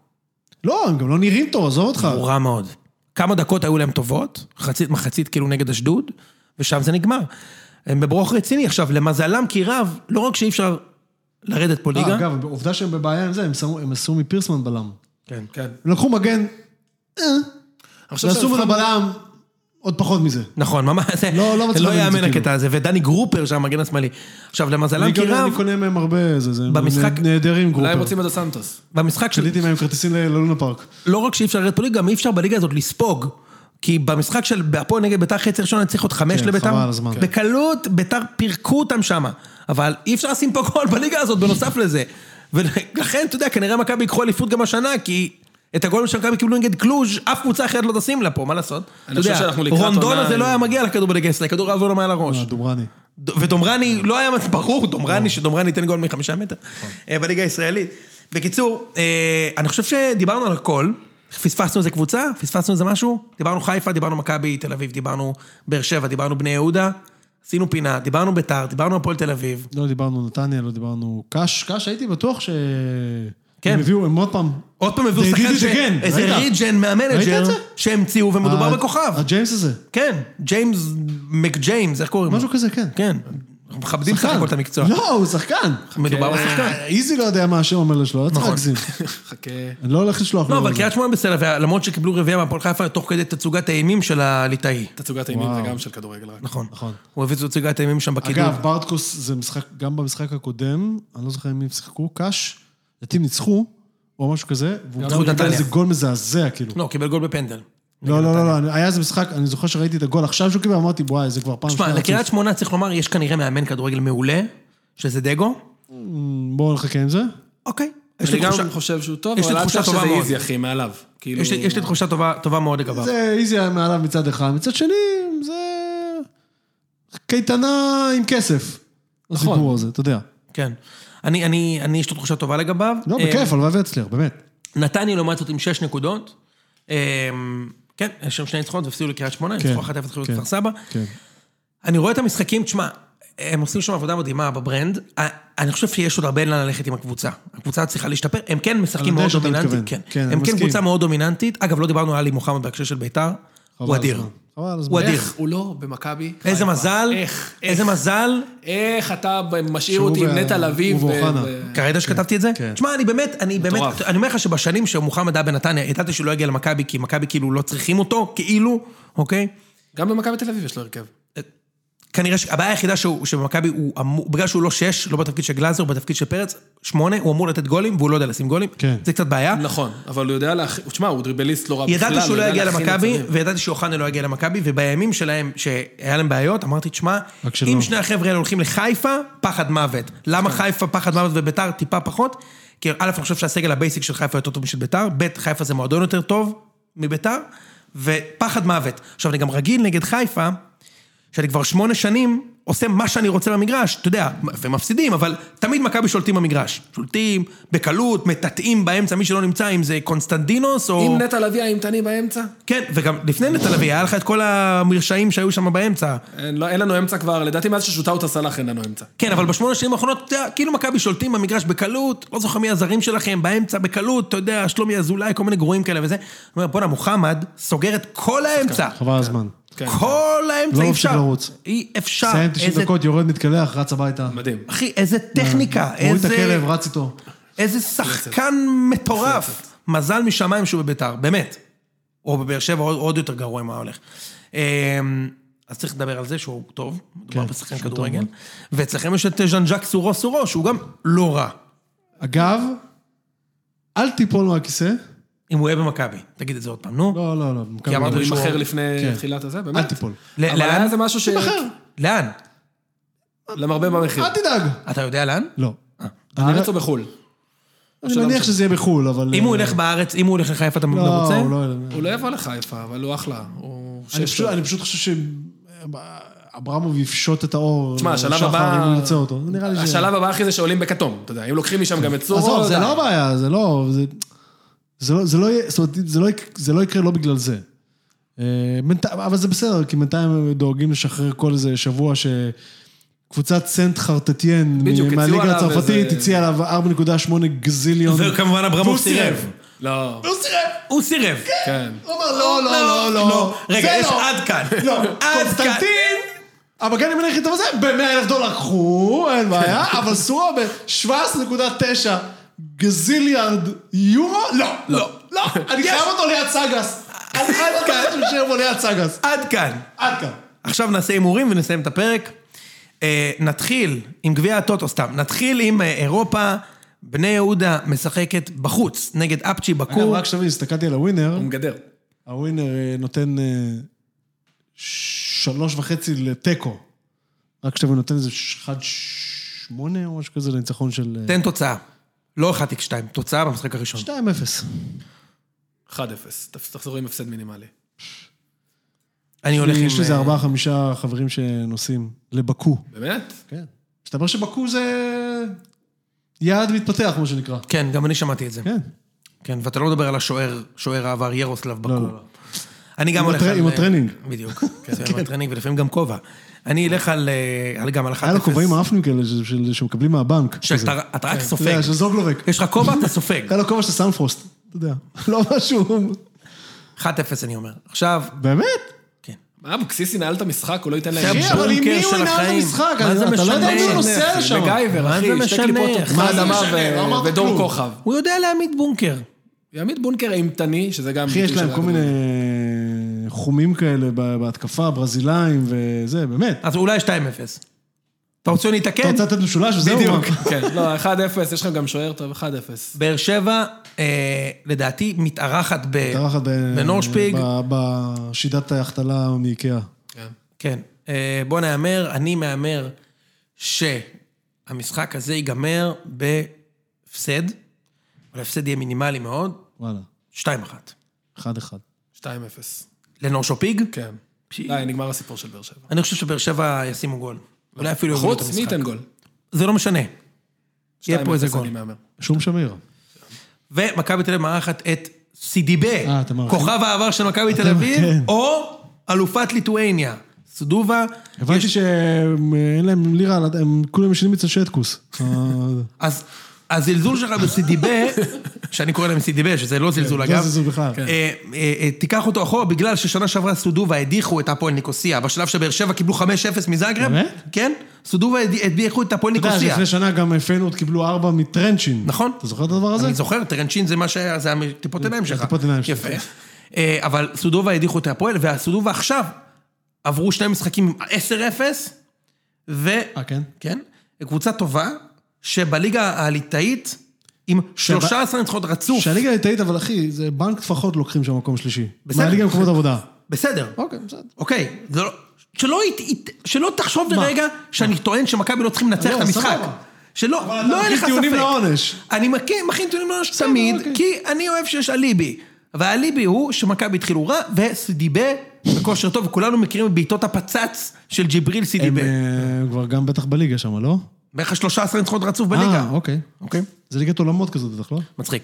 לא, הם גם לא נראים טוב, עזוב אותך.
הוא רע מאוד. כמה דקות היו להם טובות, חצית מחצית כאילו נגד אשדוד, ושם זה נגמר. הם בברוך רציני. עכשיו, למזלם כי רב, לא רק שאי אפשר לרדת פה
אה,
ליגה.
אגב, עובדה שהם בבעיה עם זה, הם שמו- הם עשו מפירסמן בלם.
כן.
כן.
הם לקחו מגן, אה.
עכשיו
ועשו
שהמבחן-
ממנו בלם עוד פחות מזה.
נכון, ממש, זה
לא, לא מצליח
לא
להבין את זה,
יאמן
כאילו.
הקטע הזה, ודני גרופר שם, המגן השמאלי. עכשיו, למזלם
אני
כי
קונה-
רב,
אני קונה מהם הרבה, זה, זה,
במשחק-
הם נהדרים
אולי הם
גרופר.
רוצים את הסנטוס.
במשחק של...
קניתי מהם כרטיסים ל- ללונה פארק.
לא רק שאי אפשר לרדת פה ליגה, גם אי אפשר בליגה הזאת לספוג. כי במשחק של בהפועל נגד ביתר חצי ראשון, אני צריך עוד חמש
כן,
לביתר.
חבל על הזמן.
בקלות, ביתר פירקו אותם שמה. אבל אי אפשר לשים פה גול בליגה הזאת בנוסף לזה. ולכן, אתה יודע, כנראה מכבי ייקחו אליפות גם השנה, כי את הגולים שמכבי קיבלו נגד קלוז', אף קבוצה אחרת לא תשים לה פה, מה לעשות? אתה
חושב
יודע,
שאנחנו לקראת
רונדון
עונה-
הזה לא היה מגיע לכדור בליגה אצלי, הכדור היה עובר לו מעל הראש.
דומרני.
ד- ודומרני לא היה, מצ- ברור, דומרני, שדומרני ייתן גול מחמישה מטר אה, בליגה הישראלית. בקיצור, אה, אני חושב שדיברנו על הכל. פספסנו איזה קבוצה, פספסנו איזה משהו, דיברנו חיפה, דיברנו מכבי תל אביב, דיברנו באר שבע, דיברנו בני יהודה, עשינו פינה, דיברנו ביתר, דיברנו הפועל תל אביב.
לא דיברנו נתניה, לא דיברנו קאש. קאש, הייתי בטוח ש...
כן.
הם הביאו, הם עוד פעם...
עוד פעם הביאו
They
שחקן,
did it
ש-
again,
איזה
ראית?
ריג'ן
ראית
מהמנג'ר,
את זה?
שהמציאו ומדובר
ה-
בכוכב.
הג'יימס אה, הזה.
כן, ג'יימס מקג'יימס, איך קוראים לו?
משהו כזה, כן.
כן, אנחנו מכבדים סך
שחקן.
הכל את המקצוע.
לא, הוא שחקן.
מדובר
כן.
בשחקן.
אה, איזי לא יודע מה השם אומר לשלו, לא צריך
נכון.
להגזים.
חכה.
אני לא הולך לשלוח
לא,
לו.
אבל קריית שמונה בסדר, ולמרות שקיבלו רביעייה מהפועל חיפה תוך כדי תצוגת האימים של הליטאי.
תצוגת האימים זה
וואו.
גם של כדורגל רק.
נכון.
נכון.
הוא הביא תצוגת האימים שם בקידום.
אגב, ברדקוס זה משחק, גם במשחק הקודם, אני לא זוכר עם מי הם שיחקו, קאש, לדעתי הם ניצחו, או משהו כזה, והוא
גם
פתאום קיבל
נתניה.
איזה גול מזעזע, כאילו.
לא, הוא קיבל גול בפנדל.
לא, לא, לא, לא, אני- היה איזה משחק, אני זוכר שראיתי את הגול עכשיו שהוא קיבל, אמרתי, וואי, זה כבר פעם
תשמע,
רצוף."
לקריית שמונה צריך לומר, יש כנראה מאמן כדורגל מעולה, שזה דגו.
אמ, בואו נחכה עם זה.
אוקיי. יש לי
אני
תחושה-
גם חושב שהוא טוב,
יש לי
אבל אל
תחושה
תשכח
טובה
שזה
מאוד.
איזי, אחי, מעליו. כאילו...
יש לי- יש לי תחושה טובה טובה מאוד לגביו.
זה איזי היה מעליו מצד אחד, מצד שני, זה... קייטנה עם כסף.
נכון.
הסיפור הזה, אתה יודע.
כן. אני, אני, אני, יש לו תחושה טובה לגביו.
לא,
אה,
בכיף, הלוואי ויצליח, באמת.
נתניה לעומת זאת עם שש נקודות. אה, כן, יש שם שני ניצחונות והפסידו לקריית שמונה,
כן,
ניצחו 1-0 חיוב
כן.
כפר סבא.
כן.
אני רואה את המשחקים, תשמע, הם עושים שם עבודה מדהימה בברנד. אה, אני חושב שיש עוד הרבה לאן ללכת עם הקבוצה. הקבוצה צריכה להשתפר, הם כן
אני
משחקים
יודע
מאוד
שאתה
דומיננטית.
מתכוון.
כן,
כן, אני
הם כן
מסכים.
קבוצה מאוד דומיננטית. אגב, לא דיברנו על עלי מוחמד בהקשר של ביתר. הוא
חבל
אדיר.
הזמן. חבל הזמן.
הוא אדיר.
איך הוא לא במכבי?
איזה
חיפה?
מזל,
איך, איך,
איזה מזל.
איך אתה משאיר
שהוא
אותי עם
וה-
נטע לביא
הוא
ו-
ואוחנה.
ו-
כרגע שכתבתי את זה?
כן.
תשמע, אני באמת, אני באמת,
אה, מטורף.
אני אומר לך שבשנים שמוחמד היה בנתניה, ידעתי שהוא לא יגיע למכבי, כי מכבי כאילו לא צריכים אותו, כאילו, אוקיי?
גם במכבי תל אביב יש לו הרכב.
כנראה שהבעיה היחידה שהוא, שבמכבי הוא אמור, בגלל שהוא לא שש, לא בתפקיד של גלאזר, הוא בתפקיד של פרץ, שמונה, הוא אמור לתת גולים, והוא לא יודע לשים גולים.
כן.
זה קצת בעיה.
נכון, אבל הוא יודע להכין... תשמע, הוא דריבליסט לא רע בכלל.
ידעתי שהוא
הוא
לא
יודע
יגיע
להכין
למכבי,
מצבים.
וידעתי שאוחנה לא יגיע למכבי, ובימים שלהם, שהיה להם בעיות, אמרתי, תשמע,
רק שלא."
אם שני החבר'ה האלה הולכים לחיפה, פחד מוות. למה חיפה פחד מוות וביתר טיפה פחות? כי א', אני חושב שהסגל הבייסיק של חיפה יותר טוב משל ביתר, ב', חיפה זה מועדון יותר טוב מביתר, ופחד מוות. עכשיו, אני גם רגיל נגד חיפה, שאני כבר שמונה שנים עושה מה שאני רוצה במגרש, אתה יודע, ומפסידים, אבל תמיד מכבי שולטים במגרש. שולטים בקלות, מטאטאים באמצע, מי שלא נמצא, אם זה קונסטנדינוס או...
עם נטע לביא האימתני באמצע?
כן, וגם לפני נטע לביא, היה לך את כל המרשעים שהיו שם באמצע.
אין לא- אין לנו אמצע כבר, לדעתי מאז ששוטאוטה סלאח אין לנו אמצע.
כן, אבל בשמונה שנים האחרונות, אתה יודע, כאילו מכבי שולטים במגרש בקלות, לא זוכר מי הזרים שלכם, באמצע בקלות, אתה יודע, שלומי אזולאי, כל מיני גרועים כאלה וזה. אני אומר, בואנה, מוחמד סוגר את כל האמצע.
חבל הזמן.
כן.
כל האמצע
לא
אי
מפסיק
אפשר.
לרוץ.
אי אפשר.
מסיים 90
איזה-
דקות, יורד, מתקלח, רץ הביתה.
מדהים.
אחי, איזה טכניקה,
מוריד את
איזה...
הכלב, רץ איתו.
איזה שחקן מטורף. מזל משמיים שהוא בביתר, באמת. או בבאר שבע, עוד- עוד יותר גרוע עם מה הולך. אמ, אז צריך לדבר על זה שהוא טוב, מדובר
כן,
בשחקן
שהוא טוב
כדורגל.
מאוד.
ואצלכם יש את ז'אן ז'אק סורו סורו, שהוא גם לא רע,
אגב, אל תיפול מהכיסא.
אם הוא יהיה במכבי. תגיד את זה עוד פעם, נו.
לא, לא, לא. מכבי
אמרת
לא.
הוא
שהוא-
יימכר לפני
כן.
תחילת הזה,
אל
באמת?
תיפול.
ל-
אבל היה
לאן?
איזה משהו ש...
תיבחר.
לאן?
למרבה במחיר.
אל תדאג.
אתה יודע לאן?
לא. אני
בארץ
רק-
או בחו"ל?
אני מניח שזה יהיה בחו"ל, אבל... אה,
אם הוא ילך בארץ, אם הוא ילך לחיפה, אתה
לא,
מרוצה?
הוא לא ילך.
הוא לא יבוא לחיפה, אבל הוא אחלה. הוא
אני
שש
פשוט-
טוב.
אני פשוט חושב שאברמוב יפשוט את האור.
תשמע, השלב
לשחר,
הבא-
אם הוא ירצה אותו. נראה לי ש...
השלב הבא, אחי, זה שעולים בכתום. אתה יודע, אם לוקחים משם גם את סורו...
עזוב, זה
די.
לא הבעיה, זה לא... זה- זה לא- זה לא יהיה... זאת אומרת, זה לא יק- זה לא יקרה לא בגלל זה. אה, בינתי- אבל זה בסדר, כי בינתיים הם דואגים לשחרר כל איזה שבוע ש... קבוצת סנט חרטטיין
בדיוק, הציעו
מהליגה
עליו
הצרפתית,
איזה-
הציעה עליו 4.8 גזיליון.
וכמובן אברמוב סירב.
לא,
הוא סירב!
הוא סירב.
כן.
הוא אמר, לא, לא, לא, לא.
רגע,
זה
יש
לא.
עד כאן.
לא,
עד כאן.
קונסטנטין, המגן ימין הכי טוב הזה, ב-100 אלף דולר קחו, אין בעיה, אבל סורו ב-17.9 גזיליארד יורו, לא, לא, לא, אני חייב אותו ליד סגס. אני חייב אותו להישאר בו ליד סגס.
עד כאן.
עד כאן.
עכשיו נעשה הימורים ונסיים את הפרק. אה, נתחיל עם גביע הטוטו סתם. נתחיל עם אה, אירופה. בני יהודה משחקת בחוץ נגד אפצ'י
אגב,
בקור.
רק שתבין, הסתכלתי על הווינר,
הוא מגדר.
הווינר אה, נותן אה, שלוש וחצי לתיקו. רק שתבין, נותן איזה ש- אחד שמונה או משהו כזה לניצחון של אה,
תן תוצאה. לא 1 x 2, תוצאה במשחק הראשון.
2-0.
1-0. תפ- תחזרו עם הפסד מינימלי.
אני הולך עם...
יש לי איזה
אה,
ארבעה, חמישה חברים שנוסעים לבקו.
באמת?
כן. מסתבר שבקו זה יעד מתפתח, כמו שנקרא.
כן, גם אני שמעתי את זה.
כן.
כן, ואתה לא מדבר על השוער, שוער העבר ירוסלב בקור.
לא, לא.
אני גם
עם
הולך
הטר-
על...
עם הטרנינג. *laughs*
בדיוק. כן, עם הטרנינג ולפעמים גם כובע. אני אלך על... אה, על- גם על 1-0.
היה לו כובעים כן. עפנו כאלה ש- של- שמקבלים מהבנק. כזה. לא,
שאתה אתה רק
אתה
סופג.
יודע, של זוגלובק.
יש לך כובע, אתה סופג.
היה לו כובע של סנפרוסט, אתה יודע. *laughs* לא משהו...
1-0 אני אומר. עכשיו,
באמת?
כן.
מה, אבוקסיס ינהל את המשחק, הוא לא ייתן להם...
אחי,
כן, אבל עם
בונקר
מי הוא
של
ינהל את
החיים.
המשחק?
מה זה
אתה לא יודע
משנה?
מי הוא נוסע לשם.
וגייבר,
מה זה
אחי, שתי
משנה?
קליפות
מה
תוכחה
זה
אדמה
משנה?
ו-
לא אמרת
ודור
כלום.
כוכב.
הוא יודע להעמיד בונקר.
יעמיד בונקר אימתני, שזה גם...
אחי, יש
ביטוי
להם
של
כל
הכדורגל.
מיני אה, חומים כאלה ב- בהתקפה, ברזילאים וזה, באמת.
אז אולי 2-0. אתה רוצה
אתה
להתעכב?
רוצה לתת משולש וזהו?
בדיוק.
מה?
כן, לא, 1-0, יש לכם גם שוער טוב, 1-0.
באר שבע, אה, לדעתי, מתארחת ב...
מתארחת ב-
בנורשפיג.
אה, ב- בשיטת ההחתלה מאיקאה.
כן.
כן. אה, בוא נהמר, אני מהמר שהמשחק הזה ייגמר בהפסד, אבל ההפסד יהיה מינימלי מאוד,
וואלה,
2-1.
אחד אחד.
2-0.
לנורשופיג?
כן.
פשי.
די, נגמר הסיפור של באר שבע.
אני חושב שבאר שבע ישימו גול. אולי אפילו יובילו את
חוץ, מי
המשחק.
ייתן גול?
זה לא משנה.
2-0,
יהיה פה איזה גול.
אני מהמר.
שום שמיר.
ומכבי תל אביב מארחת את סידיבה,
אה, אתם מארחים?
כוכב העבר של מכבי תל אביב,
כן.
או אלופת ליטואניה, סדובה.
הבנתי שאין להם לירה, על הד- הם כולם ישנים אצל שטקוס. *laughs* אה,
אז הזלזול שלך בסידיבה,
*laughs*
שאני קורא להם סידיבה, שזה לא זלזול
לא
אגב,
זה זו בכלל.
אה, אה, אה, תיקח אותו אחורה, בגלל ששנה שעברה סודובה הדיחו את הפועל ניקוסיה, בשלב שבאר שבע קיבלו 5-0 מזאגרב,
באמת?
כן, סודובה הד- הדיחו את הפועל
אתה יודע,
ניקוסיה.
לפני שנה גם פיינורד קיבלו ארבע מטרנצ'ין.
נכון.
אתה זוכר את הדבר הזה?
אני זוכר, טרנצ'ין זה מה שהיה, זה הטיפות עיניים שלך.
הטיפות עיניים שלך.
יפה. אה, אבל סודובה הדיחו את הפועל, והסודובה עכשיו עברו שני משחקים עם 10-0, ו...
אה, כן?
כן? קבוצה טובה, שבליגה הליטאית, עם 13 ניצחונות רצוף.
שהליגה הליטאית, אבל אחי, זה בנק טפחות לוקחים שם מקום שלישי.
בסדר.
מהליגה במקומות עבודה.
בסדר.
אוקיי, בסדר.
אוקיי, זה לא- שלא הת- הת- שלא תחשוב לרגע שאני טוען שמכבי לא צריכים לנצח
לא,
את המשחק.
סבבה.
שלא,
אבל אתה
לא אין
מכין
לך ספק.
טיעונים לעונש.
אני מכין מכין טיעונים לעונש תמיד,
אוקיי.
כי אני אוהב שיש אליבי. והאליבי הוא שמכבי התחילו רע, וסידיבה בכושר טוב, וכולנו מכירים את בעיטות הפצץ של ג'יבריל
הם
סידיבה.
אה, כבר גם בטח בליגה שם, לא?
בערך 13 ניצחונות רצוף בליגה.
אה, אוקיי.
אוקיי.
זה ליגת עולמות כזאת בטח, לא?
מצחיק.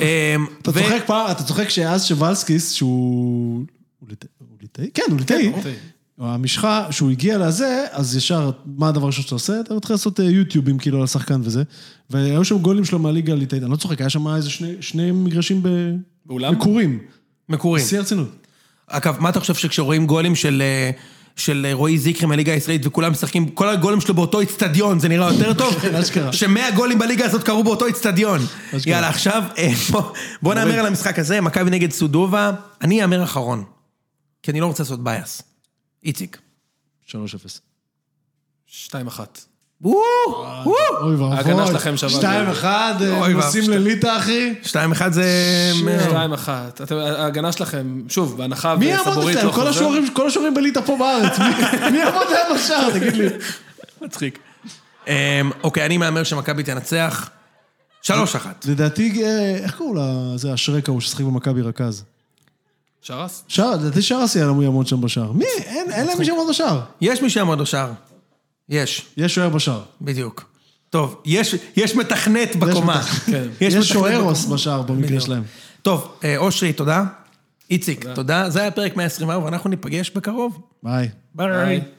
אה,
אתה צוחק פעם, אתה צוחק שאז שוולסקיס, שהוא... הוא ליט- הוא ליטאי? כן, הוא ליטאי.
ליטאי.
המשחה, שהוא הגיע לזה, אז ישר, מה הדבר הראשון שאתה עושה? אתה מתחיל לעשות אה, יוטיובים כאילו על השחקן וזה. והיו שם גולים שלו מהליגה הליטאית, אני לא צוחק, היה שם איזה שני- שני מגרשים ב...
באולם?
מקורים.
מקורים.
בשיא הרצינות.
אגב, מה אתה חושב שכשרואים גולים של... אה, של אה, רועי זיקרי מהליגה הישראלית וכולם משחקים, כל הגולים שלו באותו איצטדיון, זה נראה יותר טוב?
כן, אשכרה.
שמאה גולים בליגה הזאת קרו באותו איצטדיון.
אשכרה.
יאללה, עכשיו, אה, בוא- בוא נאמר על המשחק הזה, מכבי נגד סודובה, אני אאמר אחרון, כי אני לא רוצה לעשות בייס. איציק.
3-0.
2-1.
וואו! וואו!
אוי ואבוי.
ההגנה שלכם שווה גול.
2-1, אה,
אוי ואבוי.
נוסעים לליטא, אחי.
2-1 זה...
2-1. אתם- ההגנה שלכם, שוב, בהנחה
מי יעמוד
וסבורית לא
אצלם? כל
חוזר.
השוערים- כל השוערים בליטא פה בארץ. מי- מי יעמוד להם בשער? תגיד לי.
מצחיק. אה, אוקיי, אני מהמר שמכבי תנצח. 3-1.
לדעתי, אה, איך קראו לה? זה השרק ההוא ששחק במכבי רכז.
שרס?
שער, לדעתי שרס יהיה להם יעמוד שם בשער. מי? אין אין להם מי שיעמוד בשער.
יש מי שיעמוד בשער. יש.
יש שוער בשער.
בדיוק. טוב, יש, יש מתכנת בקומה.
מתכנת,
כן.
יש
מתכנת
שוערוס
בקומה.
בשער במקרה
בדיוק.
שלהם.
טוב, אה, אושרי, תודה. איציק, תודה. זה היה פרק 124, ואנחנו ניפגש בקרוב.
ביי.
ביי.
ביי.